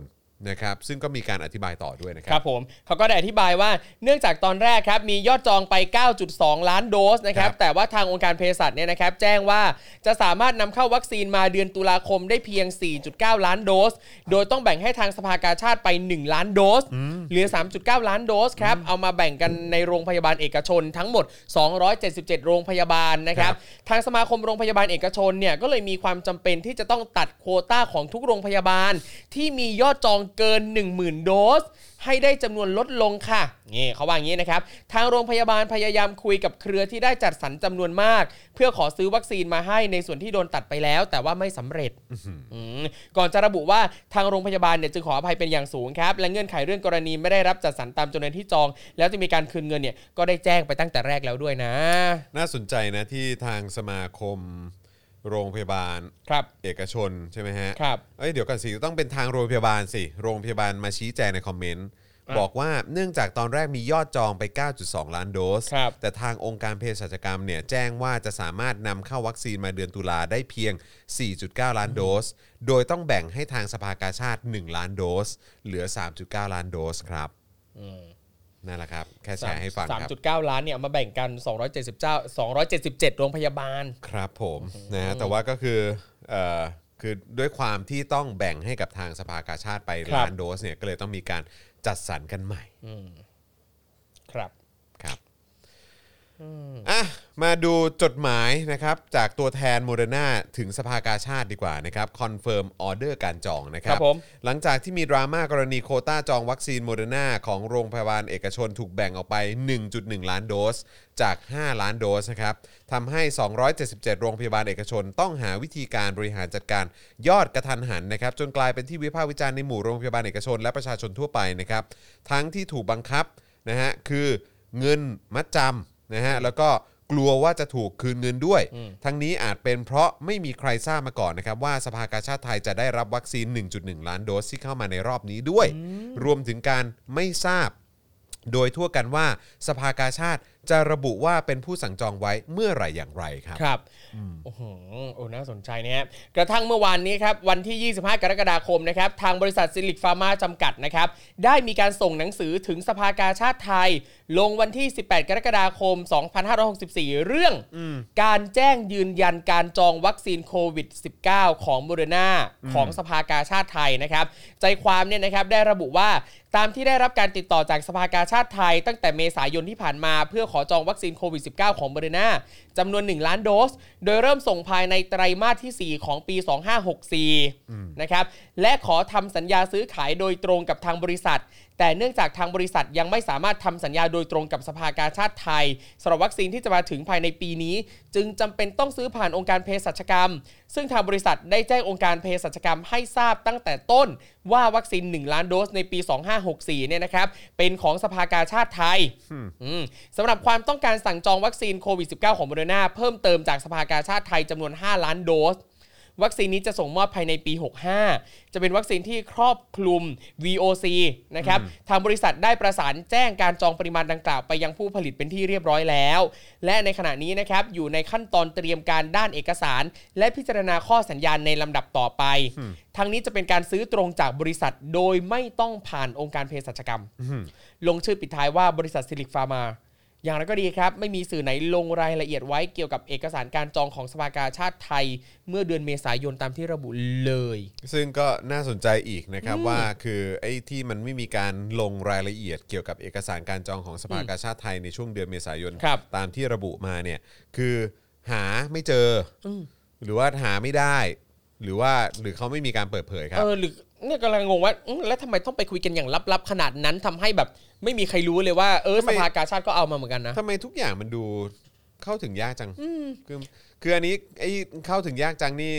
นะครับซึ่งก็มีการอธิบายต่อด้วยนะค ครั รับ บผมเขาก็ได้อธิบายว่าเนื่องจากตอนแรกครับมียอดจองไป 9.2 ล้านโดสนะครับ ครับ แต่ว่าทางองค์การเภสัชเนี่ยนะครับแจ้งว่าจะสามารถนำเข้าวัคซีนมาเดือนตุลาคมได้เพียง 4.9 ล้านโดส โดยต้องแบ่งให้ทางสภากาชาติไป 1 ล้านโดส เหลือ 3.9 ล้านโดสครับเอามาแบ่งกันในโรงพยาบาลเอกชนทั้งหมด 277 โรงพยาบาลนะครั ครับ บ ทางสมาคมโรงพยาบาลเอกชนเนี่ยก็เลยมีความจำเป็นที่จะต้องตัดโควต้าของทุกโรงพยาบาล ที่มียอดจองเกิน 10,000 โดส ให้ได้จำนวนลดลงค่ะนี่เขาว่าอย่างนี้นะครับ ทางโรงพยาบาลพยายามคุยกับเครือที่ได้จัดสรรจำนวนมาก เพื่อขอซื้อวัคซีนมาให้ในส่วนที่โดนตัดไปแล้ว แต่ว่าไม่สำเร็จ อืมก่อนจะระบุว่าทางโรงพยาบาลเนี่ยจึงขออภัยเป็นอย่างสูงครับ และเงื่อนไขเรื่องกรณีไม่ได้รับจัดสรรตามจำนวนที่จอง แล้วจะมีการคืนเงินเนี่ยก็ได้แจ้งไปตั้งแต่แรกแล้วด้วยนะ น่าสนใจนะที่ทางสมาคมโรงพยาบาล ครับ เอกชนใช่ไหมฮะ ครับ เอ้ยเดี๋ยวก่อนสิต้องเป็นทางโรงพยาบาลสิ โรงพยาบาลมาชี้แจงในคอมเมนต์ บอกว่าเนื่องจากตอนแรกมียอดจองไป 9.2 ล้านโดส ครับ แต่ทางองค์การเภสัชกรรมเนี่ยแจ้งว่าจะสามารถนำเข้าวัคซีนมาเดือนตุลาได้เพียง 4.9 ล้านโดส โดยต้องแบ่งให้ทางสภากาชาติ 1 ล้านโดส เหลือ 3.9 ล้านโดสครับนั่นแหละครับ แค่แชร์ให้ฟัง สาม ครับ จุดเก้าล้านเนี่ยเอามาแบ่งกัน 279 277 โรงพยาบาล ครับผมนะฮะแต่ว่าก็คือเอ่อคือด้วยความที่ต้องแบ่งให้กับทางสภากาชาติไป ครับ ล้านโดสเนี่ยก็เลยต้องมีการจัดสรรกันใหม่ ครับ ครับอ่ะมาดูจดหมายนะครับจากตัวแทนโมเดอร์นาถึงสภากาชาติดีกว่านะครับคอนเฟิร์มออเดอร์การจองนะครั ครับ บผม หลังจากที่มีดราม่ากรณีโควต้าจองวัคซีนโมเดอร์นาของโรงพยาบาลเอกชนถูกแบ่งออกไป 1.1 ล้านโดส จาก 5 ล้านโดสนะครับทำให้ 277 โรงพยาบาลเอกชน ต้องหาวิธีการบริหารจัดการยอดกระทันหันนะครับจนกลายเป็นที่วิพากษ์วิจารณ์ในหมู่โรงพยาบาลเอกชนและประชาชนทั่วไปนะครับทั้งที่ถูกบังคับนะฮะคือเงินมัดจำนะฮะแล้วก็กลัวว่าจะถูกคืนเงินด้วย ทั้งนี้อาจเป็นเพราะไม่มีใครทราบมาก่อนนะครับว่าสภากาชาติไทยจะได้รับวัคซีน 1.1 ล้านโดสที่เข้ามาในรอบนี้ด้วย รวมถึงการไม่ทราบ โดยทั่วกันว่าสภากาชาติจะระบุว่าเป็นผู้สั่งจองไว้เมื่อไหร่อย่างไรครับ ครับโอ้โหโอ้น่าสนใจนะฮะกระทั่งเมื่อวานนี้ครับ วันที่ 25 กรกฎาคมนะครับ ทางบริษัทซิลิกฟาร์มาจำกัดนะครับ ได้มีการส่งหนังสือถึงสภากาชาติไทย ลงวันที่ 18 กรกฎาคม 2564 เรื่องการแจ้งยืนยันการจองวัคซีนโควิด -19 ของโมเดอร์นาของสภากาชาติไทยนะครับ ใจความเนี่ยนะครับได้ระบุว่า ตามที่ได้รับการติดต่อจากสภากาชาติไทย ตั้งแต่เมษายนที่ผ่านมาเพื่อขอจองวัคซีนโควิด -19 ของเบรนาจำนวน 1 ล้านโดส โดยเริ่มส่งภายในไตรมาสทีสี่ 4 ของปี 2564 นะครับ และขอทำสัญญาซื้อขายโดยตรงกับทางบริษัท แต่เนื่องจากทางบริษัทยังไม่สามารถทำสัญญาโดยตรงกับสภากาชาติไทยสำหรับวัคซีนที่จะมาถึงภายในปีนี้ จึงจำเป็นต้องซื้อผ่านองค์การเภสัชกรรม ซึ่งทางบริษัทได้แจ้งองค์การเภสัชกรรมให้ทราบตั้งแต่ต้น ว่าวัคซีน 1 ล้านโดสในปี 2564 เนี่ยนะครับ เป็นของสภากาชาติไทยอืมสำหรับความต้องการสั่งจองวัคซีนโควิด -19 ของโมเดอร์นาเพิ่มเติมจากสภากาชาติไทยจำนวน 5 ล้านโดส วัคซีนนี้จะส่งมอบภายในปี 65 จะเป็นวัคซีนที่ครอบคลุม VOC นะครับ ทางบริษัทได้ประสานแจ้งการจองปริมาณดังกล่าวไปยังผู้ผลิตเป็นที่เรียบร้อยแล้ว และในขณะนี้นะครับ อยู่ในขั้นตอนเตรียมการด้านเอกสาร และพิจารณาข้อสัญญาณในลำดับต่อไป ทั้งนี้จะเป็นการซื้อตรงจากบริษัทโดยไม่ต้องผ่านองค์การเภสัชกรรม ลงชื่อปิดท้ายว่าบริษัทซิลิกฟาร์มา อย่างไรก็ดีครับ ไม่มีสื่อไหนลงรายละเอียดไว้เกี่ยวกับเอกสารการจองของสภากาชาติไทย เมื่อเดือนเมษายนตามที่ระบุเลย ซึ่งก็น่าสนใจอีกนะครับว่าคือไอ้ที่มันไม่มีการลงรายละเอียดเกี่ยวกับเอกสารการจองของสภากาชาติไทยในช่วงเดือนเมษายน ครับ ตามที่ระบุมาเนี่ยคือหาไม่เจออหรือว่าหาไม่ได้ หรือว่าหรือเขาไม่มีการเปิดเผยครับ เออหรือเนี่ยกำลังงงว่าอื้อแล้วทำไมต้องไปคุยกันอย่างลับๆ ขนาดนั้นทำให้แบบไม่มีใครรู้เลยว่าเออสทำไม ภากาชาติก็เอามาเหมือนกันนะ ทำไมทุกอย่างมันดูเข้าถึงยากจังคือคืออันนี้ไอ้เข้าถึงยากจังนี่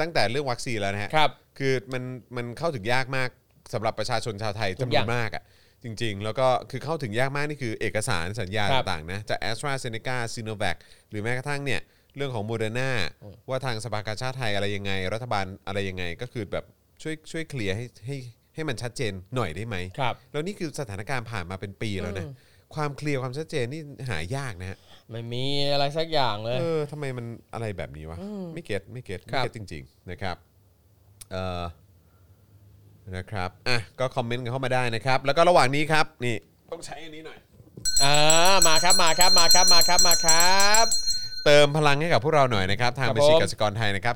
ตั้งแต่เรื่องวัคซีนแล้วนะฮะ ครับ คือมันมันเข้าถึงยากมากสำหรับประชาชนชาวไทย ทุกอจำนว ย่าง นมากอ่ะจริง ๆ แล้วก็คือเข้าถึงยากมากนี่คือเอกสารสัญญา ครับ ต่างๆนะจากแอสตราเซเนกาซีโนแวคหรือแม้กระทั่งเนี่ยเรื่องของโมเดอร์นาว่าทางสภากาชาติไทยอะไรยังไง รัฐบาลอะไรยังไง ก็คือแบบช่วยช่วยเคลียร์ให้ให้ให้มันชัดเจนหน่อยได้ไหม ครับ แล้วนี่คือสถานการณ์ผ่านมาเป็นปีแล้วนะความเคลียร์ความชัดเจนนี่หายากนะฮะ ไม่มีอะไรสักอย่างเลย เออทำไมมันอะไรแบบนี้วะ ไม่เก็ตไม่เก็ต ค ไม่ รับ เก็ตจริง ๆ นะครับเออนะครับอ่ะก็คอมเมนต์กันเข้ามาได้นะครับ แล้วก็ระหว่างนี้ครับ นี่ ต้องใช้อันนี้หน่อย ่ามาครับมาครับมาครับมาครับมาครับ เติมพลังให้กับพวกเราหน่อยนะครับ ทาง ครับ บัญชี ผม กสิกรไทยนะครั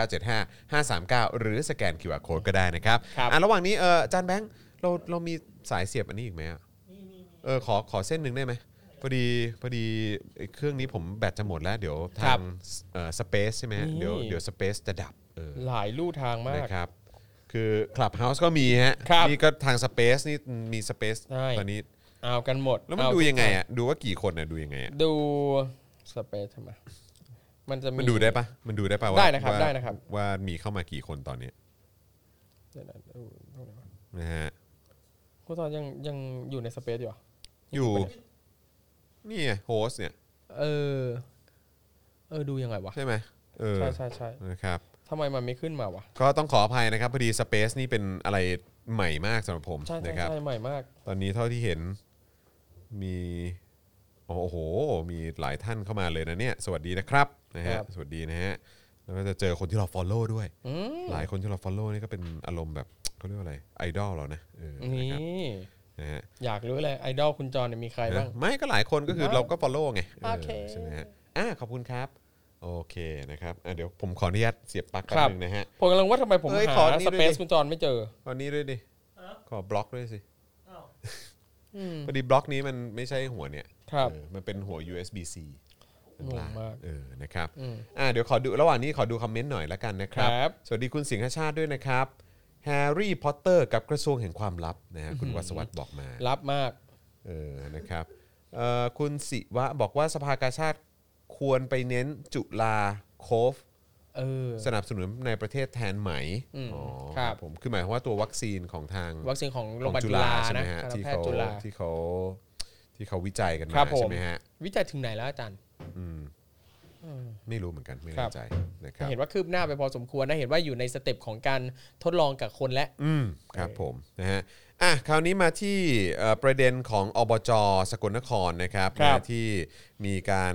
บ 0698975539 หรือสแกน QR Code ก็ได้นะครับ ครับ อ่ะระหว่างนี้เออจานแบงค์เราเรามีสายเสียบอันนี้อีกไหมอะเออขอขอเส้นหนึ่งได้ไหมพอดีพอดีไอ้เครื่องนี้ผมแบตจะหมดแล้วเดี๋ยวทางเอ่อสเปซใช่ไหมฮะเดี๋ยวเดี๋ยวสเปซจะดับเออ หลายลู่ทางมาก นะครับ คือ Clubhouse ก็มีฮะ ครับ นี่ก็ทาง Space นี่มี Space ใช่ ตอนนี้ เอากันหมด แล้วมัน เอา ดู ทุก ยังไงอ่ะ ดูว่ากี่คนอ่ะ ดูยังไงอ่ะ ดูสเปซทำไมมันจะมี มันดูได้ปะมันดูได้ปะว่า ได้นะครับ ว่า ได้นะครับ ว่ามีเข้ามากี่คนตอนนี้ เดี๋ยวนะเออตรงไหนวะ นะฮะ คุณตอนยังยังอยู่ในสเปซอยู่เหรอ อยู่ นี่โฮสเนี่ย เออ เออ ดูยังไงวะ ใช่ไหมเออ ใช่ใช่ใช่ นะครับ ทำไมมันไม่ขึ้นมาวะ ก็ต้องขออภัยนะครับ พอดี Space นี่เป็นอะไร ใหม่มากสำหรับผม ใช่ใช่ นะครับ ใช่ใหม่มาก ตอนนี้เท่าที่เห็นมีอ๋อโอ้โห มีหลายท่านเข้ามาเลยนะเนี่ย สวัสดีนะครับนะฮะ ครับ สวัสดีนะฮะแล้วก็จะเจอคนที่เรา follow ด้วย หลายคนที่เรา follow นี่ก็เป็นอารมณ์แบบเขาเรียกว่าอะไรไอดอลเรานะเออ นี นะค่รับนะฮะ อยากรู้เลยไอดอลคุณจรเนี่ยมีใครบ้าง ไม่ก็หลายคนก็คือเราก็ follow ไง โอเค ใช่ไหมฮะอ่าขอบคุณครับ โอเคนะครับอ่ะเดี๋ยวผมขออนุญาตเสียบปลั๊กแป๊ ครับ บ นึงนะฮะ ผมกำลังว่าทำไมผม เอ้ย หา ขอนี่ ส ด้วยดิ เปซคุณจรไม่เจอ ตอนนี้ด้วยดิ อ้าว ขอบล็อกด้วยสิ อ้าว พอดีบล็อกนี้มันไม่ใช่หัวเนี่ย ครับ เออมันเป็นหัว USB C ข้างล่าง งงมาก เออนะครับ อืม อ่าเดี๋ยวขอดูระหว่างนี้ขอดูคอมเมนต์หน่อยละกันนะครับ ครับ สวัสดีคุณสิงหชาติด้วยนะครับแฮร์รี่พอตเตอร์กับกระทรวงแห่งความลับนะฮะคุณวัสวัตบอกมา รับมาก เออ นะครับเอ่อคุณสิวะบอกว่าสภากาชาติควรไปเน้นจุฬาโคฟ เออ สนับสนุนในประเทศแทนไหม อืม อ๋อ ครับ ผมคือหมายความว่าตัววัคซีนของทาง วัคซีนของ ของ โรงพยาบาลจุฬา ใช่ไหม นะ ฮะ คณะ ที่ แพท เขา ย์จุฬา ที่เขาที่เขาวิจัยกันมา ครับผม ใช่ไหมฮะ วิจัยถึงไหนแล้วอาจารย์ อืมไม่รู้เหมือนกันไม่ ครั แน่ บ ใจนะครับ เห็นว่าคืบหน้าไปพอสมควรนะเห็นว่าอยู่ในสเต็ปของการทดลองกับคนและ อืมครับผมนะฮะอ่ะคราวนี้มาที่เอ่อประเด็นของอบจสกลนครนะครับ ครับ นะที่มีการ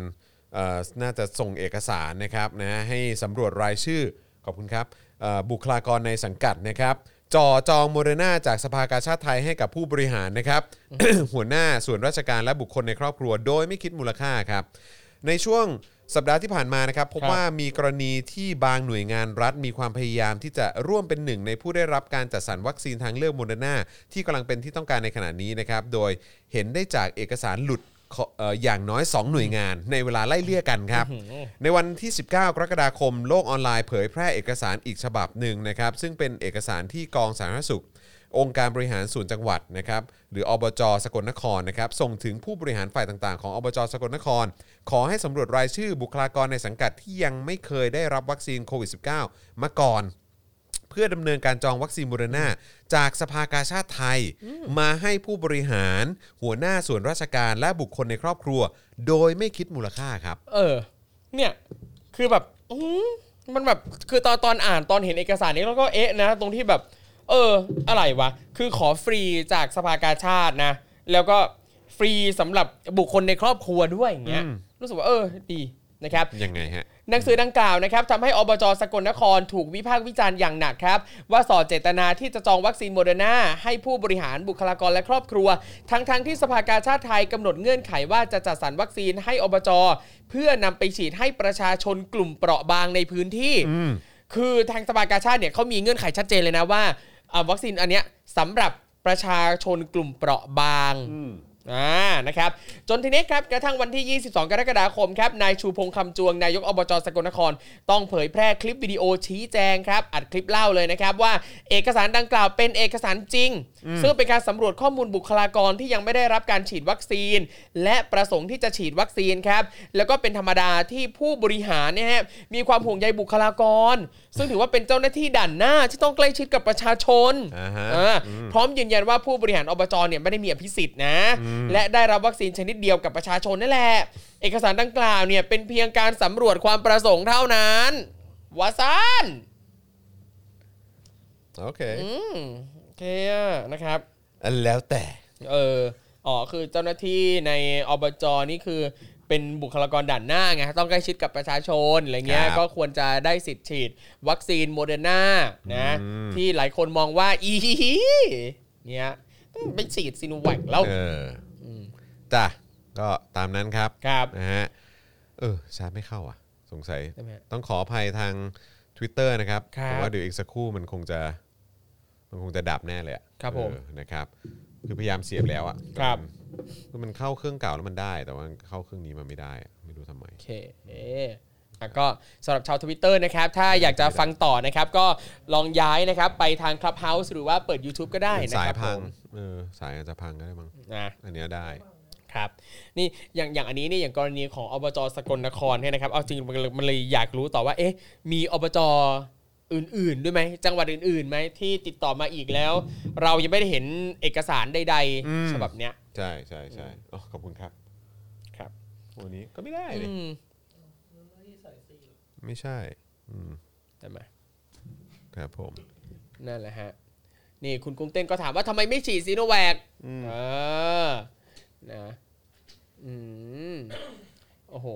เอ่อน่าจะส่งเอกสารนะครับนะฮะให้สำรวจรายชื่อขอบคุณครับเอ่อบุคลากรในสังกัดนะครับจ่อจองโมเดอร์นาจากสภากาชาติไทยให้กับผู้บริหารนะครับ หัวหน้าส่วนราชการและบุคคลในครอบครัว โดยไม่คิดมูลค่าครับ ในช่วงสัปดาห์ที่ผ่านมานะครับพบ ครับ ว่ามีกรณีที่บางหน่วยงานรัฐมีความพยายามที่จะร่วมเป็นหนึ่ง ในผู้ได้รับการจัดสรรวัคซีนทางเลือกโมเดอร์นาที่กำลังเป็นที่ต้องการในขณะนี้นะครับ โดยเห็นได้จากเอกสารหลุดขอเอ่ออย่างน้อย 2 หน่วยงาน ในเวลาไล่เลี่ยกันครับ ในวันที่ 19 กรกฎาคม โลกออนไลน์เผยแพร่เอกสารอีกฉบับหนึ่งนะครับ ซึ่งเป็นเอกสารที่กองสาธารณสุข องค์การบริหารส่วนจังหวัดนะครับหรืออบจสกลนครนะครับส่งถึงผู้บริหารฝ่ายต่างๆ ของอบจสกลนคร ขอให้สำรวจรายชื่อบุคลากรในสังกัดที่ยังไม่เคยได้รับวัคซีนโควิด -19 มาก่อน เพื่อดำเนินการจองวัคซีนบูรณาจากสภากาชาติไทย มาให้ผู้บริหาร หัวหน้าส่วนราชการและบุคคลในครอบครัว โดยไม่คิดมูลค่าครับ เออ เนี่ย คือแบบอื้อหือมันแบบ คือตอนตอนอ่านตอนเห็นเอกสารนี้แล้วก็เอ๊ะนะ ตรงที่แบบ เออ อะไรวะ คือขอฟรีจากสภากาชาตินะ แล้วก็ฟรีสำหรับบุคคลในครอบครัวด้วยอย่างเงี้ย อืม รู้สึกว่าเออ ดีนะครับ ยังไงฮะ หนังสือดังกล่าวนะครับทำให้อบจสกลนครถูกวิพากษ์วิจารณ์อย่างหนักครับ ว่าสอดเจตนาที่จะจองวัคซีนโมเดอร์นาให้ผู้บริหารบุคลากรและครอบครัว ทั้งๆทที่สภากาชาติไทยกำหนดเงื่อนไขว่าจะจัดสรรวัคซีนให้อบจเพื่อนำไปฉีดให้ประชาชนกลุ่มเปราะบางในพื้นที่ คือทางสภากาชาติเนี่ยเขามีเงื่อนไขชัดเจนเลยนะว่าอ่าวัคซีนอันเนี้ยสำหรับประชาชนกลุ่มเปราะบาง อ่า นะครับ จนทีนี้ครับ กระทั่งวันที่ 22 กรกฎาคมครับ นายชูพงษ์คำจวง นายกอบจสกลนคร ต้องเผยแพร่คลิปวิดีโอชี้แจงครับ อัดคลิปเล่าเลยนะครับ ว่าเอกสารดังกล่าวเป็นเอกสารจริง ซึ่งเป็นการสำรวจข้อมูลบุคลากรที่ยังไม่ได้รับการฉีดวัคซีน และประสงค์ที่จะฉีดวัคซีนครับ แล้วก็เป็นธรรมดาที่ผู้บริหารเนี่ยฮะมีความห่วงใยบุคลากร ซึ่งถือว่าเป็นเจ้าหน้าที่ด่านหน้าที่ต้องใกล้ชิดกับประชาชน อ่าฮะ เอออพร้อมยืนยันว่าผู้บริหารอบจเนี่ยไม่ได้มีอภิสิทธิ์นะ และได้รับวัคซีนชนิดเดียวกับประชาชนนั่นแหละ เอกสารดังกล่าวเนี่ยเป็นเพียงการสำรวจความประสงค์เท่านั้นวาซัน โอเค อืมโอเคอะนะครับ แล้วแต่ เอออ๋อคือเจ้าหน้าที่ในอบจนี่คือเป็นบุคลากรด่านหน้าไงต้องใกล้ชิดกับประชาชนอะไรเงี้ย ครับ ก็ควรจะได้สิทธิ์ฉีด วัคซีนโมเดอร์นานะ อืม ที่หลายคนมองว่าอีเนี้ยต้องไปฉีดซิโนแวคแล้ว เอออจ้ะก็ตามนั้นครับ ครับ นะฮะเออชาร์จไม่เข้าอ่ะ สงสัย ได้ไหมฮะ ต้องขออภัยทาง Twitter นะครับ ครับ ผมว่าเดี๋ยวอีกสักครู่มันคงจะ มันคงจะดับแน่เลยอะ ครับผม เออนะครับ คือพยายามเสียบแล้วอ่ะ ครับ คือมันเข้าเครื่องเก่าแล้วมันได้ แต่ว่าเข้าเครื่องนี้มันไม่ได้อะไม่รู้ทำไม โอเคอ่ะก็สำหรับชาวทวิตเตอร์นะครับ ถ้าอยากจะฟังต่อนะครับ ก็ลองย้ายนะครับ ไปทาง Clubhouse หรือว่าเปิด YouTube ก็ได้นะ สา ค ย รับผ พัง ม เออสายอาจจะพังก็ได้มั้ง นะ อันเนี้ยได้ ครับนี่อย่างอย่างอันนี้เนี่ยอย่างกรณีของอบจสกลนครเนี่ยนะครับเอาจริงมันมันเลยอยากรู้ต่อว่าเอ๊ะมีอบจอื่นๆ ด้วยไหมจังหวัดอื่นๆไหมที่ติดต่อมาอีกแล้ว เรายังไม่ได้เห็นเอกสารใด อืม ๆฉบับเนี้ย ใช่ใช่ใช่อ๋อขอบคุณครับ ครับ วันนี้ก็ไม่ได้ดิ อืม ใส่ซีเหรอ ไม่ใช่ อืม ใช่ไหม ครับผม นั่นแหละฮะ นี่คุณกุ้งเต้นก็ถามว่าทำไมไม่ฉีดซีโนแวคเออนะอืมโอ้โห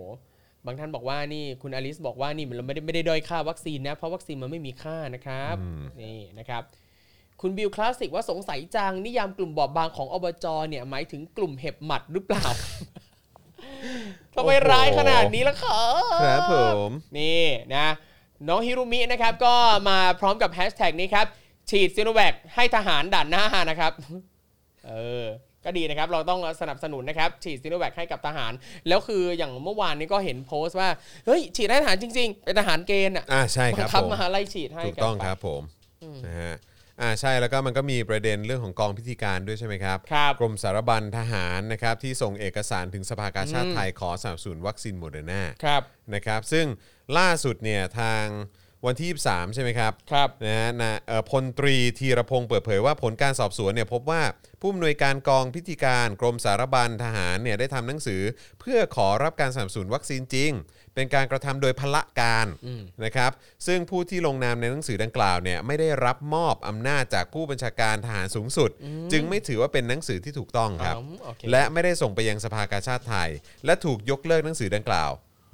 บางท่านบอกว่านี่คุณอลิสบอกว่านี่เราไม่ได้ไม่ได้ด้อยค่าวัคซีนนะ เพราะวัคซีนมันไม่มีค่านะครับ อืม นี่นะครับ คุณบิวคลาสสิกว่าสงสัยจังนิยามกลุ่มบอบบางของอบจเนี่ยหมายถึงกลุ่มเห็บหมัดหรือเปล่า ทำไมร้ายขนาดนี้ล่ะครั ครับผม นี่นะน้องฮิรุมินะครับก็มาพร้อมกับแฮชแท็กนี้ครับ ฉีดซีโนแวคให้ทหารด่านหน้านะครับ เออก็ดีนะครับ เราต้องสนับสนุนนะครับ ฉีดซีโนแวคให้กับทหาร แล้วคืออย่างเมื่อวานนี้ก็เห็นโพสต์ว่า เฮ้ย ฉีดให้ทหารจริง ๆ เป็นทหารเกณฑ์อ่ะ อ่าใช่ครับ คับ ผม มหาไล่ฉีดให้ ถูก น ต้อง ไป ครับผมนะฮะอ่าใช่แล้วก็มันก็มีประเด็นเรื่องของกองพิธีการด้วยใช่ไหมครับ ครับ กรมสารบัญทหารนะครับที่ส่งเอกสารถึงสภากาชาติ อืม ไทยขอสนับสนุนวัคซีนโมเดอร์นา ครับ นะครับซึ่งล่าสุดเนี่ยทางวันที่ 23 ใช่ไหมครับ ครับ นะฮะนะเอ่อพลตรีธีรพงศ์เปิดเผยว่าผลการสอบสวนเนี่ยพบว่าผู้อำนวยการกองพิธีการกรมสารบัญทหารเนี่ยได้ทำหนังสือ เพื่อขอรับการสนับสนุนวัคซีนจริง เป็นการกระทำโดยพละการนะครับซึ่งผู้ที่ลงนามในหนังสือดังกล่าวเนี่ยไม่ได้รับมอบอำนาจจากผู้บัญชาการทหารสูงสุด จึงไม่ถือว่าเป็นหนังสือที่ถูกต้องครับ อ๋อโอเค และไม่ได้ส่งไปยังสภากาชาติไทย และถูกยกเลิกหนังสือดังกล่าว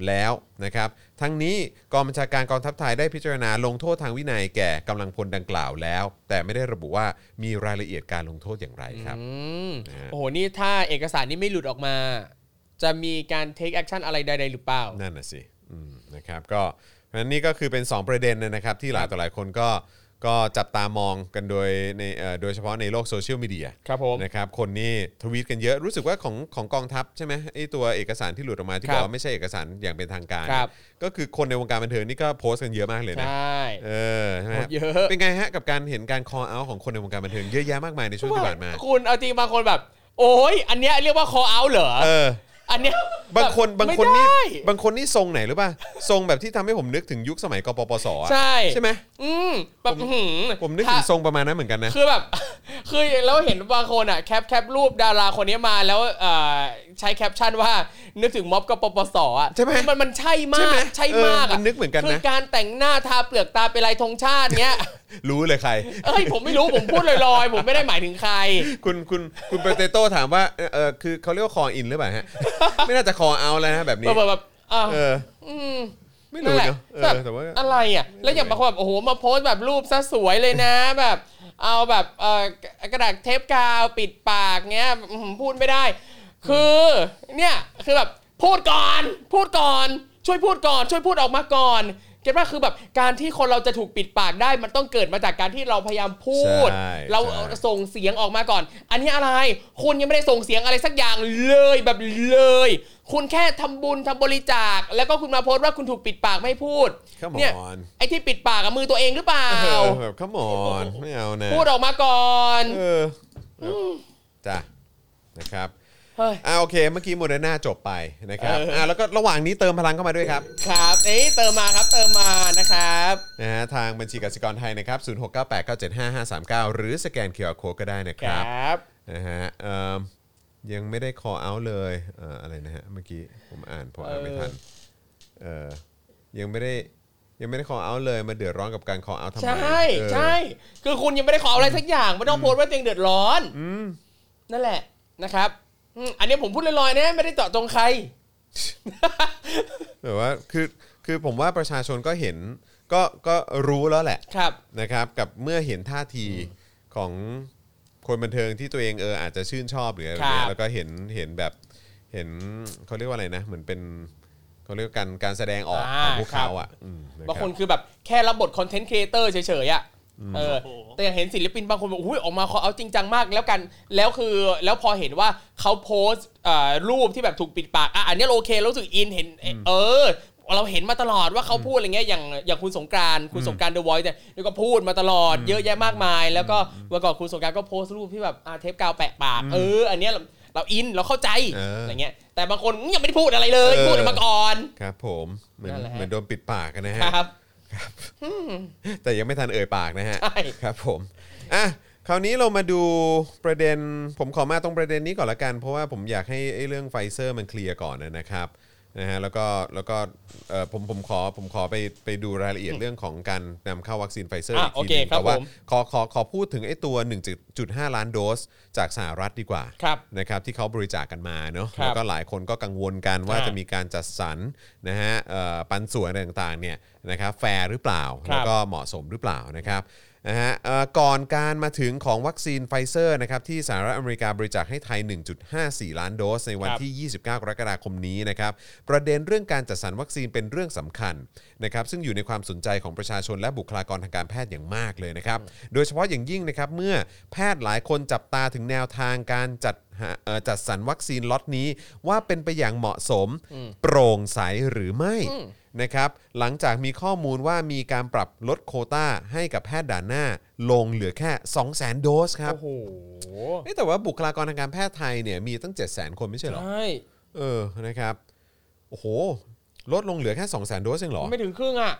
แล้วนะครับ ทั้งนี้กองบัญชาการกองทัพไทยได้พิจารณาลงโทษทางวินัยแก่กำลังพลดังกล่าวแล้ว แต่ไม่ได้ระบุว่ามีรายละเอียดการลงโทษอย่างไรครับ อืม นะฮะ โอ้โหนี่ถ้าเอกสารนี้ไม่หลุดออกมา จะมีการ take action อะไรใดๆหรือเปล่า นั่นน่ะสิอืมนะครับก็เพราะฉะนั้นนี่ก็คือเป็น 2 ประเด็นนะครับ ที่หลายต่อหลายคนก็ก็จับตามองกันโดยในเอ่อโดยเฉพาะในโลกโซเชียลมีเดีย ครับผม นะครับคนนี่ทวีตกันเยอะรู้สึกว่าของของกองทัพใช่ไหมไอตัวเอกสารที่หลุดออกมาที่ ครับ บอก ว่าไม่ใช่เอกสารอย่างเป็นทางการ ครับ ก็คือคนในวงการบันเทิงนี่ก็โพสต์กันเยอะมากเลย ใช นะ ่ เออใช่ไหมครับ เยอะ เป็นไงฮะกับการเห็นการ call out ของคนในวงการบันเทิงเยอะแยะมากมายในช่วงที่ผ่านมา คุณเอาจริงบางคนแบบ โอ้ยอันเนี้ยเรียกว่า call out เหรอ เออ อันเนี้ย บางคนบางคนนี่ ไม่ได้ บางคนนี่ทรงไหนหรือป่ะทรงแบบที่ทำให้ผมนึกถึงยุคสมัยกปปสอะ ใช่ ใช่ไหม อืมแบบอื้อหือ ผมนึกถึงทรงประมาณนั้นเหมือนกันนะ คือแบบ คือแล้วเห็นบางคนอ่ะแคปแคปรูปดาราคนนี้มาแล้วเอ่อใช้แคปชั่นว่า นึกถึงม็อบกปปสอ่ะ ใช่ไหม มันมันใช่มา ใช่ไหม ก ใช่มาก เออมั อ่ะ นนึกเหมือนกันนะ คือการแต่งหน้าทาเปลือกตาเป็นลายธงชาติเนี้ย รู้เลยใคร เอ้ยผมไม่รู้ผมพูดลอยๆ ผมไม่ได้หมายถึงใคร คุณคุณคุณเปเตโต้ถามว่าเออเออคือเขาเรียกว่าคออินหรือเปล่าฮะ ไม่น่าจะคอเอาแล้วนะฮะแบบนี้ แบบแบบอ่ะ เออ ม ไม่รู้ นั่นแหละ เนาะเอ แบบ อแต่ว่า อะไรอ่ะ แล้วอย่างบางคนแบบโอ้โหมาโพสต์แบบรูปซะสวยเลย นะ แบบเอาแบบเอ่อกระดาษเทปกาวปิดปากเงี้ยอื้อหือพูดไม่ได้ คือเนี่ยคือแบบพูดก่อน พูดก่อน ช่วยพูดก่อน ช่วยพูดออกมาก่อนเก็ตป่ะคือแบบการที่คนเราจะถูกปิดปากได้มันต้องเกิดมาจากการที่เราพยายามพูด ใช่ เรา ใช่ ส่งเสียงออกมาก่อน อันนี้อะไร คุณยังไม่ได้ส่งเสียงอะไรสักอย่างเลยแบบเลย คุณแค่ทำบุญทำบริจาค แล้วก็คุณมาโพสต์ว่าคุณถูกปิดปากไม่ให้พูด Come เนี่ย on ไอ้ที่ปิดปากกับมือตัวเองหรือเปล่า เออแบบขมอนไม่เอานะ พูดออกมาก่อน เออแบบจ้ะนะครับ เฮ้ย อ่าโอเค เมื่อกี้โมเดอร์นาจบไปนะครับ เอออ่ อ่าแล้วก็ระหว่างนี้เติมพลังเข้ามาด้วยครับ ครับเอ้ยเติมมาครับเติมมานะครับ นะฮะทางบัญชีกสิกรไทยนะครับ0698975539 หรือสแกน QR Code ก็ได้นะค คร รับั บ นะฮะเอิ่มยังไม่ได้ call out เลยเอ่ออะไรนะฮะเมื่อกี้ผมอ่านผมอ่านไม่ทันเออยังไม่ได้ยังไม่ได้ call out เลยมาเดือดร้อนกับการ call out ทำไม ใช่ เออ ใช่ คือคุณยังไม่ได้ขออะไรสักอย่างไม่ต้องโพสต์ว่าตัวเองเดือดร้อน นั่นแหละนะครับอืมอันนี้ผมพูดลอยๆนะไม่ได้เจาะจงใคร แต่ว่าคือคือผมว่าประชาชนก็เห็นก็ก็รู้แล้วแหละ ครับ นะครับ กับเมื่อเห็นท่าทีของคนบันเทิงที่ตัวเองเอออาจจะชื่นชอบหรืออะไรแบบเนี้ ค ย รับ แล้วก็เห็นเห็นแบบเห็นเขาเรียกว่าอะไรนะ เหมือนเป็นเขาเรียกว่าการการแสดงออก อ่า ของพวกเขา ครับ อ่ะอืมะรั บางคนคือแบบแค่รับบทคอนเทนต์ครีเอเตอร์เฉยๆอ่ะเออ โอ้โห แต่อย่างเห็นศิลปินบางคนบอกอุ้ยออกมาเขาเอาจริงจังมาก แล้วกันแล้วคือแล้วพอเห็นว่าเขาโพสต์เอ่อรูปที่แบบถูกปิดปากอ่ะอันนี้เราโอเคเรารู้สึกอินเห็นเออ เราเห็นมาตลอดว่าเขาพูดอะไรเงี้ยอย่างอย่างคุณสงกรานต์คุณสงกรานเดอะวอยซ์เนี่ยแล้วก็พูดมาตลอดเยอะแยะมากมาย แล้วก็วันก่อนคุณสงกรานต์ก็โพสต์รูปที่แบบอ่ะเทปกาวแปะปากเออ อันเนี้ยเราเราอินเราเข้าใจ เอออ อะไรเงี้ยแต่บางคนยังไม่ได้พูดอะไรเลย เออ พูดออกมาก่อน ครับผมเหมือน นั่นแหละฮะ เหมือนโดนปิดปากอะนะฮะ ครับ แต่ยังไม่ทันเอ่ยปากนะฮะ ใช่ ครับผมอ่ะคราวนี้เรามาดูประเด็น ผมขอมาตรงประเด็นนี้ก่อนละกัน เพราะว่าผมอยากให้ไอ้เรื่องไฟเซอร์มันเคลียร์ก่อนนะครับ นะฮะแล้วก็แล้วก็เอ่อผมผมขอผมขอไปไปดูรายละเอียดเรื่องของการนำเข้าวัคซีนไฟเซอร์ อ่ะ อีโอกทีหเค นึง ครับ แต่ว่า ผม ขอขอขอพูดถึงไอ้ตัว 1.5 ล้านโดสจากสหรัฐดีกว่า ครับ นะครับที่เขาบริจาคกันมาเนอะ ครับ แล้วก็หลายคนก็กังวลกันว่า อ่า จะมีการจัดสรรนะฮะเอ่อปันส่วนอะไรต่างๆเนี่ยนะครับแฟร์หรือเปล่า ครับ แล้วก็เหมาะสมหรือเปล่านะครับนะฮะเอ่อก่อนการมาถึงของวัคซีนไฟเซอร์นะครับที่สหรัฐอเมริกาบริจาคให้ไทย 1.54 ล้านโดส ในวัน ครับ ที่ 29 กรกฎาคมนี้นะครับประเด็นเรื่องการจัดสรรวัคซีนเป็นเรื่องสำคัญนะครับซึ่งอยู่ในความสนใจของประชาชนและบุคลากรทางการแพทย์อย่างมากเลยนะครับโดยเฉพาะอย่างยิ่งนะครับเมื่อแพทย์หลายคนจับตาถึงแนวทางการจัด หาเอ่อจัดสรรวัคซีนล็อตนี้ว่าเป็นไปอย่างเหมาะสม โปร่งใสหรือไม่นะครับหลังจากมีข้อมูลว่ามีการปรับลดโควต้าให้กับแพทย์ด่านหน้า ลงเหลือแค่ 200,000 โดสครับ โอ้โห เอ้ยแต่ว่าบุคลากรทางการแพทย์ไทยเนี่ยมีตั้ง 700,000 คนไม่ใช่เหรอ ใช่ เออนะครับ โอ้โห ลดลงเหลือแค่ 200,000 โดสเองเหรอ ไม่ถึงครึ่งอ่ะ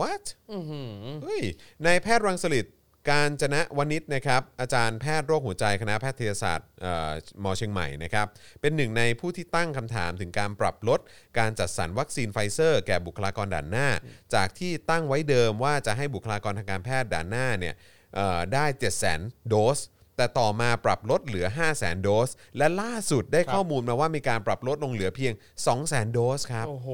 what อื้อหือ เฮ้ยนายแพทย์รังสฤษดิ์การจนะวณิชนะครับ อาจารย์แพทย์โรคหัวใจคณะแพทยศาสตร์เอ่อมอเชียงใหม่นะครับ เป็นหนึ่งในผู้ที่ตั้งคำถามถึงการปรับลด การจัดสรรวัคซีนไฟเซอร์แก่บุคลากรด่านหน้า จากที่ตั้งไว้เดิมว่าจะให้บุคลากรทางการแพทย์ด่านหน้าเนี่ยเอ่อได้7 0 0 0 0โดส แต่ต่อมาปรับลดเหลือ 5 0 0 0 0 0 โดส และล่าสุดได้ข้อมูลมาว่ามีการปรับลดลงเหลือเพียง 2 0 0 0 0 0 โดสครับ โอ้โห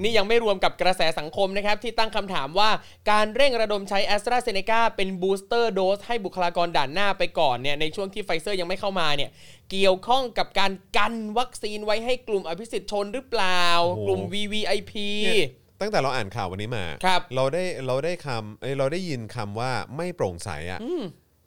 นี่ยังไม่รวมกับกระแสสังคมนะครับ ที่ตั้งคำถามว่าการเร่งระดมใช้แอสตราเซเนกาเป็นบูสเตอร์โดสให้บุคลากรด่านหน้าไปก่อนเนี่ยในช่วงที่ไฟเซอร์ยังไม่เข้ามาเนี่ยเกี่ยวข้องกับการกันวัคซีนไว้ให้กลุ่มอภิสิทธิ์ชนหรือเปล่า โอ้โห กลุ่ม VVIP เนี่ยตั้งแต่เราอ่านข่าววันนี้มา ครับ เราได้เราได้คำเอ้ยเราได้ยินคำว่าไม่โปร่งใสอะ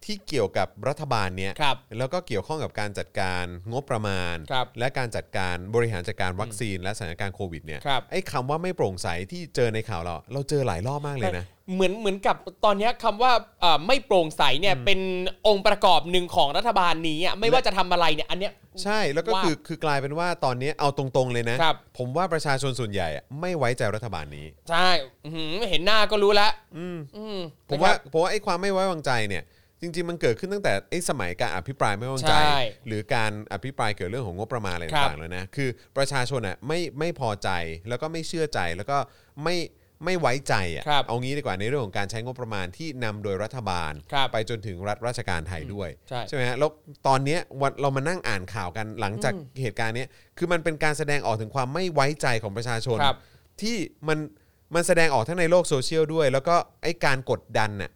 ที่เกี่ยวกับรัฐบาลเนี่ย ครับ แล้วก็เกี่ยวข้องกับการจัดการงบประมาณ ครับ และการจัดการบริหารจัดการวัคซีน และสถานการณ์โควิดเนี่ย ครับ ไอ้คำว่าไม่โปร่งใสที่เจอในข่าวเรา เราเจอหลายรอบมากเลยนะ เหมือนเหมือนกับตอนเนี้ยคำว่าเอ่อไม่โปร่งใสเนี่ยเป็นองค์ประกอบหนึ่งของรัฐบาลนี้อะไม่ว่าจะทำอะไรเนี่ยอันเนี้ย ใช่แล้วก็ ว่า คือคือกลายเป็นว่าตอนนี้เอาตรงๆเลยนะ ครับ ผมว่าประชาชนส่วนใหญ่อะไม่ไว้ใจรัฐบาลนี้ ใช่อื้อหือเห็นหน้าก็รู้แล้วอืม ผม นะค ว่า รับ ผมว่าไอ้ความไม่ไว้วางใจเนี่ยจริง ๆ มันเกิดขึ้นตั้งแต่ไอ้สมัยการอภิปรายไม่ไว้วางใจ ใช่ หรือการอภิปรายเกี่ยวเรื่องของงบประมาณอะไร ครับ ต่างๆเลยนะคือประชาชนอ่ะไม่ไม่พอใจแล้วก็ไม่เชื่อใจแล้วก็ไม่ไม่ไว้ใจอ่ะ ครับ เอางี้ดีกว่าในเรื่องของการใช้งบประมาณที่นำโดยรัฐบาล ครับ ไปจนถึงรัฐราชการไทยด้วย ใช่ ไหมฮะแล้วตอนเนี้ยวันเรามานั่งอ่านข่าวกันหลังจากเหตุการณ์เนี้ยคือมันเป็นการแสดงออกถึงความไม่ไว้ใจของประชาชน ครับ ที่มันมันแสดงออกทั้งในโลกโซเชียลด้วย แล้วก็ไอ้การกดดันน่ะ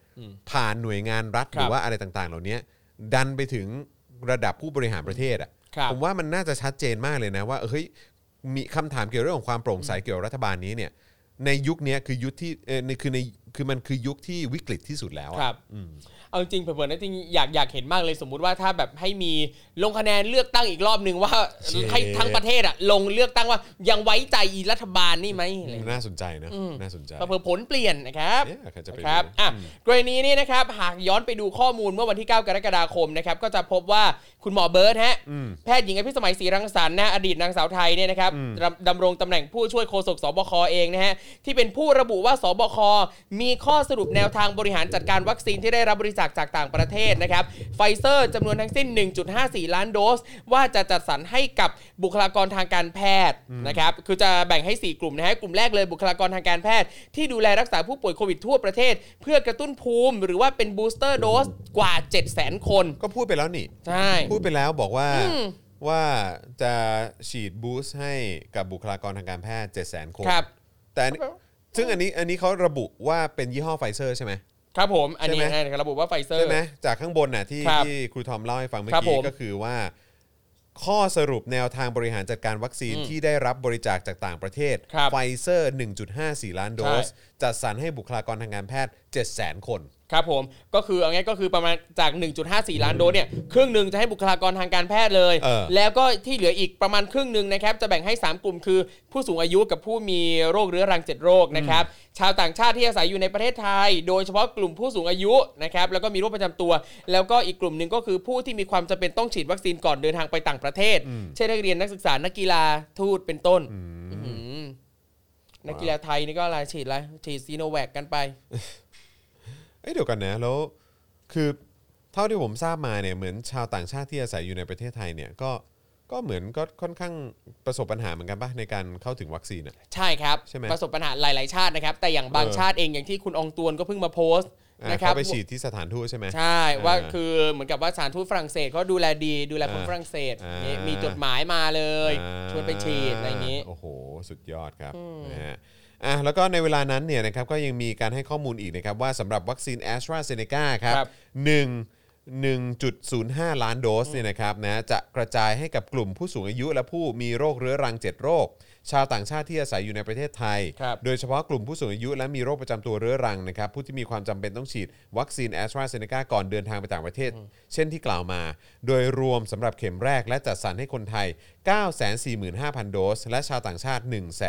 ผ่านหน่วยงานรัฐ ครั ห บ รือว่าอะไรต่างๆ เหล่านี้ดันไปถึงระดับผู้บริหารประเทศอ่ะ ครับ ผมว่ามันน่าจะชัดเจนมากเลยนะว่าเฮ้ยมีคำถามเกี่ยวเรื่องของความโปร่งใสเกี่ยวกับรัฐบาลนี้เนี่ยในยุคเนี้ยคือยุคที่เออในคือในคือมันคือยุคที่วิกฤตที่สุดแล้วอะ ครับ อืม เอาจริงๆเผื่อๆนะจริงอยากอยากเห็นมากเลยสมมุติว่าถ้าแบบให้มีลงคะแนนเลือกตั้งอีกรอบหนึ่งว่า เช ให้ทั้งประเทศอะลงเลือกตั้งว่ายังไว้ใจอีรัฐบาลนี่ไหมอะไรอย่างเงี้ย น่าสนใจนะ อืม น่าสนใจ เผื่อๆผลเปลี่ยนนะครับ เอ๊ะใครจะไปรู้ นะครับอ่ะกรณีนี้นะครับ หากย้อนไปดูข้อมูลเมื่อวันที่ 9 กรกฎาคมนะครับ ก็จะพบว่าคุณหมอเบิร์ตฮะ อืม แพทย์หญิงอภิสมัยศรีรังสรรค์นะอดีตนางสาวไทยเนี่ยนะครับ อืม ดำดำรงตำแหน่งผู้ช่วยโฆษกสบคเองนะฮะที่เป็นผู้ระบุว่าสบคมีข้อสรุปแนวทางบริหารจัดการวัคซีนที่ได้รับบริจาคจากต่างประเทศนะครับไฟเซอร์จำนวนทั้งสิ้น 1.54 ล้านโดส ว่าจะจัดสรรให้กับบุคลากรทางการแพทย์นะครับคือจะแบ่งให้ 4 กลุ่มนะฮะกลุ่มแรกเลยบุคลากรทางการแพทย์ ที่ดูแลรักษาผู้ป่วยโควิดทั่วประเทศ เพื่อกระตุ้นภูมิ หรือว่าเป็นบูสเตอร์โดสกว่า 7 0 0 0 0 คน ก็พูดไปแล้วนี่ ใช่ พูดไปแล้วบอกว่า อืม ว่าจะฉีดบูสต์ให้กับบุคลากรทางการแพทย์ 7 0 0 0 0 0 คน ครับ แต่อันนี้ซึ่งอันนี้อันนี้เขาระบุว่าเป็นยี่ห้อไฟเซอร์ใช่ไหม ครับผมอันนี้ ใช่ไหม นะครับระบุว่าไฟเซอร์ ใช่ไหมจากข้างบนน่ะที่ ครับ ที่ครูทอมเล่าให้ฟังเมื่อ ครับผ กี้ ม ก็คือว่า ข้อสรุปแนวทางบริหารจัดการวัคซีน อืม ที่ได้รับบริจาคจากต่างประเทศ ครับ ไฟเซอร์ 1.54 ล้านโดส ใช่ จัดสรรให้บุคลากรทางการแพทย์ 7 0 0 0 0 0 คน ครับผมก็คือเอาง่ายก็คือประมาณจาก 1.54 ล้านโดสเนี่ยครึ่งหนึ่งจะให้บุคลากรทางการแพทย์เลย เออ แล้วก็ที่เหลืออีกประมาณครึ่งหนึ่งนะครับ จะแบ่งให้ 3 กลุ่มคือ ผู้สูงอายุกับผู้มีโรคเรื้อรัง 7 โรคนะครับ ชาวต่างชาติที่อาศัยอยู่ในประเทศไทย โดยเฉพาะกลุ่มผู้สูงอายุนะครับแล้วก็มีโรคประจำตัว แล้วก็อีกกลุ่มหนึ่งก็คือผู้ที่มีความจำเป็นต้องฉีดวัคซีนก่อนเดินทางไปต่างประเทศ อืม เช่นนักเรียนนักศึกษานักกีฬาทูตเป็นต้นอื้อหือนักกีฬาไทยนี่ก็อะไรฉีดอะไรฉีดซีโนแวคกันไป เอ้ยเดี๋ยวกันนะแล้วคือเท่าที่ผมทราบมาเนี่ยเหมือนชาวต่างชาติที่อาศัยอยู่ในประเทศไทยเนี่ยก็ ก็เหมือนก็ค่อนข้างประสบปัญหาเหมือนกันป่ะในการเข้าถึงวัคซีนอ่ะ ใช่ครับ ใช่ไหม ประสบปัญหาหลาย ๆ ชาตินะครับ แต่อย่างบาง เออ ชาติเองอย่างที่คุณอองตวนก็เพิ่งมาโพสต์ อ่า นะครับ เขาไปฉีดที่สถานทูตใช่ไหม ใช่ว่า อ่า คือเหมือนกับว่าสถารทูตฝรั่งเศสเขาดูแลดีดูแลคน อ่า ฝรั่งเศส อ่า นี่มีจดหมายมาเลย อ่า ชวนไปฉีดอะไรอย่างนี้ โอ้โห สุดยอดครับนะฮะอ่ะแล้วก็ในเวลานั้นเนี่ยนะครับก็ยังมีการให้ข้อมูลอีกนะครับว่าสำหรับวัคซีนแอสตราเซเนกาครับ ครับ หนึ่ง1.05 ล้านโดสเนี่ยนะครับนะจะกระจายให้กับกลุ่มผู้สูงอายุและผู้มีโรคเรื้อรัง 7 โรค ชาวต่างชาติที่อาศัยอยู่ในประเทศไทย ครับ โดยเฉพาะกลุ่มผู้สูงอายุและมีโรคประจำตัวเรื้อรังนะครับผู้ที่มีความจำเป็นต้องฉีดวัคซีนแอสตราเซเนกาก่อนเดินทางไปต่างประเทศ เช่นที่กล่าวมา โดยรวมสำหรับเข็มแรกและจัดสรรให้คนไทย 945,000 โดส และชาวต่างชาติ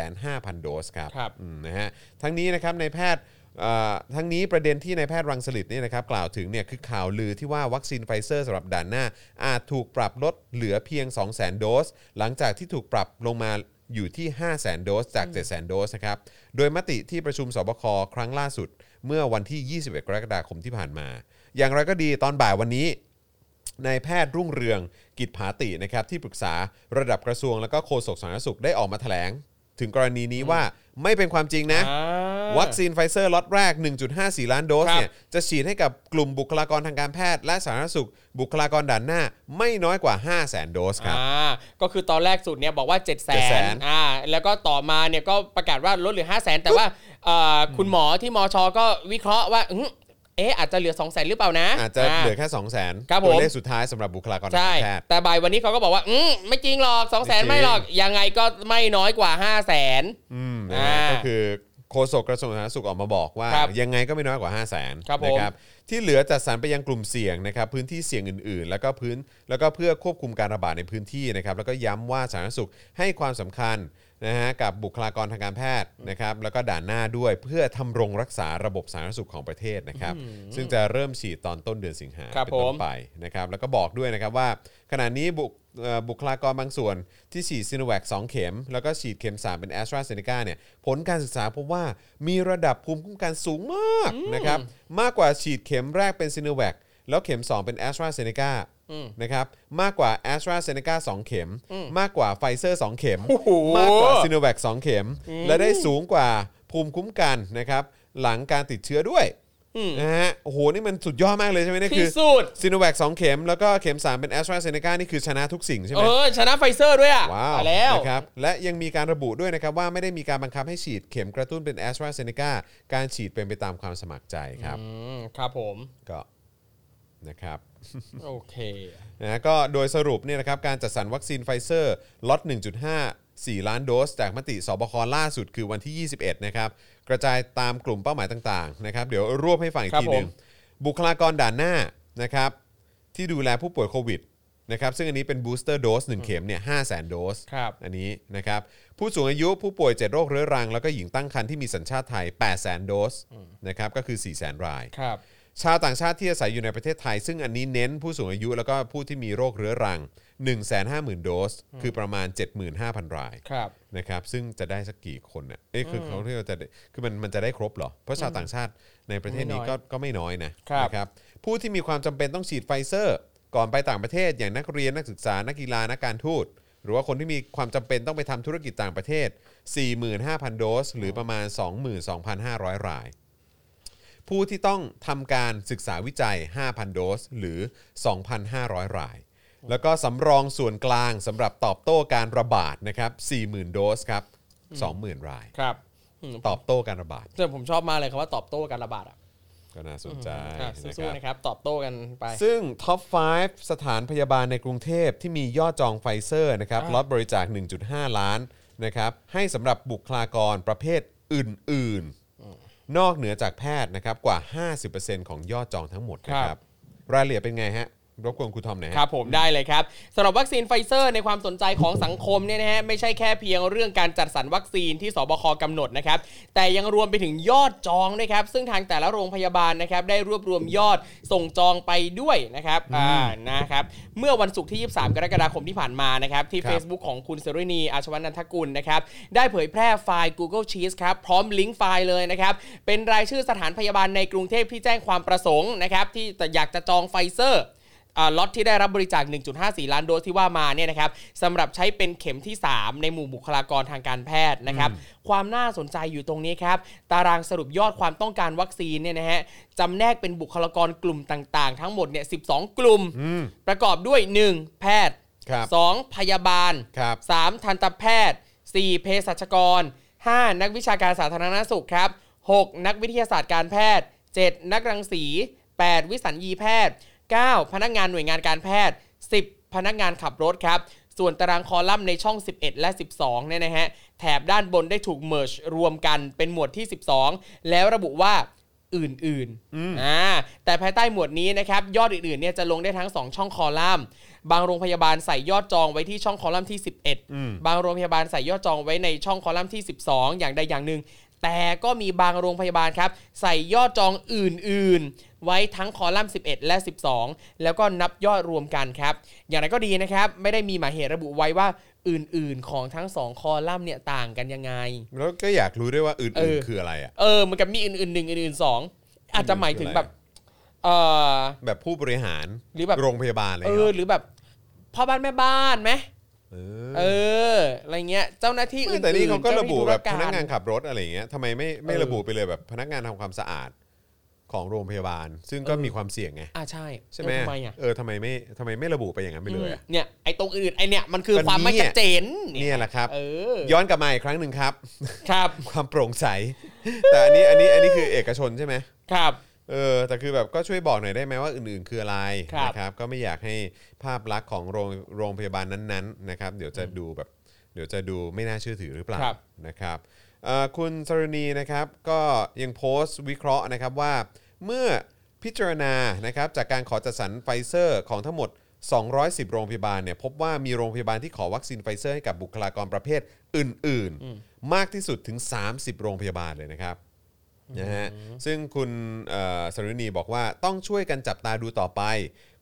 105,000 โดสครับ ครับ อืมนะฮะทั้งนี้นะครับในแพทย์เอ่อทั้งนี้ประเด็นที่นายแพทย์รังสลิดเนี่ยนะครับกล่าวถึงเนี่ยคือข่าวลือที่ว่าวัคซีนไฟเซอร์สำหรับด่านหน้า อาจถูกปรับลดเหลือเพียง 200,000 โดส หลังจากที่ถูกปรับลงมา อยู่ที่ 500,000 โดส จาก 700,000 โดส นะครับ โดยมติที่ประชุมสบคครั้งล่าสุด เมื่อวันที่ 21 กรกฎาคมที่ผ่านมา อย่างไรก็ดีตอนบ่ายวันนี้ นายแพทย์รุ่งเรืองกิจผาตินะครับที่ปรึกษาระดับกระทรวง และก็โฆษกสาธารณสุขได้ออกมาแถลง ถึงกรณีนี้ว่าไม่เป็นความจริงนะ อ่า วัคซีนไฟเซอร์ล็อตแรก 1.54 ล้านโดส ครับ เนี่ยจะฉีดให้กับกลุ่มบุคลากรทางการแพทย์ และสาธารณสุข บุคลากรด่านหน้า ไม่น้อยกว่า 500,000 โดสครับ อ่าก็คือตอนแรกสุดเนี่ยบอกว่า 7 0 0 0 0 700,000 0อ่าแล้วก็ต่อมาเนี่ยก็ประกาศว่าลดเหลือ 5 0 0 0 0 0 แต่ว่าเอ่อคุณหมอที่มอชอก็วิเคราะห์ว่าอื้อเอ๊ะอาจจะเหลือ 2 0 0 0 0 0 หรือเปล่านะ อาจจะเหลือแค่ 2 0 0 0 0 ครับ 0 ผม ตัวเลขสุดท้ายสำหรับบุคลากรทาง ใช่ การแพทย์ แต่บ่ายวันนี้เขาก็บอกว่าอืมไม่จริงหรอก 2 0 0 0 0 0 ไม่หรอก ยังไงก็ไม่น้อยกว่า 5 0 0 0 0 0 อืมนะฮะ อ่า ก็คือโฆษกกระทรวงสาธารณสุขออกมาบอกว่า ครับ ยังไงก็ไม่น้อยกว่า 5 0 0 0 0น ครับผม นะครับที่เหลือจัดสรรไปยังกลุ่มเสี่ยงนะครับพื้นที่เสี่ยงอื่นๆ แล้วก็พื้นแล้วก็เพื่อควบคุมการระบาดในพื้นที่นะครับแล้วก็ย้ำว่าสาธารณสุขให้ความสำคัญนะฮะกับบุคลากรทางการแพทย์นะครับแล้วก็ด่านหน้าด้วยเพื่อทำรงรักษาระบบสาธารณสุขของประเทศนะครับซึ่งจะเริ่มฉีดตอนต้นเดือนสิงหา ครับ เป็นต้ ผม นไปนะครับแล้วก็บอกด้วยนะครับว่า ขณะนี้บุคเอ่อบุคลากรบางส่วนที่ฉีดซีโนแวค2เข็ม แล้วก็ฉีดเข็ม 3 เป็นแอสตราเซเนกาเนี่ยผลการศึกษาพบว่ามีระดับภูมิคุ้มกันสูงมากนะครับมากกว่าฉีดเข็มแรกเป็นซีโนแวคแล้วเข็ม 2 เป็นแอสตราเซเนกา อืม นะครับมากกว่าแอสตราเซเนกา2เข็ม มากกว่าไฟเซอร์ 2 เข็ม โอ้โห มากกว่าซีโนแวค2เข็ม และได้สูงกว่าภูมิคุ้มกันนะครับหลังการติดเชื้อด้วย อืม นะฮะโอ้โหนี่มันสุดยอดมากเลยใช่ไหม เนี่ยคื ที่ อ สุด ซีโนแวคสองเข็ม แล้วก็เข็ม 3 เป็นแอสตราเซเนกานี่คือชนะทุกสิ่งใช่ไห เอ ม อ ชนะไฟเซอร์ด้วยอ่ะ ว้าว ตยแล้ว นะครับและยังมีการระบุด้วยนะครับ ว่าไม่ได้มีการบังคับให้ฉีดเข็มกระตุ้นเป็นแอสตราเซเนกาการฉีดเป็นไปตามความสมัครใจครับ อืมครับผม ก็นะครับ โอเค นะก็โดยสรุปเนี่ยนะครับการจัดสรรวัคซีนไฟเซอร์ล็อต 1.5 4 ล้านโดส จากมติสบคล่าสุดคือวันที่ 21 นะครับ กระจายตามกลุ่มเป้าหมายต่างๆนะครับเดี๋ยวรวบให้ฟังอีก ครับ ทีหนึ่ง ผม บุคลากรด่านหน้านะครับที่ดูแลผู้ป่วยโควิดนะครับซึ่งอันนี้เป็นบูสเตอร์โดส1เข็มเนี่ย500,000 โดส ครับ อันนี้นะครับผู้สูงอายุผู้ป่วย 7 โรคเรื้อรัง แล้วก็หญิงตั้งครรภ์ที่มีสัญชาติไทย 800,000 โดสนะครับก็คือ 400,000 ราย ครับ ชาวต่างชาติที่อาศัยอยู่ในประเทศไทย ซึ่งอันนี้เน้นผู้สูงอายุแล้วก็ผู้ที่มีโรคเรื้อรัง 150,000 โดส คือประมาณ 75,000 ราย ครับ นะครับซึ่งจะได้สักกี่คนเนี่ยเอ๊ะคือเขาที่เราจะได้คือมันมันจะได้ครบเหรอ เพราะชาวต่างชาติในประเทศนี้ ไม่น้อย ก็ก็ไม่น้อยนะครับ นะครับผู้ที่มีความจำเป็นต้องฉีดไฟเซอร์ ก่อนไปต่างประเทศ อย่างนักเรียนนักศึกษานักกีฬานักการทูตหรือว่าคนที่มีความจำเป็นต้องไปทำธุรกิจต่างประเทศ 45,000 โดส หรือประมาณ 22,500 ราย ผู้ที่ต้องทำการศึกษาวิจัย 5,000 โดส หรือ 2,500 ราย แล้วก็สำรองส่วนกลางสำหรับตอบโต้การระบาดนะครับ 40,000 โดสครับ 20,000 ราย ครับอืม ตอบโต้การระบาด แต่ผมชอบมากเลยครับว่าตอบโต้การระบาดอ่ะ ก็น่าสนใจ อ่ะ นะค สู้ รับ ๆนะครับ ตอบโต้กันไป ซึ่งท็อป 5 สถานพยาบาลในกรุงเทพที่มียอดจองไฟเซอร์นะครับ อ่า ล็อตบริจาค 1.5 ล้านนะครับให้สำหรับบุคลากรประเภทอื่น ๆ นอกเหนือจากแพทย์นะครับกว่า 50%ของยอดจองทั้งหมดนะค ครั รับบ รายละเอียดเป็นไงฮะ รบกวนครูทอมหน่อยฮะ ครับผมได้เลยครับสำหรับวัคซีนไฟเซอร์ในความสนใจของสังคมเนี่ยนะฮะไม่ใช่แค่เพียงเรื่องการจัดสรรวัคซีนที่สบคกำหนดนะครับ แต่ยังรวมไปถึงยอดจองด้วยครับ ซึ่งทางแต่ละโรงพยาบาลนะครับ ได้รวบรวมยอดส่งจองไปด้วยนะครับอ่านะครับ เมื่อวันศุกร์ที่ 23 กรกฎาคมที่ผ่านมานะครับ ที่ ครับ Facebook ของคุณสรินีอาชวันนันทกุลนะครับ ได้เผยแพร่ไฟล์ Google Sheets ครับ พร้อมลิงก์ไฟล์เลยนะครับ เป็นรายชื่อสถานพยาบาลในกรุงเทพที่แจ้งความประสงค์นะครับ ที่แต่อยากจะจองไฟเซอร์ อ่าล็อตที่ได้รับบริจาค 1.54 ล้านโดสที่ว่ามาเนี่ยนะครับสำหรับใช้เป็นเข็มที่ 3 ในหมู่บุคลากรทางการแพทย์นะครับความน่าสนใจอยู่ตรงนี้ครับ ตารางสรุปยอดความต้องการวัคซีนเนี่ยนะฮะจำแนกเป็นบุคลากรกลุ่มต่างๆ ทั้งหมดเนี่ย 12 กลุ่ม อืม ประกอบด้วย 1. แพทย์ ครับ 2. พยาบาล ครับ 3. ทันตแพทย์ 4. เภสัชกร 5. นักวิชาการสาธารณสุขครับ 6. นักวิทยาศาสตร์การแพทย์ 7. นักรังสี 8. วิสัญญีแพทย์ 9. พนักงานหน่วยงานการแพทย์ 10. พนักงานขับรถครับ ส่วนตารางคอลัมน์ในช่อง 11 และ 12เนี่ยนะฮะแถบด้านบนได้ถูกเมิร์ชรวมกันเป็นหมวดที่ 12 แล้วระบุว่า อื่นๆ อ่า แต่ภายใต้หมวดนี้นะครับ ยอดอื่นๆ เนี่ยจะลงได้ทั้ง 2 ช่องคอลัมน์ บางโรงพยาบาลใส่ยอดจองไว้ที่ช่องคอลัมน์ที่ อืม 11 บางโรงพยาบาลใส่ยอดจองไว้ในช่องคอลัมน์ที่ 12 อย่างใดอย่างหนึ่ง แต่ก็มีบางโรงพยาบาลครับ ใส่ยอดจองอื่นๆ ไว้ทั้งคอลัมน์ 11 และ 12 แล้วก็นับยอดรวมกันครับ อย่างไรก็ดีนะครับ ไม่ได้มีหมายเหตุระบุไว้ว่าอื่นๆ ของทั้งสองคอลัมน์เนี่ยต่างกันยังไง แล้วก็อยากรู้ด้วยว่าอื่ เอน อ ๆคืออะไรอ่ะ เออเหมือนกับมีอื่นๆหนึ่งอื่นๆสองอาจจะหมายถึงแบบเออ แบบผู้บริหาร หรือแบบ โรงพยาบาลอะไร เอ เงี้ย อ เหรอ หรือแบบพ่อบ้านแม่บ้านไหม เออ เอออะไรเงี้ยเจ้าหน้าที่ ไม่ อื่นๆ แต่นี่เขาก็ จ้ห ระ น้ บุ ธุ แบบ ร พนักงาน ร ขับรถอะไรอย่างเงี้ยทำไมไม่ไม่ เออ ระบุไปเลยแบบพนักงานทำความสะอาดของโรงพยาบาล ซึ่งก็มีความเสี่ยงไง อ่าใช่ ใช่ไหม เออทำไมอ่ะ เออทำไมไม่ทำไมไม่ระบุไปอย่างนั้นไปเลยอะ เนี่ยไอ้ตรงอื่นไอ้เนี่ยมันคือ ก็นี่ ความไม่ชัดเจน เนี่ยแหละครับ เออ ย้อนกลับมาอีกครั้งหนึ่งครับ ครับ ความโปร่งใส แต่อันนี้อันนี้อันนี้คือเอกชนใช่ไหม ครับ เออแต่คือแบบก็ช่วยบอกหน่อยได้ไหมว่าอื่นๆคืออะไร ครับ นะครับก็ไม่อยากให้ภาพลักษณ์ของโรงโรงพยาบาลนั้นๆนะครับเดี๋ยวจะดูแบบเดี๋ยวจะดูไม่น่าเชื่อถือหรือเปล่านะครับเอ่อคุณสรณีนะครับก็ยังโพสต์วิเคราะห์นะครับว่า เมื่อพิจารณานะครับจากการขอจัดสรรไฟเซอร์ของทั้งหมด 210 โรงพยาบาลเนี่ยพบว่ามีโรงพยาบาลที่ขอวัคซีนไฟเซอร์ให้กับบุคลากรประเภทอื่น ๆ มากที่สุดถึง 30 โรงพยาบาลเลยนะครับ นะฮะซึ่งคุณเอ่อสรุณีบอกว่าต้องช่วยกันจับตาดูต่อไป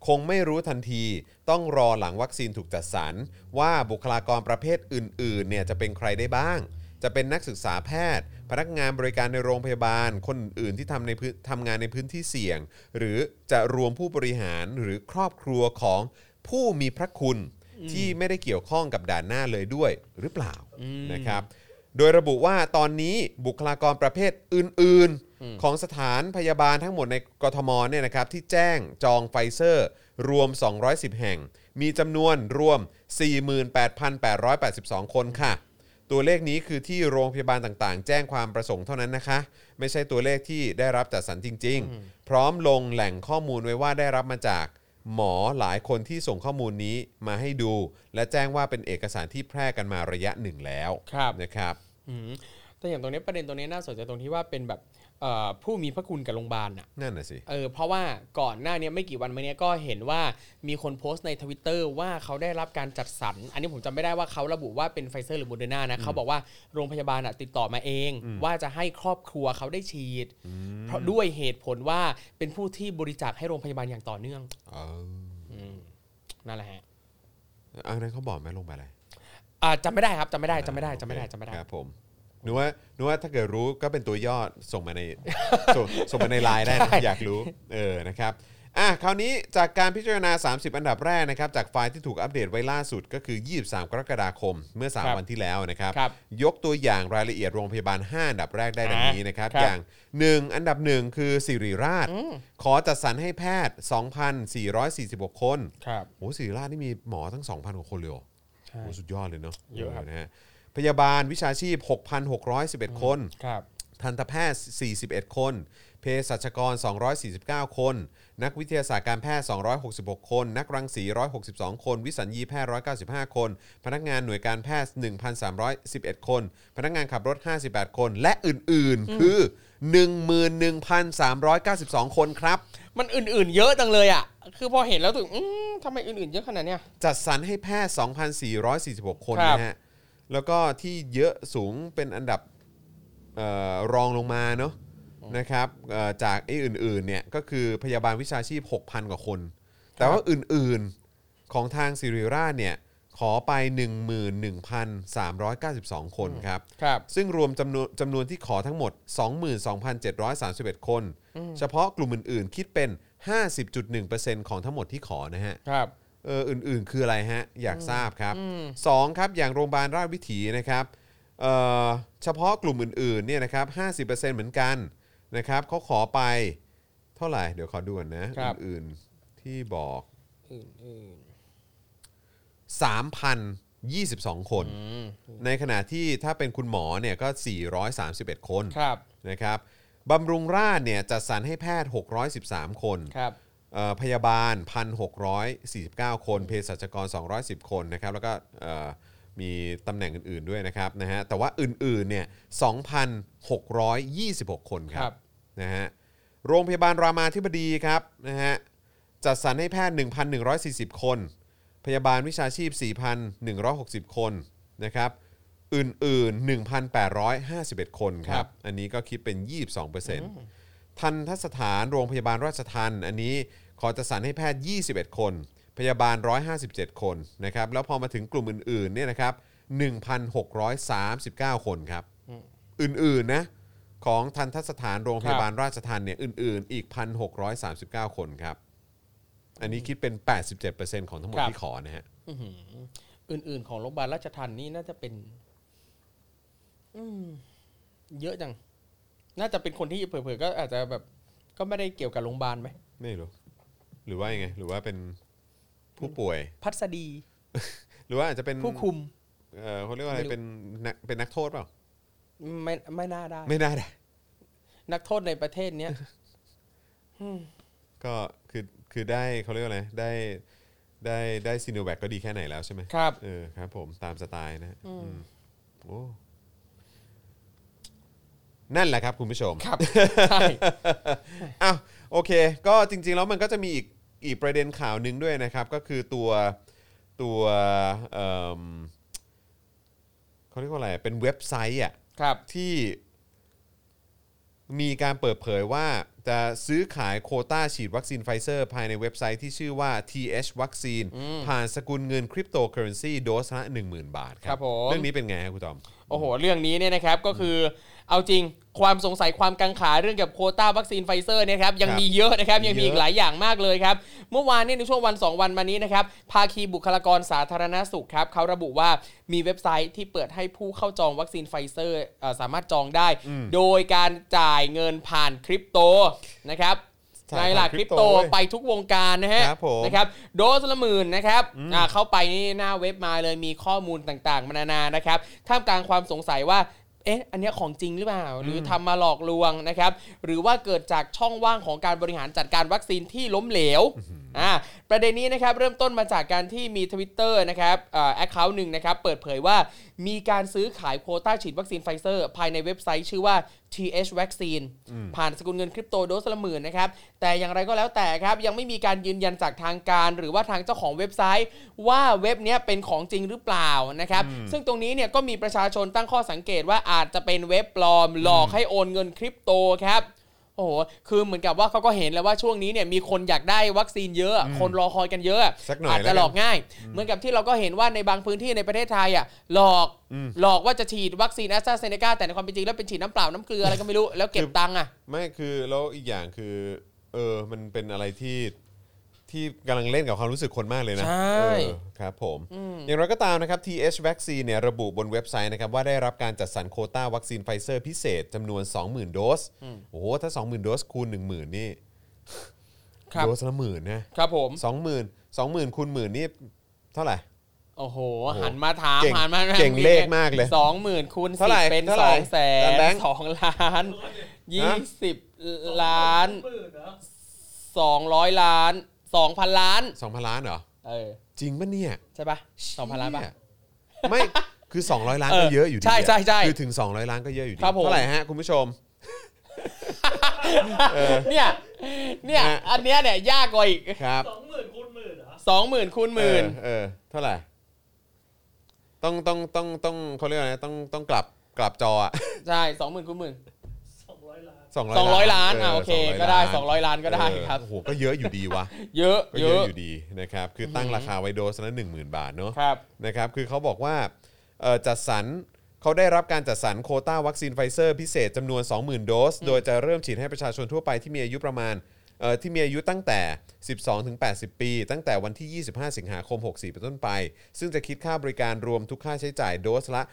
คงไม่รู้ทันที ต้องรอหลังวัคซีนถูกจัดสรรว่าบุคลากรประเภทอื่นๆเนี่ยจะเป็นใครได้บ้าง จะเป็นนักศึกษาแพทย์ พนักงานบริการในโรงพยาบาล คนอื่นๆที่ทำในพื้นทำงานในพื้นที่เสี่ยง หรือจะรวมผู้บริหารหรือครอบครัวของผู้มีพระคุณ ที่ไม่ได้เกี่ยวข้องกับด่านหน้าเลยด้วยหรือเปล่านะครับ โดยระบุว่าตอนนี้บุคลากรประเภทอื่น ๆ ของสถานพยาบาลทั้งหมดในกทมเนี่ยนะครับที่แจ้งจองไฟเซอร์ รวม 210 แห่ง มีจำนวนรวม 48,882 คนค่ะ ตัวเลขนี้คือที่โรงพยาบาลต่างๆ แจ้งความประสงค์เท่านั้นนะคะ ไม่ใช่ตัวเลขที่ได้รับจัดสรรจริง ๆ พร้อมลงแหล่งข้อมูลไว้ว่าได้รับมาจาก หมอหลายคนที่ส่งข้อมูลนี้มาให้ดู และแจ้งว่าเป็นเอกสารที่แพร่กันมาระยะหนึ่งแล้ว ครับ นะครับ อืมแต่อย่างตรงนี้ประเด็นตรงนี้น่าสนใจตรงที่ว่าเป็นแบบเอ่อผู้มีพระคุณกับโรงพยาบาลน่ะ นั่นน่ะสิ เออเพราะว่าก่อนหน้าเนี้ยไม่กี่วันมาเนี้ยก็เห็นว่ามีคนโพสต์ในทวิตเตอร์ว่าเขาได้รับการจัดสรร อันนี้ผมจำไม่ได้ว่าเขาระบุว่าเป็นไฟเซอร์หรือโมเดอร์นานะเขาบอกว่าโรงพยาบาลอะติดต่อมาเอง ว่าจะให้ครอบครัวเขาได้ฉีด เพราะด้วยเหตุผลว่าเป็นผู้ที่บริจาคให้โรงพยาบาลอย่างต่อเนื่อง เอา อืมนั่นแหละฮะ อันนั้นเขาบอกไหมลงไปอะไร อ่าจำไม่ได้ครับจำไม่ได้จำไม่ได้จำไม่ได้จำไม่ได้ ครับผมนึกว่านึกว่าถ้าเกิดรู้ก็เป็นตัวย่อส่งมาใน ส่งส่งมาในไลน์ได้นะอยากรู้ เออนะครับอ่ะคราวนี้จากการพิจารณา 30 อันดับแรกนะครับ จากไฟล์ที่ถูกอัปเดตไว้ล่าสุดก็คือ 23 กรกฎาคมเมื่อ ครับ 3 วันที่แล้วนะครับ ครับ ยกตัวอย่างรายละเอียดโรงพยาบาล 5 อันดับแรกได้ดังนี้นะครับ ครับ อย่าง 1 อันดับ 1 คือสิริราช ขอจัดสรรให้แพทย์ 2,446 คน ครับ โอ้ศิริราชนี่มีหมอทั้ง 2,000 กว่าคนเลยเหรอ ใช่ โอ้สุดยอดเลยเนาะ เยอะครับ นะฮะพยาบาลวิชาชีพ 6,611 คน ครับ ทันตแพทย์ 41 คน เภสัชกร 249 คน นักวิทยาศาสตร์การแพทย์ 266 คน นักรังสี 162 คน วิสัญญีแพทย์ 195 คน พนักงานหน่วยการแพทย์ 1,311 คน พนักงานขับรถ 58 คน และอื่นๆ คือ 11,392 คนครับ มันอื่นๆ เยอะจังเลยอ่ะคือพอเห็นแล้วถึงอืมทำไมอื่นๆ เยอะขนาดเนี้ย จัดสรรให้แพทย์ 2,446 คน ครับ นะฮะ แล้วก็ที่เยอะสูงเป็นอันดับเออรองลงมาเนาะนะครับเอ่อจากไอ้อื่นๆเนี่ยก็คือพยาบาลวิชาชีพ 6,000 กว่าคน แต่ว่าอื่นๆของทางสิริราชเนี่ยขอไป 11,392 คนครับ ครับ ซึ่งรวมจำนวนจำนวนที่ขอทั้งหมด 22,731 คน เฉพาะกลุ่มอื่นๆ คิดเป็น 50.1%ของทั้งหมดที่ขอนะฮะ ครับ เอออื่นๆ คืออะไรฮะ อยากทราบครับสองครับอย่างโรงพยาบาลราชวิถีนะครับเอ่อเฉพาะกลุ่มอื่นๆเนี่ยนะครับ50%เหมือนกันนะครับเขาขอไปเท่าไหร่ เดี๋ยวขอดูก่อนนะ ครับ อื่นๆ ที่บอก อื่น 3,022 คน ในขณะที่ถ้าเป็นคุณหมอเนี่ยก็ 431 คน ๆ ครับ นะครับบำรุงราษฎร์เนี่ยจัดสรรให้แพทย์ 613 คน ครับ เอ่อพยาบาล 1,649 คนเภสัชกร 210 คนนะครับแล้วก็เอ่อมีตำแหน่งอื่นๆด้วยนะครับนะฮะแต่ว่าอื่นๆเนี่ย2,626 คนค ครั รับบ นะฮะโรงพยาบาลรามาธิบดีครับนะฮะจัดสรรให้แพทย์ 1,140 คน พยาบาลวิชาชีพ 4,160 คนนะครับอื่นๆ 1,851 คนค ค รั รับ บ อันนี้ก็คิดเป็น 22% ทันทสถานโรงพยาบาลราชทันอันนี้ขอจัดสรรให้แพทย์ 21 คน พยาบาล 157 คนนะครับแล้วพอมาถึงกลุ่มอื่นๆเนี่ยนะครับ 1,639 คนครับ อื่นๆนะของทันทสถานโรงพยาบาลราชทันเนี่ยอื่นๆ อีก 1,639 คนครับ อันนี้คิดเป็น 87%ของทั้งหมด ครับ ที่ขอนะฮะ อื้อหืออื่นๆ ของโรงพยาบาลราชทันนี่น่าจะเป็น อืมเยอะจัง น่าจะเป็นคนที่เผลอๆก็อาจจะแบบ ก็ไม่ได้เกี่ยวกับโรงพยาบาลไหม ไม่รู้หรือว่ายังไงหรือว่าเป็นผู้ป่วย พัสดี หรือว่าอาจจะเป็น ผู้คุม เอ่อเขาเรียกว่าอะไรเป็นนักเป็นนักโทษเปล่า ไม่ไม่น่าได้ ไม่ได้นะ นักโทษในประเทศเนี้ย ก็คือคือได้เขาเรียกว่าอะไรได้ได้ได้ซีโนแวคก็ดีแค่ไหนแล้วใช่ไหม ครับ เออครับผมตามสไตล์นะฮะอืมโอ้นั่นแหละครับคุณผู้ชม ครับ ใช่ อ้าวโอเค ก็จริงๆแล้วมันก็จะมีอีกอีกประเด็นข่าวหนึ่งด้วยนะครับ ก็คือตัวตัวเอิ่มเขาเรียกว่าอะไรเป็นเว็บไซต์อ่ะ ครับ ที่มีการเปิดเผยว่าจะซื้อขายโควต้าฉีดวัคซีนไฟเซอร์ภายในเว็บไซต์ที่ชื่อว่า th วัคซีนผ่านสกุลเงินคริปโตเคอเรนซีโดสละ10,000 บาทค ครั รับบ ผม เรื่องนี้เป็นไงครับคุณตอม โอ้โห เรื่องนี้เนี่ยนะครับก็คือเอาจริงความสงสัยความกังขาเรื่องเกยวกับโควต้าวัคซีนไฟเซอร์เนี่ยครับยัง ครับ มีเยอะนะครับยัง มี มี เยอีอะกหลายอย่างมากเลยครับ เมื่อวานเนี่ยในช่วงวัน 2 วันมานี้นะครับภาคีบุคลากรสาธารณสุขครับเขาระบุว่ามีเว็บไซต์ที่เปิดให้ผู้เข้าจองวัคซีนไฟเซอร์เอ่อสามารถจองได้ โดยการจ่ายเงินผ่านคริปโตนะครับในหลักคริปโต ไป ไปทุกวงการนะฮะ ครับผม นะครับ นะครับโดสละหมื่นนะครับอ่าเข้าไปนี่หน้าเว็บมาเลยมีข้อมูลต่างๆมานานานะครับท่ามกลางความสงสัยว่าเอ๊ะอันเนี้ยของจริงหรือเปล่า หรือทำมาหลอกลวงนะครับหรือว่าเกิดจากช่องว่างของการบริหารจัดการวัคซีนที่ล้มเหลวอ่าประเด็นนี้นะครับเริ่มต้นมาจากการที่มี Twitter นะครับแอคเคาท์หนึ่งนะครับเปิดเผยว่ามีการซื้อขายโควต้าฉีดวัคซีนไฟเซอร์ ภายในเว็บไซต์ชื่อว่า th vaccine ผ่านสกุลเงินคริปโตโดสละหมื่นนะครับ แต่อย่างไรก็แล้วแต่ครับ ยังไม่มีการยืนยันจากทางการ หรือว่าทางเจ้าของเว็บไซต์ ว่าเว็บเนี้ยเป็นของจริงหรือเปล่านะครับ ซึ่งตรงนี้เนี่ยก็มีประชาชนตั้งข้อสังเกตว่าอาจจะเป็นเว็บปลอมหลอกให้โอนเงินคริปโตครับ โอ้โห คือเหมือนกับว่าเขาก็เห็นแล้วว่าช่วงนี้เนี่ยมีคนอยากได้วัคซีนเยอะ คนรอคอยกันเยอะ สักหน่อย อาจจะแล้วกัน หลอกง่าย เหมือนกับที่เราก็เห็นว่าในบางพื้นที่ในประเทศไทยอ่ะหลอกหลอกว่าจะฉีดวัคซีนแอสตราเซเนกาแต่ในความเป็นจริงแล้วเป็นฉีดน้ำเปล่าน้ำเกลืออะไรก็ไม่รู้แล้วเก็ คื บ อ ตังค์อ่ะ ไม่คือแล้วอีกอย่างคือเออมันเป็นอะไรที่ที่กำลังเล่นกับความรู้สึกคนมากเลยนะ ใช่ เออครับผมอย่างไรก็ตามนะครับ th vaccine เนี่ยระบุบนเว็บไซต์นะครับว่าได้รับการจัดสรรโควต้าวัคซีนไฟเซอร์พิเศษจำนวน 20,000 โดส โอ้โห ถ้า 20,000 โดสคูณ 10,000 นี่ ครับ โดสละหมื่นนะครับ ผม 20,000 20,000คูณหมื่นนี่เท่าไหร่ โอ้โห โอ้โห หันมาถาม เก่ง หันมา เก่งเลขมากเลย สองหมื่นคูณ เท่า สิ ไหร่ บเป็น เท่า ส ไหร่ องแส อาจารย์แบ น งค์ สองล้านยี่สิบล้าน หมื่นเหรอ สองร้อยล้านสองพันล้าน 2,000 ล้านเหรอ เออ จริงปะเนี่ย ใช่ปะสองพันล้านปะ เยไม่คือ 200 ล้าน เอ ก็ อ เยอะอยู่ดี ใช่ใช่ใช่ คือถึง 200 ล้านก็เยอะอยู่ดี ครับผม เท่าไหร่ฮะคุณผู้ชม เนี่ย เนี่ย ฮะ อันเนี้ยเนี่ยยากกว่าอีก ครับ สองหมื่นคูณหมื่นเหรอ สองหมื่นคูณหมื่น เออเออเท่าไหร่ ต้องต้องต้องต้องเขาเรียกว่าอะไรต้องต้องกลับกลับจอ อะ ใช่สองหมื่นคูณหมื่น สองร้อยล้าน สองสองร้อร้อยยล้านอ่ะโอเค 200 ก็ได้สองร้อยล้านก็ได้ เออ ครับ โอ้โหก็เยอะอยู่ดีวะ เยอะ ก็ เย เยอะ อะ อยู่ดีนะครับ คือตั้งราคาไว้โดสละหนึ่งหมื่นบาทเนาะ ครับ นะครับคือเขาบอกว่าเอ่อจัดสรรเขาได้รับการจัดสรรโควต้าวัคซีนไฟเซอร์พิเศษจำนวน 20,000 โดส โดยจะเริ่มฉีดให้ประชาชนทั่วไปที่มีอายุประมาณ เอ่อที่มีอายุตั้งแต่ 12 ถึง 80 ปี ตั้งแต่วันที่ 25 สิงหาคม 64 เป็นต้นไป ซึ่งจะคิดค่าบริการรวมทุกค่าใช้จ่ายโดสละ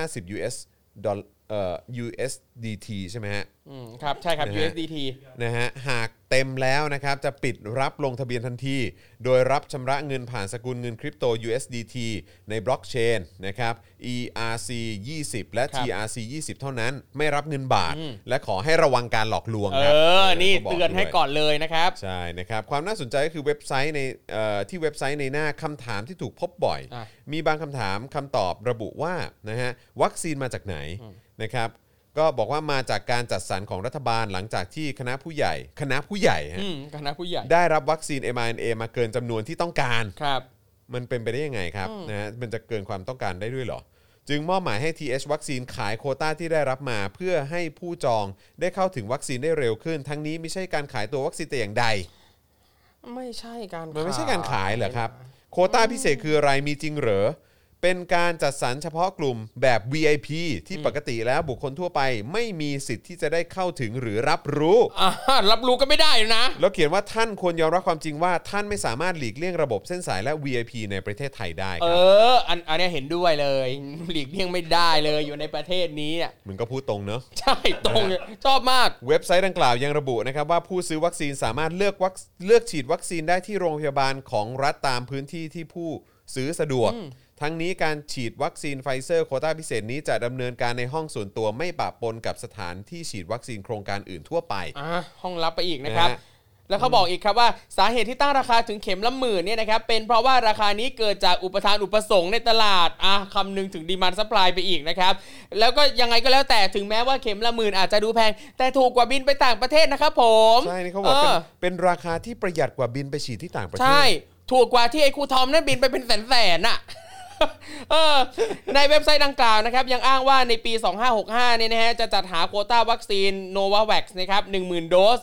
350 US ดอลเอ่อ USDT ใช่ไหมฮะ อืมครับใช่ครับ นะฮะ USDT นะฮะหากเต็มแล้วนะครับ จะปิดรับลงทะเบียนทันที โดยรับชำระเงินผ่านสกุลเงินคริปโต USDT ในบล็อกเชนนะครับ ERC 20 และ ครับ TRC 20 เท่านั้น ไม่รับเงินบาท และขอให้ระวังการหลอกลวง เอ ครับ อ นี่ ขาบ เตือนให้ ด้วย ก่อนเลยนะครับ ใช่นะครับความน่าสนใจก็คือเว็บไซต์ในเอ่อที่เว็บไซต์ในหน้าคำถามที่ถูกพบบ่อย อ่ะ มีบางคำถามคำตอบระบุว่านะฮะวัคซีนมาจากไหนนะครับก็บอกว่ามาจากการจัดสรรของรัฐบาลหลังจากที่คณะผู้ใหญ่ คณะผู้ใหญ่ฮะ อืมคณะผู้ใหญ่ ได้รับวัคซีน mRNA มาเกินจำนวนที่ต้องการ ครับ มันเป็นไปได้ยังไงครับนะฮะมันจะเกินความต้องการได้ด้วยเหรอ จึงมอบหมายให้ TH วัคซีนขายโควต้าที่ได้รับมา เพื่อให้ผู้จองได้เข้าถึงวัคซีนได้เร็วขึ้น ทั้งนี้ไม่ใช่การขายตัววัคซีนแต่อย่างใด ไม่ใช่การ มันไม่ใช่การขายเหรอครับ โควต้าพิเศษคืออะไรมีจริงเหรอ เป็นการจัดสรรเฉพาะกลุ่มแบบ VIP ที่ปกติแล้วบุคคลทั่วไป ไม่มีสิทธิ์ที่จะได้เข้าถึงหรือรับรู้ อ่ารับรู้ก็ไม่ได้นะ แล้วเขียนว่าท่านควรยอมรับความจริงว่า ท่านไม่สามารถหลีกเลี่ยงระบบเส้นสายและ VIP ในประเทศไทยได้ เอ ครับ อ อันอันเนี้ยเห็นด้วยเลย หลีกเลี่ยงไม่ได้เลยอยู่ในประเทศนี้อ่ะ มึงก็พูดตรงเนอะ ใช่ตรงชอบมาก เว็บไซต์ดังกล่าวยังระบุนะครับว่าผู้ซื้อวัคซีนสามารถเลือกวัคเลือกฉีดวัคซีนได้ที่โรงพยาบาลของรัฐตามพื้นที่ที่ผู้ซื้อสะดวก ทั้งนี้การฉีดวัคซีนไฟเซอร์โควต้าพิเศษนี้จะดำเนินการในห้องส่วนตัวไม่ปะปนกับสถานที่ฉีดวัคซีนโครงการอื่นทั่วไป อ่ะห้องรับไปอีกนะครับ นะฮะ แล้วเขาบอกอีกครับว่าสาเหตุที่ตั้งราคาถึงเข็มละหมื่นเนี่ยนะครับ เป็นเพราะว่าราคานี้เกิดจากอุปทานอุปสงค์ในตลาดอ่ะคำนึงถึงดีมันสป라이ไปอีกนะครับ แล้วก็ยังไงก็แล้วแต่ถึงแม้ว่าเข็มละหมื่นอาจจะดูแพง แต่ถูกกว่าบินไปต่างประเทศนะครับผม ใช่นี่เขาบอกเป็น อ เป็นราคาที่ประหยัดกว่าบินไปฉีดที่ต่างประเทศ ใช่ ถูกกว่าที่ไอ้ครูทอมนั่นบินไปเป็นแสนแสนๆน่ะ เออในเว็บไซต์ดังกล่าวนะครับ ยังอ้างว่าในปี 2565 เนี่ยนะฮะ จะจัดหาโควต้าวัคซีน Novavax นะครับ 10,000 โดส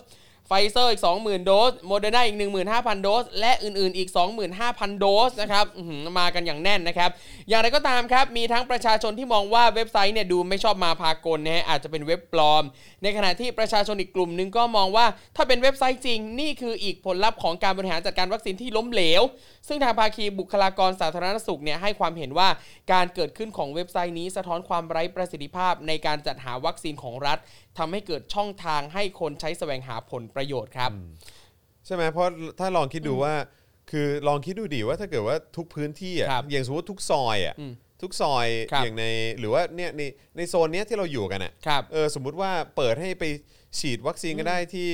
ไฟเซอร์อีก 20,000 โดส โมเดอร์นาอีก 15,000 โดส และอื่นๆ อีก 25,000 โดสนะครับอื้อหือมากันอย่างแน่นนะครับ อย่างไรก็ตามครับ มีทั้งประชาชนที่มองว่าเว็บไซต์เนี่ยดูไม่ชอบมาพากลนะฮะ อาจจะเป็นเว็บปลอม ในขณะที่ประชาชนอีกกลุ่มหนึงก็มองว่าถ้าเป็นเว็บไซต์จริง นี่คืออีกผลลัพธ์ของการบริหารจัดการวัคซีนที่ล้มเหลว ซึ่งทางภาคีบุคลากรสาธารณสุขเนี่ยให้ความเห็นว่าการเกิดขึ้นของเว็บไซต์นี้สะท้อนความไร้ประสิทธิภาพในการจัดหาวัคซีนของรัฐทำให้เกิดช่องทางให้คนใช้แสวงหาผลประโยชน์ครับ ใช่ไหมเพราะถ้าลองคิดดูว่า คือลองคิดดูดิว่าถ้าเกิดว่าทุกพื้นที่อ่ะ ครับ อย่างสมมติทุกซอยอ่ะ อืม ทุกซอย ครับ อย่างในหรือว่าเนี่ยในในโซนเนี้ยที่เราอยู่กันอ่ะ ครับ เออสมมุติว่าเปิดให้ไปฉีดวัคซีนก็ได้ที่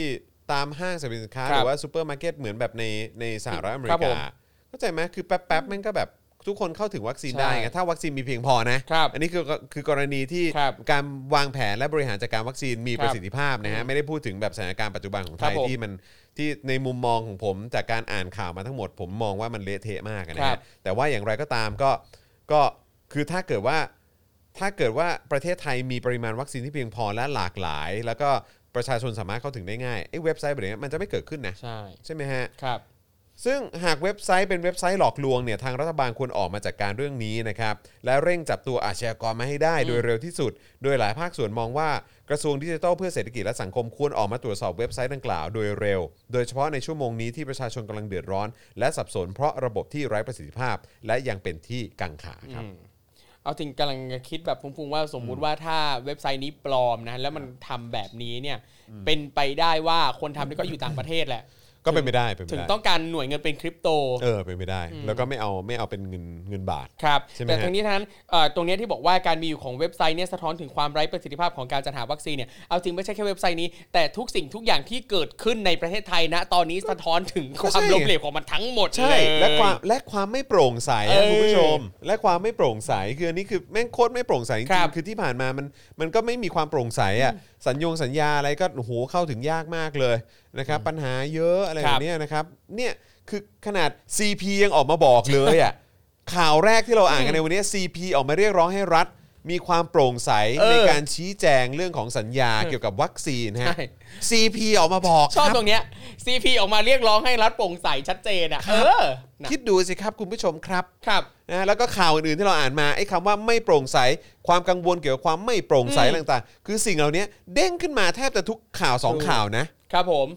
ตามห้างสรรพสินค้า ครับหรือว่าซูเปอร์มาร์เก็ตเหมือนแบบในในสหรัฐอเมริ ครับผ กาม เข้าใจไหมคือแป๊บๆแมันก็แบบทุกคนเข้าถึงวัคซีน ใช่ ได้ไงถ้าวัคซีนมีเพียงพอนะครับ อันนี้คือคือกรณีที่ ครับ การวางแผนและบริหารจัดการวัคซีนมี ครับ ประสิทธิภาพนะฮะไม่ได้พูดถึงแบบสถานการณ์ปัจจุบันของไท ครับ ย ผม ที่มันที่ในมุมมองของผมจากการอ่านข่าวมาทั้งหมด ผมมองว่ามันเละเทะมากนะ ครั ฮะ บ แต่ว่าอย่างไรก็ตามก็ก็คือถ้าเกิดว่า ถ้าเกิดว่าประเทศไทยมีปริมาณวัคซีนที่เพียงพอและหลากหลาย แล้วก็ประชาชนสามารถเข้าถึงได้ง่ายไอ้เว็บไซต์แบบนี้มันจะไม่เกิดขึ้นนะ ใช่ ใช่ไหมฮะ ครับ ซึ่งหากเว็บไซต์เป็นเว็บไซต์หลอกลวงเนี่ยทางรัฐบาลควรออกมาจัดการเรื่องนี้นะครับและเร่งจับตัวอาชญากรมาให้ได้โดยเร็วที่สุด โดยหลายภาคส่วนมองว่ากระทรวงดิจิทัลเพื่อเศรษฐกิจและสังคมควรออกมาตรวจสอบเว็บไซต์ดังกล่าวโดยเร็ว โดยเฉพาะในชั่วโมงนี้ที่ประชาชนกำลังเดือดร้อน และสับสนเพราะระบบที่ไร้ประสิทธิภาพ และยังเป็นที่กังขาครับ เอาถึงกำลังคิดแบบฟุ้งๆว่าสมมุติว่าถ้าเว็บไซต์นี้ปลอมนะแล้วมันทำแบบนี้เนี่ยเป็นไปได้ว่าคนทำนี่ก็อยู่ต่างประเทศแหละ ก็เป็นไม่ได้เป็น ถึ ไม่ ง ได้ ต้องการหน่วยเงินเป็นคริปโต เออเป็นไม่ได้ แล้วก็ไม่เอาไม่เอาเป็นเงินเงินบาท ครับ ใช่ไหม แต่ ฮะ ทั้งนี้ทั้งนั้นเอ่อตรงเนี้ยที่บอกว่าการมีอยู่ของเว็บไซต์เนี่ยสะท้อนถึงความไร้ประสิทธิภาพของการจัดหาวัคซีนเนี่ยเอาจริงไม่ใช่แค่เว็บไซต์นี้แต่ทุกสิ่งทุกอย่างที่เกิดขึ้นในประเทศไทยนะตอนนี้สะท้อนถึงค ก็ใช่ วาม ไง ล้มเหลวของมันทั้งหมด ใช่ เลย และความและความไม่โปร่งใสอะ เออ คุณผู้ชม และความไม่โปร่งใสคืออันนี้คือแม่งโคตรไม่โปร่งใสจริ ครั ง บ ๆคือที่ผ่านมามันมันก็ไม่มีความโปร่งใสอ่ะสัญญงสัญญาอะไรก็โอ้โหเข้าถึงยากมากเลยนะครับปัญหาเยอะอะไร ค แบ รับบ เนี้ยนะครับเนี่ยคือขนาด CP ยังออกมาบอกเลยอ่ะ ข่าวแรกที่เราอ่านกันในวันนี้ CP ออกมาเรียกร้องให้รัฐ มีความโปร่งใส เออ ในการชี้แจงเรื่องของสัญญาเกี่ยวกับวัคซีนฮะ ใช่ CP ออกมาบอก ชอบ ครับ ตรงเนี้ย CP ออกมาเรียกร้องให้รัฐโปร่งใสชัดเจนอ่ะเออนะ คิดดูสิครับคุณผู้ชมครับ ครับ นะแล้วก็ข่าวอื่นๆที่เราอ่านมาไอ้คำว่าไม่โปร่งใส ความกังวลเกี่ยวกับความไม่โปร่งใสต่างๆ คือสิ่งเหล่านี้เด้งขึ้นมาแทบจะทุกข่าวสองข่าวนะ ครับผม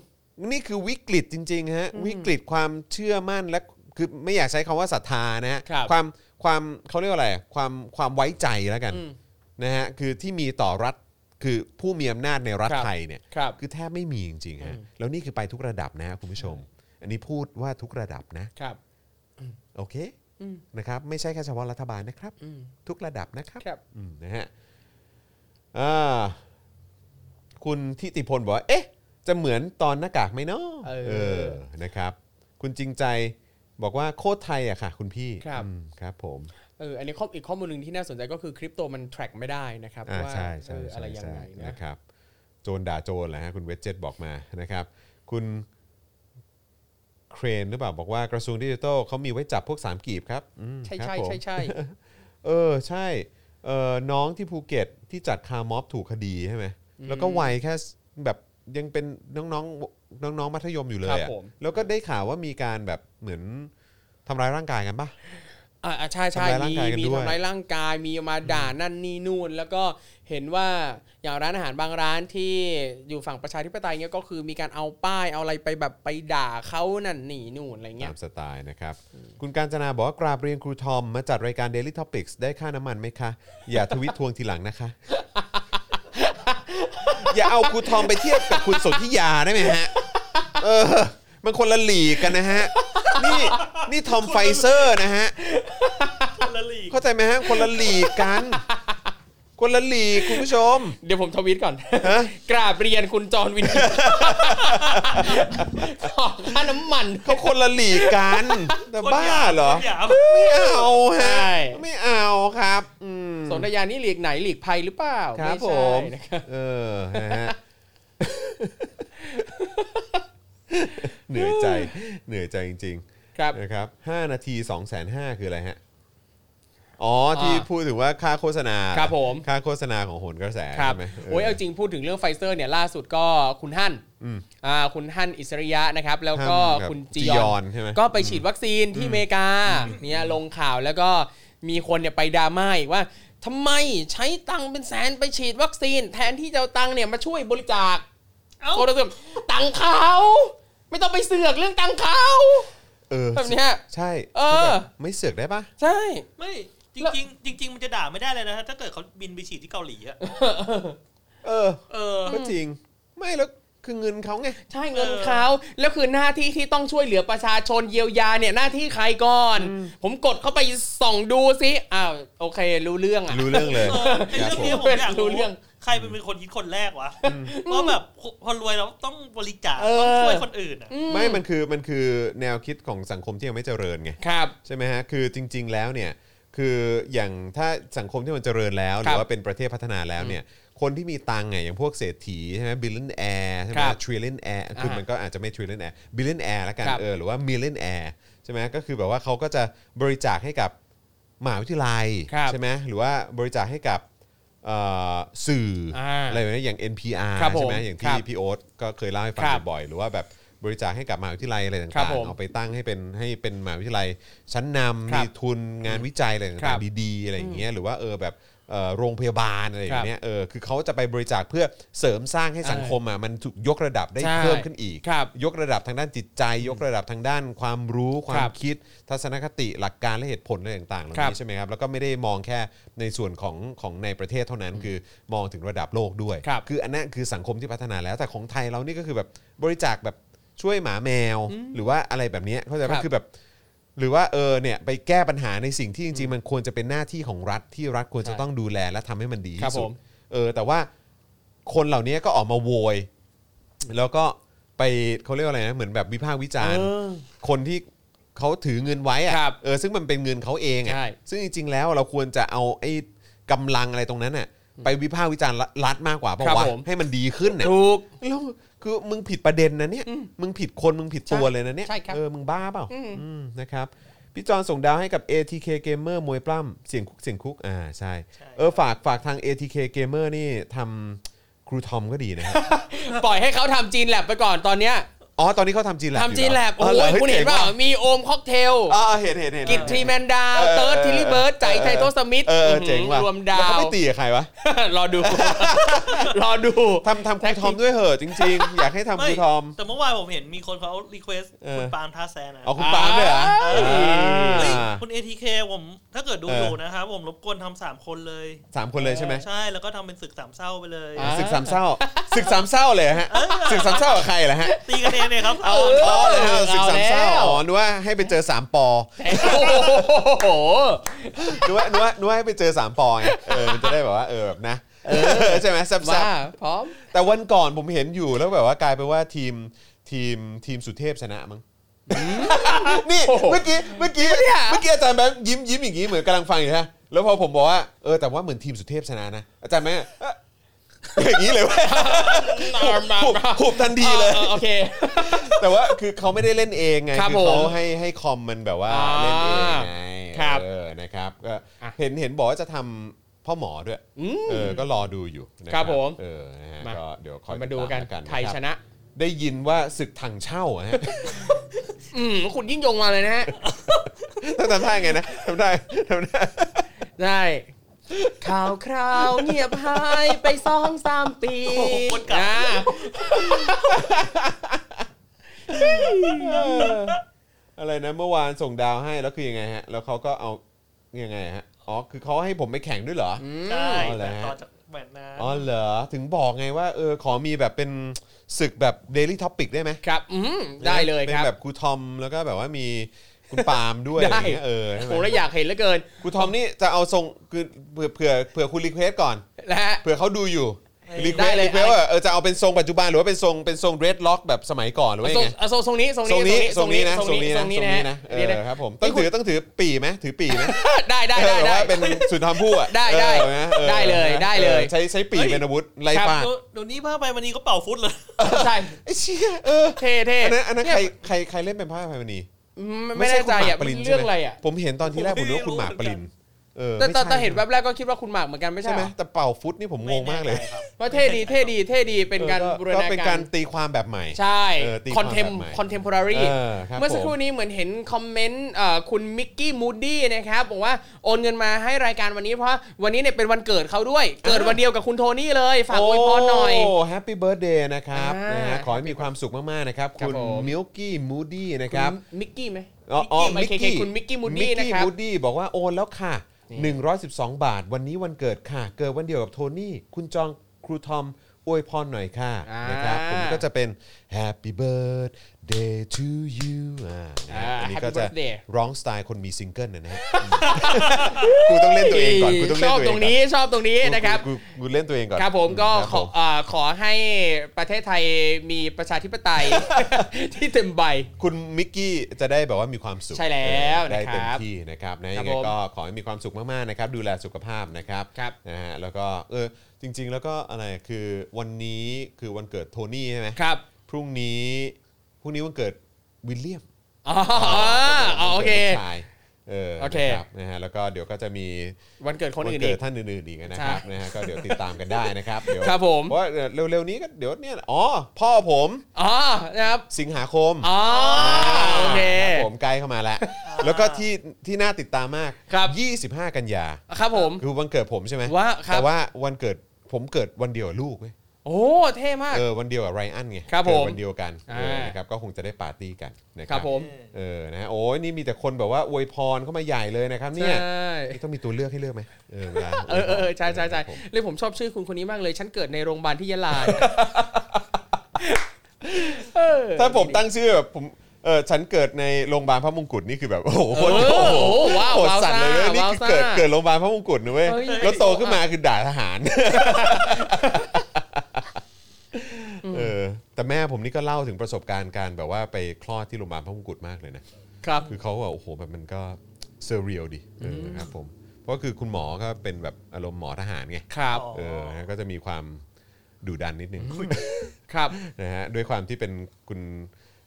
นี่คือวิกฤตจริงๆฮะวิกฤตความเชื่อมั่นและคือไม่อยากใช้คำว่าศรัทธานะฮะ ครับ ความความเขาเรียกว่าอะไรความความไว้ใจแล้วกัน อืม นะฮะคือที่มีต่อรัฐคือผู้มีอำนาจในรัฐ ครับ ไทยเนี่ย ครับ คือแทบไม่มีจริงๆฮะ แล้วนี่คือไปทุกระดับนะคุณผู้ชม อันนี้พูดว่าทุกระดับนะ ครับ โอเค อืม นะครับ ไม่ใช่แค่เฉพาะรัฐบาลนะครับ อืม ทุกระดับนะครับ ครับ อืมนะฮะอ่าคุณทิติพลบอกว่า เอ๊ะ จะเหมือนตอนหน้ากากไหมเนาะ เออ นะครับ คุณจริงใจบอกว่าโคตรไทยอะค่ะ คุณพี่ ครับ อืมครับผม เอออันนี้ข้ออีกข้อมูลหนึ่งที่น่าสนใจก็คือคริปโตมัน track ไม่ได้นะครับ อ่า ว่า ใช่ใช่ เอออะไรยัง ใช่ ไง ใช่ นะ ครับ โจรด่าโจรแหละฮะคุณเวจเจ็ตบอกมานะครับ คุณเครนหรือเปล่าบอกว่ากระทรวงดิจิทัลเขามีไว้จับพวกสามกีบครับอืม ใช่ ค ใช่ รับผม ใช่ใช่ เออใช่เออน้องที่ภูเก็ตที่จัดคาร์ม็อบถูกคดีใช่ไหมแล้วก็วัยแค่แบบยังเป็นน้องๆน้องๆมัธยมอยู่เลย ครับ อะ ผม แล้วก็ได้ข่าวว่ามีการแบบเหมือนทำร้ายร่างกายกันปะ อ่าอ่าใช่ใช่ ทำร้ายร่าง มี กายกัน มี ด้วย ทำร้ายร่างกายมีมาด่านั่นนี่นู่น แล้วก็เห็นว่าอย่างร้านอาหารบางร้านที่อยู่ฝั่งประชาธิปไตยเงี้ยก็คือมีการเอาป้ายเอาอะไรไปแบบไปด่าเขานั่นนี่นู่นอะไรเงี้ ตาย มสไตล์นะครับ คุณการจนาบอกว่ากราบเรียนครูทอมมาจัดรายการ Daily Topics ได้ค่าน้ำมันไหมคะ อย่าทวิตทวงทีหลังนะคะ อย่าเอาครูทอมไปเทียบกับคุณสนธิยาได้ไหมฮะ เออ มันคนละหลีกกันนะฮะ นี่นี่ทอมไฟเซอร์นะฮะ คนละลีก เข้าใจไหมฮะ คนละหลีกกัน คนละหลีกคุณผู้ชม เดี๋ยวผมทวีตก่อน ฮะ กราบเรียนคุณจอห์นวิน ยูขอค่าน้ำมัน เขาคนละหลีกกันแต่บ้าเหรอ คนหยาม ไม่เอาฮะ ใช่ ไม่เอาครับ อืม สนธยานี่หลีกไหนหลีกภัยหรือเปล่า ครับ ไใช่ ผม นะครับ เออนะ ฮะ เหนื่อยใจ เหนื่อยใจจริง ครับ ๆนะครับ5นาที2 5 0 0 0คืออะไรฮะ อ๋อ ที่ อ่า พูดถึงว่าค่าโฆษณา ครับผม ค่าโฆษณาของโหนกระแส ครับ ใช่ไหม โอ้ย เอาจริงพูดถึงเรื่องไฟเซอร์เนี่ยล่าสุดก็คุณฮั่นอ่าคุณฮั่นอิสริยะนะครับ แล้วก็ ห้ามบ คุณ จี จี ย ย อ อน น ใช่ไหม ก็ไปฉีดวัคซีนที่อเมริกาเนี่ยลงข่าวแล้วก็มีคนเนี่ยไปดราม่าอีกว่าทำไมใช้ตังค์เป็นแสนไปฉีดวัคซีน แทนที่จะเอาตังค์เนี่ยมาช่วยบริจาค เอ้า โคตรเสื่อมตังค์เขาไม่ต้องไปเสือกเรื่องตังค์เขา เออ แบบเนี้ย ใช่ เออ แบบไม่เสือกได้ปะ ใช่ ไม่จริงๆจริง ๆ มันจะด่าไม่ได้เลยนะฮะถ้าเกิดเขาบินไปฉีดที่เกาหลีอะ เออ เออ ก็จริง ไม่แล้วคือเงินเขาไง ใช่เงินเขาแล้วคือหน้าที่ที่ต้องช่วยเหลือประชาชนเยียวยาเนี่ยหน้าที่ใครก่อน ผมกดเข้าไปส่องดูซิอ้าวโอเค รู้เรื่องอ่ะ รู้เรื่องเลย เออไอ้ ครับ เรื่อง ผม เนี้ยผมอยาก รู้ รู้ เรื่อง ใครเป็นคนคิดคนแรกวะเพราะแบบพอรวยแล้วต้องบริจาคต้อง เออ ช่วยคนอื่นอะ ไม่มันคือมันคือแนวคิดของสังคมที่ยังไม่เจริญไง ครับ ใช่ไหมฮะ คือจริง ๆ แล้วเนี่ย คืออย่างถ้าสังคมที่มันเจริญแล้ว ห ครั รื บ อว่าเป็นประเทศพัฒนาแล้วเนี่ย คนที่มีตังค์ไงอย่างพวกเศรษฐีใช่ไหมบิลเลนแอร์ใช่ไหม ครับ ทริลเลนแอร์คือ อ่าฮะ มันก็อาจจะไม่ทริลเลนแอร์บิลเลนแอร์ละกัน ครับ เออ หรือว่ามิลเลนแอร์ใช่ไหมก็คือแบบว่าเขาก็จะบริจาคให้กับมหาวิทยาลัย ครับ ใช่ไหมหรือว่าบริจาคให้กับเอ่อสื่ออา อะไรแบบนี้อย่าง NPR ครับผม ใช่ไหมอย่าง ค ที่ รับ พี่โอ๊ตก็เคยเล่าให้ฟัง ครับ บ่อยๆหรือว่าแบบบริจาคให้กับมหาวิทยาลัยอะไร ครั ต่า บผงๆ ม เอา ไปตั้งให้เป็นให้เป็นมหาวิทยาลัยชั้นนำ ครั มี บ ทุนงานวิจัยอะไร ครั ต่าง บ ๆดีๆอะไรอย่างเงี้ยหรือว่าเออแบบเอ่อโรงพยาบาลอะไรอย่างเงี้ยเออคือเขาจะไปบริจาคเพื่อเสริมสร้างให้สังคมอ่ะมันถูกยกระดับได้ ใช่ เพิ่มขึ้นอีก ครับ ยกระดับทางด้านจิตใจ ยกระดับทางด้านความรู้ควา ครั ม บ คิด ทัศนคติหลักการและเหตุผลอะไรต่างๆเหล่า ครับ นี้ใช่ไหมครับแล้วก็ไม่ได้มองแค่ในส่วนของของในประเทศเท่านั้น คือมองถึงระดับโลกด้วย ครับ ออันนั้นคือสังคมที่พัฒนาแล้วแต่ของไทยเรานี่ก็คือแบบบริจาคแบบช่วยหมาแมวหรือว่าอะไรแบบเนี้ยเข้าใจ ครั ปะ บ คือแบบ หรือว่าเออเนี่ยไปแก้ปัญหาในสิ่งที่จริงๆ มันควรจะเป็นหน้าที่ของรัฐที่รัฐควรจะ ใช่ ต้องดูแลและทำให้มันดี ครั ที่ บ สุ ผ ด ม เออแต่ว่าคนเหล่านี้ก็ออกมาโวย แล้วก็ไปเขาเรียกว่าอะไรนะเหมือนแบบวิพากษ์วิจารณ์ คนที่เขาถือเงินไว้อะ ครับ เออซึ่งมันเป็นเงินเขาเองอะ ใช่ ซึ่งจริงๆแล้วเราควรจะเอาไอ้กำลังอะไรตรงนั้นน่ะไปวิพากษ์วิจารณ์รัฐมากกว่าเพราะว่าให้มันดีขึ้นน่ะ ถูก แล้วคือมึงผิดประเด็นนะเนี่ย มึงผิดคนมึงผิดตัว ใช่ เลยนะเนี่ย ใช่ครับ เออมึงบ้าเปล่าอืมนะครับพี่จอนส่งดาวให้กับ ATK Gamer มวยปล้ำเสียงคุกเสียงคุกอ่าใช่ ใช่ เออฝากฝากทาง ATK Gamer นี่ทำครูทอมก็ดีนะฮะ ปล่อยให้เขาทำจีนแลบไปก่อนตอนเนี้ย อ๋อ ตอนนี้เขาทำจีแลบ ทำจีนแลบโอ้โหคุณเห็นเปล่ามีโอมค็อกเทล อ่าเห็นเห็นเห็น กิตทรีแมนดาว เออ เติร์ดทิลลี่เบิร์ดจ่ายไทโตสมิธ เออเจ๋งว่ะ รวม แล้ว ดา เขา ว ไปตีกับใครวะ ร อดู รอดู ทำทำครูทอมด้วยเหอะจริง ๆ อยากให้ทำค ไม่ รูทอม แต่เมื่อวานผมเห็นมีคนเขารีเควส เออ คุณปาล์มท่าแซนนะ เอาคุณปาล์มด้วยเหรอ เอ้ย เฮ้ย อ่า คุณ ATK ผมถ้าเกิดดู เออ อ อ ยู่นะครับผมรบกวนทำสามคนเลย สามคนเลยใช่ไหม ใช่แล้วก็ทำเป็นศึกสามเศร้าไปเลย อ่า ศึกสามเศร้าศึกสามเศร้าเลยเหรอฮะศึกสามเศร้ากับใครเหรอฮะ ตีกันเองเลยครับ เอาอ๋อเลยฮะศึกสามเศร้าอ๋อนึกว่าให้ไปเจอสามปอ โอ้โห นึกว่านึกว่านึกว่าให้ไปเจอสามปอไงเออมันจะได้แบบว่าเออแบบนะใช่ไหมแซ่ มา บ พร้อม ๆแต่วันก่อนผมเห็นอยู่แล้วแบบว่ากลายเป็นว่าทีมทีมทีมสุเทพชนะมั้งนี่เมื่อกี้เมื่อกี้เมื่อกี้อาจารย์แบงค์ยิ้มยิ้มอย่างนี้เหมือนกำลังฟังอยู่ฮะแล้วพอผมบอกว่าเออแต่ว่าเหมือนทีมสุเทพชนะนะอาจารย์แบงค์อะอย่างนี้เลยเว่า หุบหุบทันทีเลย ออออโอเค แต่ว่าคือเขาไม่ได้เล่นเองไง ครับ คือเขา ผม ให้ให้คอมมันแบบว่า อ่า เล่นเองไง ครับ เออนะครับก็ อ่ะ เห็นเห็นบอกว่าจะทำพ่อหมอด้วยเออก็รอดูอยู่นะครับ ผม เออนะฮะ มา ก็เดี๋ยวคอ เรา ย มาดูกัน ติตมแล้ว ไทย ครับ ชนะ ได้ยินว่าศึกถังเช่าฮะ อืมคุณยิ่งยงมาเลยนะฮะ ต้องทำท่าไงนะทำได้ทำได้ ได้ข่าวคราวเงียบหายไปสองสามปี โอ้โหคนกลับ อ่า เอออะไรนะเมื่อวานส่งดาวให้แล้วคือยังไงฮะ แล้วเขาก็เอายังไงฮะอ๋อคือเขาให้ผมไปแข่งด้วยเหรอ ใช่ อ๋อเหรอ แต่ ฮะ ต่อจากแมตช์นั้น อ๋อเหรอถึงบอกไงว่าเออขอมีแบบเป็นศึกแบบ Daily Topic ได้ไหม ครับ อืมได้เลยครับ ป็นแบบครูทอมแล้วก็แบบว่ามีคุณปาล์มด้วย ได้ อะไรเงี้ยเออใช่ไห ผม ม เลยอยากเห็นเหลือเกิน ครูทอมนี่จะเอาทรงคือเผื่อเผื่อเผื่อคุณรีเควสก่อน นะฮะ เผื่อเขาดูอยู่รีเคว ได้ ส เลย รีเควสว่าเออจะเอาเป็นทรงปัจจุบันหรือว่าเป็นทรงเป็นทรงเรดล็อกแบบสมัยก่อนหรือว่า ทร ยัง งไง อ่ะทรงทรงนี้ทรง ทรงนี้ นี้ ทรงนี้นะ ท ท ร รง ง นี้ทนี้รนะง ท นี้ รง นะ นี้ ฮะ นะเอ นี่นะ อครับผมต้องถือต้องถือปีไหมถือปีไหม ได้ ได้ เอ ได้ อแบบ ได้ ว่าเป็นสุนทรภู่อะ ได้ได้ เออนะออ ได้เลย นะ ได้เลย ออใช้ใช้ปีเป็นอาวุธไล่ ครับ ปาด เดี๋ยวเดี๋ยวนี้ผ้าใบวันนี้ก็เป่าฟุตเลย ใช่ ไอ้เชี่ยเออ เท่เท่ อันนั้นอันนั้น เย ใครใครใครเล่นเป็นพระอภัยมณี ไม่ไม่แน่ใจอ่ะ คุณหมากปริน เรื่องอะไรอ่ะ ใช่หมผมเห็นตอนที่แรกผมนึกว่าคุณหมากปรินเออ แต่ ไม่ แต่ ใช่ แต่เห็นแวบแรกก็คิดว่าคุณหมากเหมือนกันไม่ใช่ ใช่ไห ไห ม ม แต่เป่าฟุตนี่ผมงงมากเลย เพราะเท่ดีเท่ดีเท่ดีเป็นการ ออ บูรณา เป็น กา การ รตีความแบบใหม่ ใช่ เออตี คอนเทม ความแบบใหม่ คอนเทมพอรารี เออครับ เมื่อสักครู่ ผม นี้เหมือนเห็นคอมเมนต์เอ่อคุณมิกกี้มูดดี้นะครับบอกว่าโอนเงินมาให้รายการวันนี้เพราะวันนี้เนี่ยเป็นวันเกิดเขาด้วย เกิดวันเดียวกับคุณโทนี่เลยฝากอวยพรหน่อย โอ้แฮปปี้เบิร์ดเดย์นะครับ อ่าน นะฮะขอให้มีความสุขมาก ๆ นะครับ ครับ คุณ ผม มิลกี้มูดี้นะครับ ณมิกกี้ไหม อ๋ออ๋อ มิกกี้คุณมิกกี้ Moody นะครับ มิกกี้มูดี้บอกว่าโอนแล้วค่ะ 112 บาท วันนี้วันเกิดค่ะ เกิดวันเดียวกับโทนี่ คุณจองครูทอมอวยพรหน่อยค่ะ อ่าน นะครับผมก็จะเป็น Happy Birthday to you อ่านะฮะอันนี้ก็ Happy จะ Birthday ร้องสไตล์คนมี ซิงเกิลนะนะฮะ กูต้องเล่นตัวเองก่อน กูต้อง ช เล่น อบ ตัวตเองก่ ร อง นี้ชอบตรงนี้ กู นะครับ กูกูเล่นตัวเองก่อน ครับผมก็ ครับ ข ผ อ ม เอ่อขอให้ประเทศไทยมีประชาธิปไตย ที่เต็มใบ คุณมิกกี้จะได้แบบว่ามีความสุข ใช่แล้ว เออได้ นะครับ เต็มที่นะครับนะครับ ยังไง ผม ก็ขอให้มีความสุขมากๆนะครับ ดูแลสุขภาพนะครับ ครับ นะฮะแล้วก็เออจริง ๆ แล้วก็อะไรคือวันนี้คือวันเกิดโทนี่ใช่ไหม ครับ พรุ่งนี้พรุ่งนี้วันเกิดวิลเลียม อ๋ออ๋อโอเค วันกิดลูกชายเออ โอเค นะครับนะฮะแล้วก็เดี๋ยวก็จะมี วันเกิดคน วั อื่น เกิ อี ด ก ท่านอื่นๆอีกนะครับ ใช่ นะฮะก็เดี๋ยวติดตามกันได้นะครับเดี๋ยว ครับผม เพราะว่าเร็วๆนี้ก็เดี๋ยวเนี่ยอ๋อพ่อผม อ๋อนะครับ สิงหาคม อ๋อโอเค รับผมใกล้เข้ามาแล้ว แล้วก็ที่ที่น่าติดตามมาก ครับ 25 กันยา ครับผม คือวันเกิดผมใช่ไหม ว่าครับ แต่ว่าวันเกิดผมเกิดวันเดียวกับลูกเว้ย โอ้เท่มาก เออวันเดียวกับไรอันไง ครับผม เกิดวันเดียวกัน อ่า เออนะครับก็คงจะได้ปาร์ตี้กันนะค ค รั รั บบ ผม เออนะฮะโอ้ยนี่มีแต่คนแบบว่าอวยพรเข้ามาใหญ่เลยนะครับเนี่ย ใช่ นี่ต้องมีตัวเลือกให้เลือกไหมเออวลา เออเออเออใช่ใช่ใช่ ครับผม เลยผมชอบชื่อคุณคนนี้มากเลย ฉันเกิดในโรงพยาบาลที่ยะลาเออ ถ้าผมตั้งชื่อแบบผมเออฉันเกิดในโรงพยาบาลพระมงกุฎนี่คือแบบโอ้โห เออโอ้โหว้าว โหด ว้าว สั่นเลยเซ่าว้ยนี่ ว้าวซ่าคือเกิดเกิดโรงพยาบาลพระมงกุฎนะเว้ย เฮ้ย แล้วโตขึ้นมาคือด่าทหาร เออแต่แม่ผมนี่ก็เล่าถึงประสบการณ์การแบบว่าไปคลอดที่โรงพยาบาลพระมงกุฎมากเลยนะ ครับ คือเขาแบบโอ้โหแบบมันก็เซอร์เรียลดิเออครับผมเพราะคือคุณหมอก็เป็นแบบอารมณ์หมอทหารไง ครับ เออนะก็จะมีความดุดันนิดนึง ครับ นะฮะด้วยความที่เป็นคุณ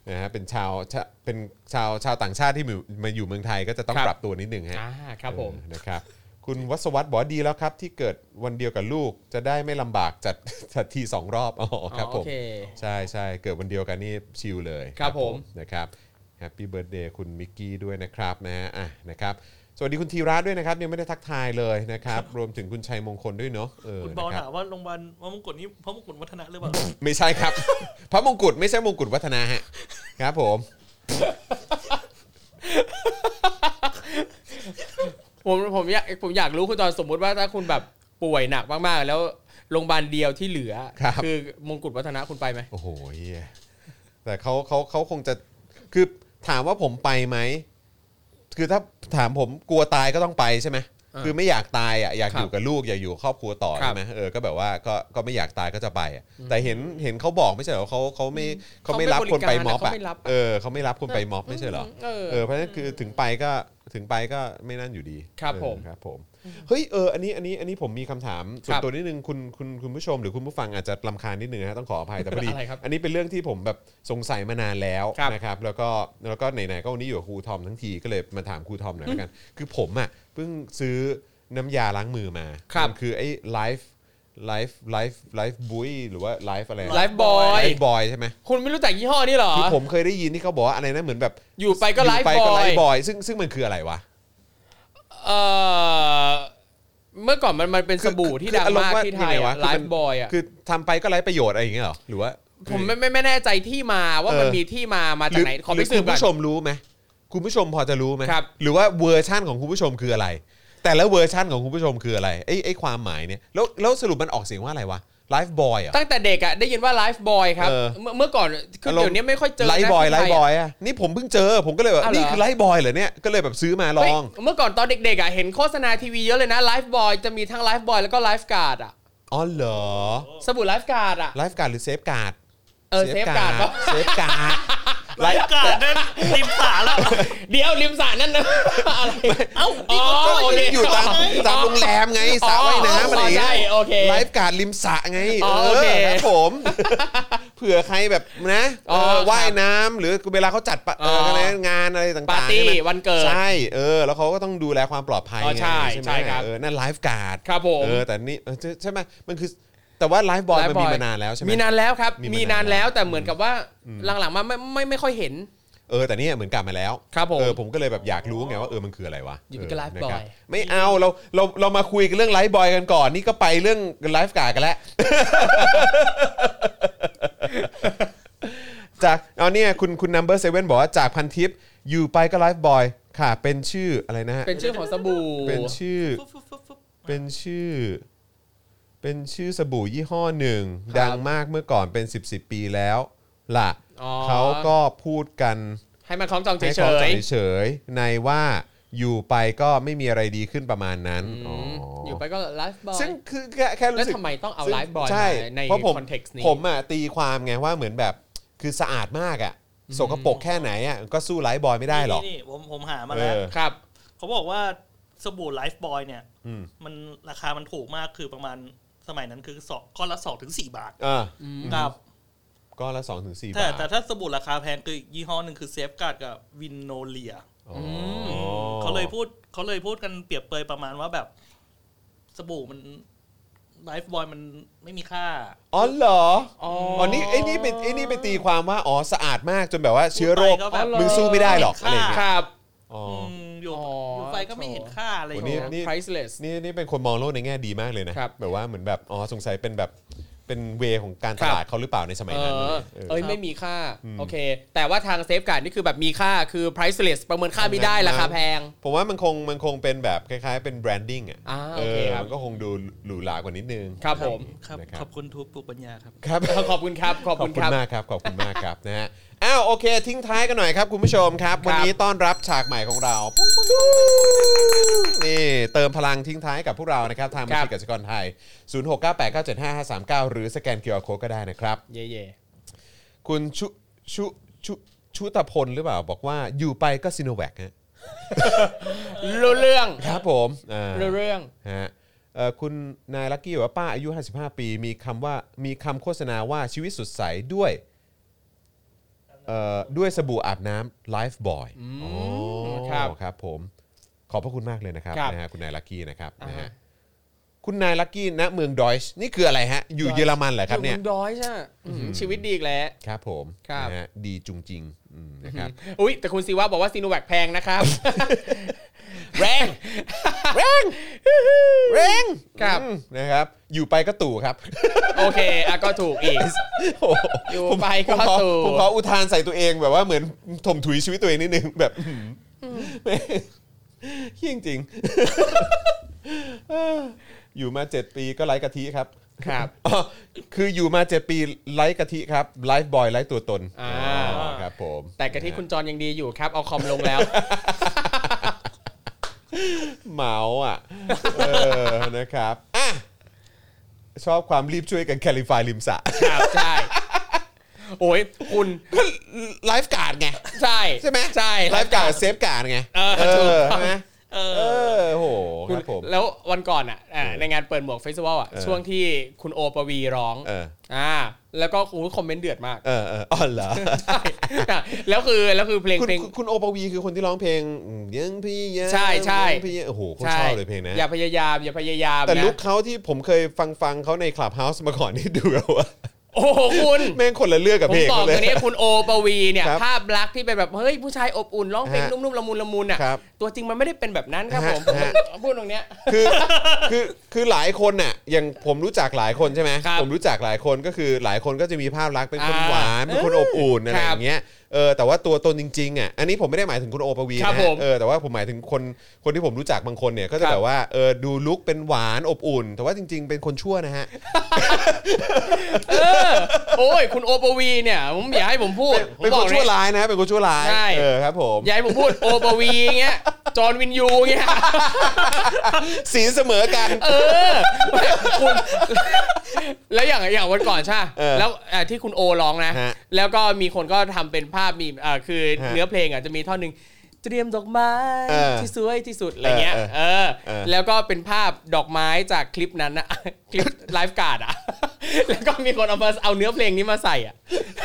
นะฮะเป็นชาวชะเป็นชาวชาวต่างชาติที่มาอยู่มาอยู่เมืองไทยก็จะต้อง ครับ ปรับตัวนิดนึงฮะ อ่าครับผม เออนะครับ คุณวัศวัตรบอกว่าดีแล้วครับ ที่เกิดวันเดียวกับลูกจะได้ไม่ลำบากจัด จัดทีสองรอบอ๋อครับผ โอ ม เค ใช่ใช่เกิดวันเดียวกันนี่ชิลเลย ครับผม นะครับแฮปปี้เบิร์ดเดย์คุณมิกกี้ด้วยนะครับนะฮะอ่ะนะครับสวัสดีคุณธีระด้วยนะครับยังไม่ได้ทักทายเลยนะครับ รวมถึงคุณชัยมงคลด้วยเนาะเออ คุณบอล นะค ถา รับ มว่าโรงพยาบาลพระมงกุฎนี่พระมงกุฎวัฒนะหรือเปล่า ไม่ใช่ครับ พระมงกุฎไม่ใช่มงกุฎวัฒนาฮะครับผม ผมผมอยากผมอยากรู้คุณจอนสมมุติว่าถ้าคุณแบบป่วยหนักมากๆ แล้วโรงพยาบาลเดียวที่เหลืออมงกุฎวัฒนะคุณไปไหม โอ้โหเหี้ยแต่เขาเขาเขาคงจะคือถามว่าผมไปไหมคือถ้าถามผมกลัวตายก็ต้องไปใช่ไหมคือไม่อยากตายอ่ะอยากอยู่กับลูกอยากอยู่กับครอบครัวต่อใช่ไหมเออก็แบบว่าก็ก็ไม่อยากตายก็จะไปอ่ะแต่เห็นเห็นเขาบอกไม่ใช่เหรอเขาเขาไม่เขาไม่รับคนไปม็อบอ่ะเออเขาไม่รับคนไปม็อบไม่ใช่เหรอ เออ เออเพราะฉะนั้นคือถึงไปก็ถึงไปก็ไม่นั่นอยู่ดี ครับ เออ ผม ครับผมเฮ้ยเอออันนี้อันนี้อันนี้ผมมีคำถามส่คนวรับ ตัวนิดนึงคุณคุณคุณผู้ชมหรือคุณผู้ฟังอาจจะลำคาญนิดนึงนะฮะต้องขออภัยแต่พอดี อะไรครับ อันนี้เป็นเรื่องที่ผมแบบสงสัยมานานแล้ว ครับ นะครับแล้วก็แล้วก็ไหนๆก็วันนี้อยู่กับครูทอมทั้งทีก็เลยมาถามครูทอมหน่อยละกัน คือผมอ่ะเพิ่งซื้อน้ำยาล้างมือมา ครับ มันคือไอ้ไลฟ์ไลฟ์ไลฟ์ไลฟ์บุ้ยหรือว่าไลฟ์อะไร ไลฟ์บอ ไล ย ฟ์บอยใช่ไหม คุณไม่รู้จักยี่ห้อนี้หรอ คือผมเคยได้ยินที่เขาบอกว่าอะไรนะเหมือนแบบ อยู่ไปก็ไลฟ์ ไป บ ก็ อ ไล ย ฟ์บอยซึ่งซึ่งมันคืออะไรวะ เออเมื่อก่อนมันมันเป็นสบู่ที่ดังมากที่ไทยไลฟ์บอยอ่ะ คือทำไปก็ไร้ประโยชน์อะไรอย่างเงี้ยเหรอหรือว่า ผมไม่ไม่แน่ใจที่มาว่ามันมีที่มามาจากไหนขอ ห ไป รือ สื คุ บ ณ ก่อน ผู้ชมรู้ไหมคุณผู้ชมพอจะรู้ไหม ครับ หรือว่าเวอร์ชั่นของคุณผู้ชมคืออะไร แต่และเวอร์ชั่นของคุณผู้ชมคืออะไรไอ้ไอ้ความหมายเนี่ยแล้วแล้วสรุปมันออกเสียงว่าอะไรวะไลฟ์บอยอ่ะ ตั้งแต่เด็กอ่ะได้ยินว่าไลฟ์บอยครับ เออ เมื่อเมื่อก่อนคือเดี๋ยวนี้ไม่ค่อยเจอนะ ไลฟ์บอย ที่ ไลฟ์บทะ อยอ่ะนี่ผมเพิ่งเจอ ผมก็เลยแบบ อ้าวเหรอ นี่คือไลฟ์บอยเหรอเนี่ยก็เลยแบบซื้อมาล เฮ้ย อง เมื่อก่อนตอนเด็กๆอ่ะเห็นโฆษณาทีวีเยอะเลยนะไลฟ์บอยจะมีทั้งไลฟ์บอยแล้วก็ไลฟ์การ์ดอ่ะ อ๋อเหรอ สบู่ไลฟ์การ์ดอ่ะ ไลฟ์การ์ดหรือเซฟการ์ด เออเซฟการ์ดปะ เซฟการ์ด ไร้การนั่นริมสาแล้ว เดี๋ยวริมสระนั่นนะอะไรเอ้าอ๋อ ก็ โอเค ยังอยู่ตามตามโรงแรมไงสระว่ายน้ำอะไรอย่าง อ๋อใช่ เงี้ย โอเค ไลฟ์การ์ดริมสระไง อ๋อโอเค ครับผม เผื่อใครแบบนะเออ อ๋อครับ ว่ายน้ำหรือเวลาเขาจัดปะเอ่อ อ๋อ อะไรงานอะไรต่างๆ ปาร์ตี้ ใช่ไหม วันเกิด ใช่เออแล้วเขาก็ต้องดูแลความปลอดภัย อ๋อใช่ ไง ใช่ ไหม ครับ เออนั่นไลฟ์การ์ด ครับผม เออแต่นี่เออใช่ใช่ไหมมันคือแต่ว่าไลฟ์บอยมันมี Lifebuoy มานานแล้วใช่ไหม มีนานแล้วครับ มีมานาน มีนานแล้วแต่เหมือนกับว่าหลังๆมาไม่ไม่ไม่ค่อยเห็น เออแต่เนี่ยเหมือนกลับมาแล้ว ครับผม เออผมก็เลยแบบอยากรู้ไงว่าเออมันคืออะไรวะ อยู่กับ Life เนะครับ Boy ไม่เอาเราเราเรามาคุยกันเรื่องไลฟ์บอยกันก่อน นี่ก็ไปเรื่องไลฟ์การ์ดกันแล้ว จากเอาเนี่ยคุณคุณนัมเบอร์เซเว่นบอกว่าจากพันทิปอยู่ไปก็ไลฟ์บอยค่ะ เป็นชื่ออะไรนะฮะ เป็นชื่อของสบู่ เป็นชื่อ เป็นชื่อ เป็นชื่อสบู่ยี่ห้อหนึ่ง ครับ ดังมากเมื่อก่อนเป็น 10บสปีแล้วล่ะ อ๋อ เขาก็พูดกัน ให้มันคล้องจองเฉ ให้เขา ย เฉยๆในว่าอยู่ไปก็ไม่มีอะไรดีขึ้นประมาณนั้น ๆ อ๋อ ม อ อยู่ไปก็ไลฟ์บอย ซึ่งคือแค่แค่ แล้ว รู้สึก ทำไมต้องเอา ซึ่ ไลฟ์บอย ใช่ มาใน เพราะผม คอนเท็กซ์นี้ ผมอ่ะตีความไงว่าเหมือนแบบคือสะอาดมากอ่ะสกปรกแค่ไหนอ่ะก็สู้ไลฟ์บอยไม่ได้หรอก นี่ๆผมผมหามาแล้ว เออ ครับ เขาบอกว่าสบู่ไลฟ์บอยเนี่ย อืม มันราคามันถูกมากคือประมาณสมัยนั้นคือสองก้อนละสองถึงสี่บาท เออ ครับ ก้อนละ2-4ถึงสี่ แต่ บาท แต่ถ้าสบู่ราคาแพงคืออีกยี่ห้อหนึ่งคือเซฟการ์ดกับวินโนเลีย อ๋ออ เขาเลยพูดเขาเลยพูดกันเปรียบเปรยประมาณว่าแบบ สบู่มันไลฟ์บอยมันไม่มีค่า อ๋อเหรอ อ๋อ อ๋อนี่ไอ้นี่เป็นไอ้นี่ไปตีความว่าอ๋อสะอาดมากจนแบบว่าเชื้อโรค พูดไปก็แบบ มึงสู้ไม่ได้หรอกอะไรอย่าง ค เงี้ย รับ อ๋อ อืมอยู่ อ๋อ อ อ ยู่ไปก็ไม่เห็นค่าอะไร โอ้ เงี้ย นี่ priceless นี่นี่เป็นคนมองโลกในแง่ดีมากเลยนะครับ แบบว่าเหมือนแบบอ๋อสงสัยเป็นแบบเป็นเวของการตลาดเขาหรือเปล่าในสมัย เอ นั้น อ เออ เอ้ยไม่มีค่า โอเค แต่ว่าทางเซฟการ์ดนี่คือแบบมีค่าคือ priceless ประเมินค่าไม่ได้ราคาแพง ผมว่ามันคงมันคงเป็นแบบคล้าย ๆ เป็นแบรนดิ้งอ่ะ อ่า เอ โอเค อ ครับ มันก็คงดูหรูหรากว่านิดนึง ครับผม ครับ นะค ข รั อ บบ คุณทุกปุกปัญญาครับ ครับ ขอบคุณครับ ขอบ ขอบ คุณคคุณ รับ มากครับขอบคุณมากครับนะฮะอ้าวโอเค ทิ้งท้ายกันหน่อยครับคุณผู้ชมครับ วันนี้ต้อนรับฉากใหม่ของเราปุ้งปุ้งปุ้งนี่เติมพลังทิ้งท้ายกับพวกเรานะครับ ทางบัญชี ครับ กสิกรไทย 0698975539 หรือสแกน QR Code ก็ได้นะครับ เย่ คุณชุชุชุชุตพลหรือเปล่าบอกว่าอยู่ไปก็ซิโนแวคฮะ ๆรู้เรื่อง ครับผมอ่า รู้เรื่อง ฮะเอ่อคุณนายลักกี้บอกว่าป้าอายุ 55 ปี มีคำว่ามีคำโฆษณาว่าชีวิตสดใสด้วยเอ่อด้วยสบู่อาบน้ำไลฟ์บอย ครับ ครับผม ขอบพระคุณมากเลยนะครับ ครับ นะฮะคุณนายลักกี้นะครับ อ่า นะฮะคุณนายลักกี้ณเมืองดอยช์นี่คืออะไรฮะ อยู่เยอรมันเหรอครับเนี่ย ดอยใช่ชีวิตดีอีกแล้ว ครับผม ครับ นะฮะดีจุงจริงอืมนะครับ อุ้ยแต่คุณซีว่าบอกว่าซีโนแวคแพง นะครับ แรงแรง เร่ง ครับ อืมนะครับ อยู่ไปก็ตู่ครับ โอเคอ่ะก็ถูกอีก โอ้โห อยู่ ผม ไปก็ ผมขอ ตู่ ผมขออุทานใส่ตัวเองแบบว่าเหมือน ถมถุยชีวิตตัวเองนิด นึงแบบ เฮี้ยจริง ๆเอออยู่มาเจ็ดปีก็ไร้กะทิครับ ครับ อ๋อคืออยู่มาเจ็ดปีไร้กะทิครับไลฟ์บอยไร้ตัวตน อ่า อ๋อครับผม แต่กะที่คุณจรยังดีอยู่ครับ เอาคอมลงแล้ว เมาอ่ะ เออนะครับอ่ะชอบความรีบช่วยกันแคลิฟายริมสระ ครับใช่ โอ้ยคุณ ไลฟ์การ์ดไง ใช่ ใช่ไหม ใช่ ไลฟ์การ์ดเซฟการ์ดไง เออถูกเออ ต้องใช่ไหม เอ เอ อ อโหค คุณ รับผม แล้ววันก่อนอ่ะอ่า เออ ในงานเปิดหมวกเฟสติวัลอ่ะ เออ ช่วงที่คุณโอปวีร้อง เออ อ่า แล้วก็คุณคอมเมนต์เดือดมาก เออเอออ๋อเหรอ ใช่ แล้วคือแล้วคือเพลง คุณ เพลง คุณคุณโอปวีคือคนที่ร้องเพลงยังพี่ยัง ใช่ใช่ ยังพี่ยังโอ้โหผมช ใช่ อบเลยเพลงนะ อย่าพยายาม อย่าพยายาม แต่ นะ ลุคเขาที่ผมเคยฟังฟังเขาในคลับเฮาส์มาก่อนนี่ดูแล้วว่า โอ้โหคุณ แม่งคนละเรื่องกับ ผม เพลง บอก เขาเล ต ย อนนี้คุณโอปวีเนี่ย ครับ ภาพลักษณ์ที่เป็นแบบเฮ้ยผู้ชายอบอุ่นร้องเพลง ฮะ นุ่มๆละมุนละมุนอ่ะ ครับ ตัวจริงมันไม่ได้เป็นแบบนั้นครับ ฮะ ผม ฮะ ผมพูดตรงเนี้ย คือคือคือหลายคนน่ะอย่างผมรู้จักหลายคนใช่ไหม ครับ ผมรู้จักหลายคนก็คือหลายคนก็จะมีภาพลักษณ์เป็นคน อ่า หวานเป็นคนอบอุ่นอะไร ครับ อย่างเงี้ยเออแต่ว่าตัวตนจริงๆอ่ะอันนี้ผมไม่ได้หมายถึงคุณโอปวี ครับ นะ ผม เออแต่ว่าผมหมายถึงคนคนที่ผมรู้จักบางคนเนี่ยก็คจะรับ แบบว่าเออดูลุคเป็นหวานอบอุ่น แต่ว่าจริง ๆ เป็นคนชั่วนะฮะ เออโอ้ยคุณโอปวีเนี่ยผมอย่าให้ผมพูดผม เป็น บ ค อน กเล ชั่วย ร้ายนะเป็นคนชั่วร้าย ใช่ เออครับผม อย่าให้ผมพูดโอปวีเงี้ยจอห์นวินยูเงี้ย ศีลเสมอกัน เออคุณแล้วอย่างอย่างวันก่อนใช่ปะ เออ แล้วเอ่อที่คุณโอร้องนะ ฮะ แล้วก็มีคนก็ทำเป็นภาพมีเอ่อคือ ฮะ เนื้อเพลงอ่ะจะมีท่อนหนึ่งเตรียมดอกไม้ เออ ที่สวยที่สุดอะไรเงี้ย เออ เออ เออ แล้วก็เป็นภาพดอกไม้จากคลิปนั้นอะ คลิปไลฟ์การ์ดอะ แล้วก็มีคนเอามาเอาเนื้อเพลงนี้มาใส่อะ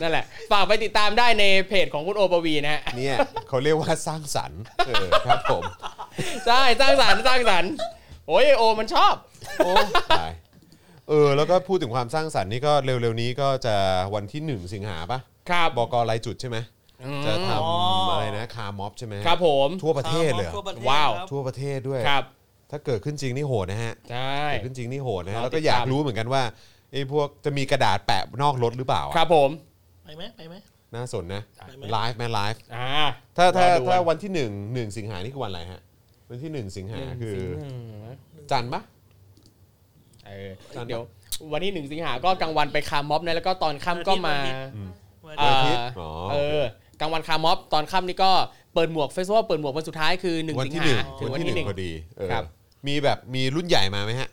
นั่นแหละ ฝากไปติดตามได้ในเพจของคุณโอปวีนะฮะ เนี่ยเขาเรียกว่าสร้างสรรค์เออครับผม ใช่สร้างสรรค์สร้างสรรค์โอ้ยโอมันชอบ โอ้ตายเออแล้วก็พูดถึงความสร้างสรรค์นี่ก็เร็วๆนี้ก็จะวันที่หนึ่งสิงหาปะ ครับ บกรายจุดใช่ไหมจะท อ๋อ ำ อ อะไรนะคาร์ม็อบใช่ไหม ครับผม ทั่วประเทศเลยเหร ทั่ว อ ประเทศ ว้าว ครับ ทั่วประเทศด้วย ครับ ถ้าเกิดขึ้นจริงนี่โหดนะฮะ ใช่ เกิดขึ้นจริงนี่โหดนะรฮะอ แล้วก็ ติด อ ตาม ยากรู้เหมือนกันว่าไอ้พวกจะมีกระดาษแปะนอกรถหรือเปล่าอะ ครับผม ไปไหมไปไหม น่าสนนะ ไปไหม ไลฟ์แมไลฟ์ อ่า ถ้าถ้าร อดูวัน ถ้าวันที่หนึ่งหนึ่งสิงหานี่คือวันอะไรฮะ วันที่หนึ่งสิงหาคือจันทร์ปะ เออ จันทร์ เดี๋ยว วันที่หนึ่งสิงหาก็กลางวันไปคาร์ม็อบนะแล้วก็ตอนค่ำก็มา วัน อ่าวันอาทินี้ตย์อ๋อ เออกลางวันคาร์ม็อบตอนค่ำนี่ก็เปิดหมวกเฟสติวัลเปิดหมวกวันสุดท้ายคือหนึ่ง วัน สิง ที่ หา หนึ่ง ถึง วั วัน น ที่ ที่ ห หนึ่นึ่ง ง พอดีเออ ครับ มีแบบมีรุ่นใหญ่มาไหมฮะ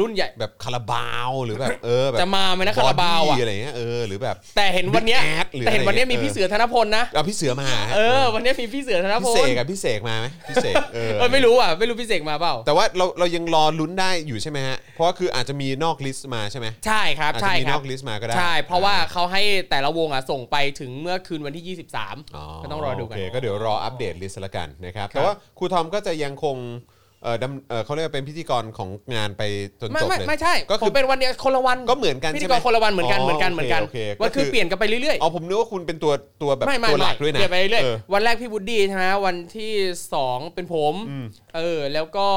รุ่นใหญ่ แบบคาราบาวหรือแบบ เออแบบ จะมาไหมนะคาราบาว อ อ่ะ ดี้อะไรเงี้ยเออหรือแบบ แต่เห็นวันเนี้ย แอดหรือ แต่เห็นวันเนี้ย อะไร มี เงี้ย พี่เสือธนพลนะ เอาพี่เสือมาหาฮะ เออ วันเนี้ยมีพี่เสือธนพ พี่ ล เสกอะพี่เสกมาไหมพี่เสกเออ เออไม่รู้อ่ะไม่รู้พี่เสกมาเปล่า แต่ว่าเราเรายังรอลุ้นได้อยู่ใช่ไหมฮะ เพราะว่าคืออาจจะมีนอกลิสต์มาใช่ไหม ใช่ครับ อาจจะ ใช่ มี คน รั อบ กลิสต์มาก็ได้ ใช่ เพราะว่าเขาให้แต่ละวงอ่ะส่งไปถึงเมื่อคืนวันที่ อ๋อ 23 ก็ต้องรอดูกัน โอเคก็เดี๋ยวรออัปเดตลิสต์ละกันนะครับแต่ว่าครูทอมก็จะยังคงเออดำเอ่อเขาเรียกว่าเป็นพิธีกรของงานไปจน ไม่ จบ ไม่ เลย ไม่ใช่ ก็ ผ คือ มเป็นวันเดียวคนละวัน ก็เหมือนกัน พิธี ใช่ไห ก ม รคนละวันเหมือนกันเหมือนกัน โ เหมือนกัน โอเค วันคือเปลี่ยนกันไปเรื่อย เอาผมนึกว่าคุณเป็นตัวตัวแบบ ไม่ไม่ ตัวห ไม่ ลักด้วยนะ เปลี่ยนไปเรื่อย ออ วันแรกพี่บูดดี้ใช่ไหมวันที่ 2 เป็นผม อืม เออแล้วก็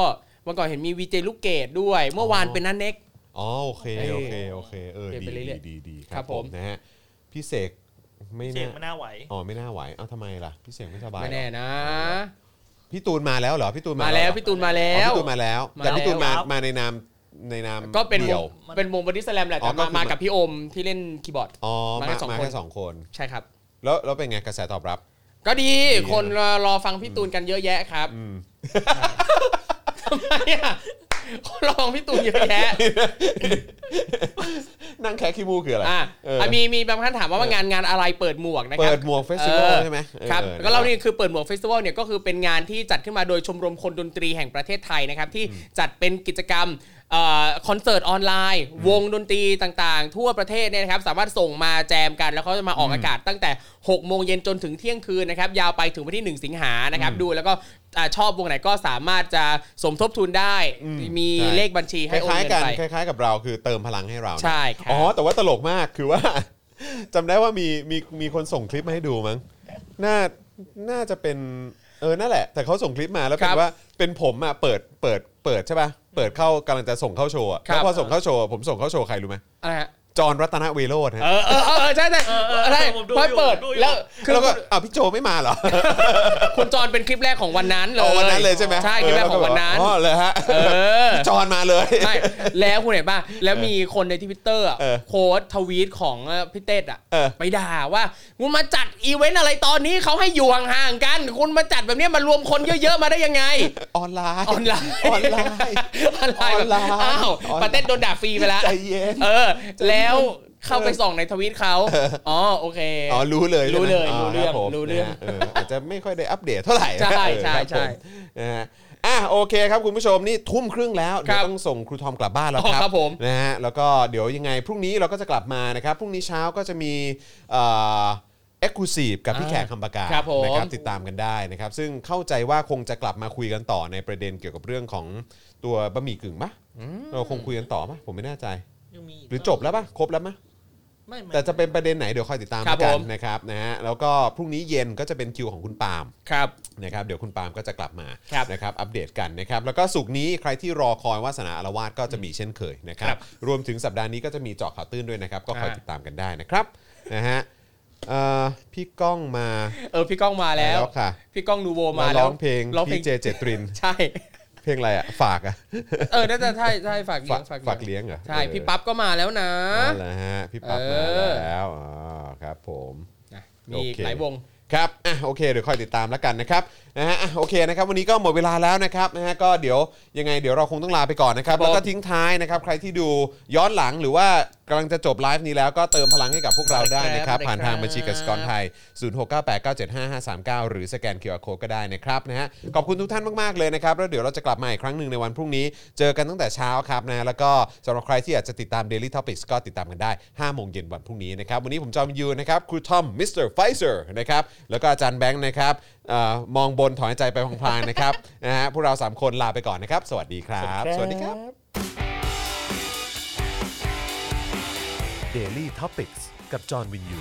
วันก่อนเห็นมีวีเจลูกเกดด้วย เมื่อวาน อ๋อ เป็นนันเน็ก อ๋อโอเค เออ โอเคโอเคเออ เปลี่ยน ดี ไปเรื่อยๆ ดีดีค ครั รับบ ผ ผม ม นะฮะพี่เสกไม่ เสียง น่า ไม่น่าไหว อ๋อไม่น่าไหว เอ้าทำไมล่ะ พี่เสียงไม่สบาย ไม่แน่ เหรอ นะ พี่ตูนมาแล้วเหรอ พี่ตูน มา มา แล้ว เหรอ พี่ตูนมาแล้ อ๋อ ว พี่ตูนมาแล้ว มาแล้ว แต่พี่ตูนมา ครับ มาในนามในนาม ก็เป็นว เดี่ย ง ว เป็นวงบอดี้สแลมแหละ อ๋อ แต่ ก็ มา คือ มากับพี่โอมที่เล่นคีย์บอร์ด อ๋อมา มา มา กันสองคน แค่สองคน ใช่ครับ แล้วแล้วเป็นไงกระแสตอบรับ ก็ดี ดี คน นะ รอรอฟังพี่ตูนกันเยอะแยะครับ อืม ทำไมอ่ะคนรอฟังพี่ตูนเยอะแยะ นั่งแคะขี้มูกคืออะไร อ่ะ เออ อ่ะมีมีบางท่านถามว่าว่างานงานอะไรเปิดหมวกนะค เปิ รับ ดหมวกเฟสติวัล เออ ใช่ไหมออ ครับ ออ ก็เรานี่คือเปิดหมวกเฟสติวัลเนี่ยก็คือเป็นงานที่จัดขึ้นมาโดยชมรมคนดนตรีแห่งประเทศไทยนะครับ ที่จัดเป็นกิจกรรมเอ่อคอนเสิร์ตออนไลน์ วงดนตรีต่างๆ ทั่วประเทศเนี่ยนะครับสามารถส่งมาแจมกัน แล้วเขาจะมาออกอากาศตั้งแต่ 6 โมงเย็นจนถึงเที่ยงคืนนะครับยาวไปถึงวันที่ 1 สิงหานะครับดูแล้วก็อ่าชอบวงไหนก็สามารถจะสมทบทุนได้ อืม มี ใช่ เลขบัญชี ค ให้โอน ล้าย เงิ ๆกัน นไป คล้าย ๆ กับเราคือเติมพลังให้เรานะ ใช่ครับ อ๋อแต่ว่าตลกมากคือว่า จำได้ว่ามีมีมีคนส่งคลิปมาให้ดูมั้งน่าน่าจะเป็นเออนั่นแหละ แต่เขาส่งคลิปมาแล้วเป็ ครั น บ ว่าเป็นผมอ่ะเปิดเปิดเปิดใช่ป่ะเปิดเข้ากำลังจะส่งเข้าโชว์อะ ครับ แล้วพอส่งเข้าโชว์อะผมส่งเข้าโชว์ใครรู้ไหม อะไรฮะ จอห์นรัตนเวโรจน์ฮะ เออเออเออเออใช่ใช่ เออเออ ใช่ ผมดู พอ อยู่ เปิด ผมดูอยู่ แล้วคือ แล้วก็อ้าวพี่โจไม่มาเหรอ คุณจรเป็นคลิปแรกของวันนั้นเลย อ๋อวันนั้นเลยใช่ไหม ใช่คลิปแรกของวันนั้น อ๋อเลยฮะ เออ จอนมาเลย ใช่แล้วคุณเห็นป่ะแล้วมีคนในทวิตเตอร์ เออ โค้ดทวีตของเอ่อพี่เต้อ่ะ เออ ไปด่าว่ามึงมาจัดอีเวนต์อะไรตอนนี้เขาให้อยู่ห่างๆกัน คุณมาจัดแบบเนี้ยมารวมคนเยอะๆมาได้ ยังไง ออนไลน์ ออนไลน์ ออนไลน์ ออนไลน์ ออนไลน์ อ้าว ออนไลน์ ปาเต้โดนด่าฟรีไปแล้ว ใจเย็น เออ แล้วเข้าไปส่องในทวีตเขา เออ อ๋อโอเค อ๋อ รู้เลยใช่ไหม รู้เลย อ๋อ รู้เรื่อง คบผม รู้เรื่อง นะฮะเอออาจจะไม่ค่อยได้อัปเดตเท่าไหร่นะ ใช่ เออ ใช่ ครับ ใช่ ผมนะฮะอ่ะโอเคครับคุณผู้ชมนี่ทุ่มครึ่งแล้วเดี๋ยวต้องส่งครูทอมกลับบ้านแล้วค อ๋ รั อบ ครับผม นะฮะแล้วก็เดี๋ยวยังไงพรุ่งนี้เราก็จะกลับมานะครับพรุ่งนี้เช้าก็จะมีเอ่อ็กซ์คลูซีฟกับพี่แขกคำปากา ครับผม นะครับติดตามกันได้นะครับ ซึ่งเข้าใจว่าคงจะกลับมาคุยกันต่อในประเด็นเกี่ยวกับเรื่องของตัวบะหมี่กึ่งปะเราคงคุยกันต่อปะผมไม่แน่ใจ ยังมีก หรือจบแล้วปะครบแล้วปะ ไม่ไม่ แต่จะเป็นประเด็นไหนเดี๋ยวคอยติดตาม ครับ กั ผ น ม นะครับนะฮะแล้วก็พรุ่งนี้เย็นก็จะเป็นคิวของคุณปาล์ม ครับ นะครับเดี๋ยวคุณปาล์มก็จะกลับมา ครับ นะครับอัปเดตกันนะครับแล้วก็สุกร์นี้ใครที่รอคอยวาสนาอารวาสก็จะมีเช่นเคยนะครับ ครับ รวมถึงสัปดาห์นี้ก็จะมีเจาะข่าวตื้นด้วยนะครับ ก็คอย อ่า ติดตามกันได้นะครับนะฮะเอ่อพี่ก้องมา เออพี่ก้องมาแล้ว ค่ะ พี่ก้องนูโวมา มา แล้ ร้ ว องเพลง ร้องเพล พี่ ง เจเจตริน ใช่ เพลงอะไรอ่ะฝากอ่ะ เออน่าจะใช่ใช่ฝากเลี้ ฝาย ก ง ฝากเลี้ยงเหรอ ใช่ เออ พี่ปั๊บก็มาแล้วนะ นั่นแหละฮะพี่ปั๊บมา เออ แล้วอ๋อครับผม นะมีอีก โอเค หลายวง ครับ อ่ะ โอเค เดี๋ยวคอยติดตามแล้วกันนะครับ นะฮะ อ่ะ โอเค นะครับ วันนี้ก็หมดเวลาแล้วนะครับ นะฮะ ก็เดี๋ยวยังไง เดี๋ยวเราคงต้องลาไปก่อนนะครับ ครับผม แล้วก็ทิ้งท้ายนะครับ ใครที่ดูย้อนหลังหรือว่ากำลังจะจบไลฟ์นี้แล้วก็เติมพลังให้กับพวกเราได้นะครับ ได้ครับ ผ่านทางบัญชีกสิกรไทย 0698975539 หรือสแกน QR Code ก็ได้นะครับ นะฮะ ขอบคุณทุกท่านมาก ๆ เลยนะครับ แล้วเดี๋ยวเราจะกลับมาอีกครั้งหนึ่งในวันพรุ่งนี้ เจอกันตั้งแต่เช้าครับนะ แล้วก็สำหรับใครที่อยากจะติดตาม Daily Topics ก็ติดตามกันได้5โมงเย็นวันพรุ่งนี้นะครับ วันนี้ผมจอมยูนะครับ ครูทอม มิสเตอร์ไฟเซอร์นะครับ แล้วก็อาจารย์แบงค์นะครับเออมองบนถอนหายใจไปพลางๆนะครับ นะฮะ พวกเราสามคนลาไปก่อนนะครับ สวัสดีครับ สวัสดีครับ Daily t o p i c กกับจอห์นวินยู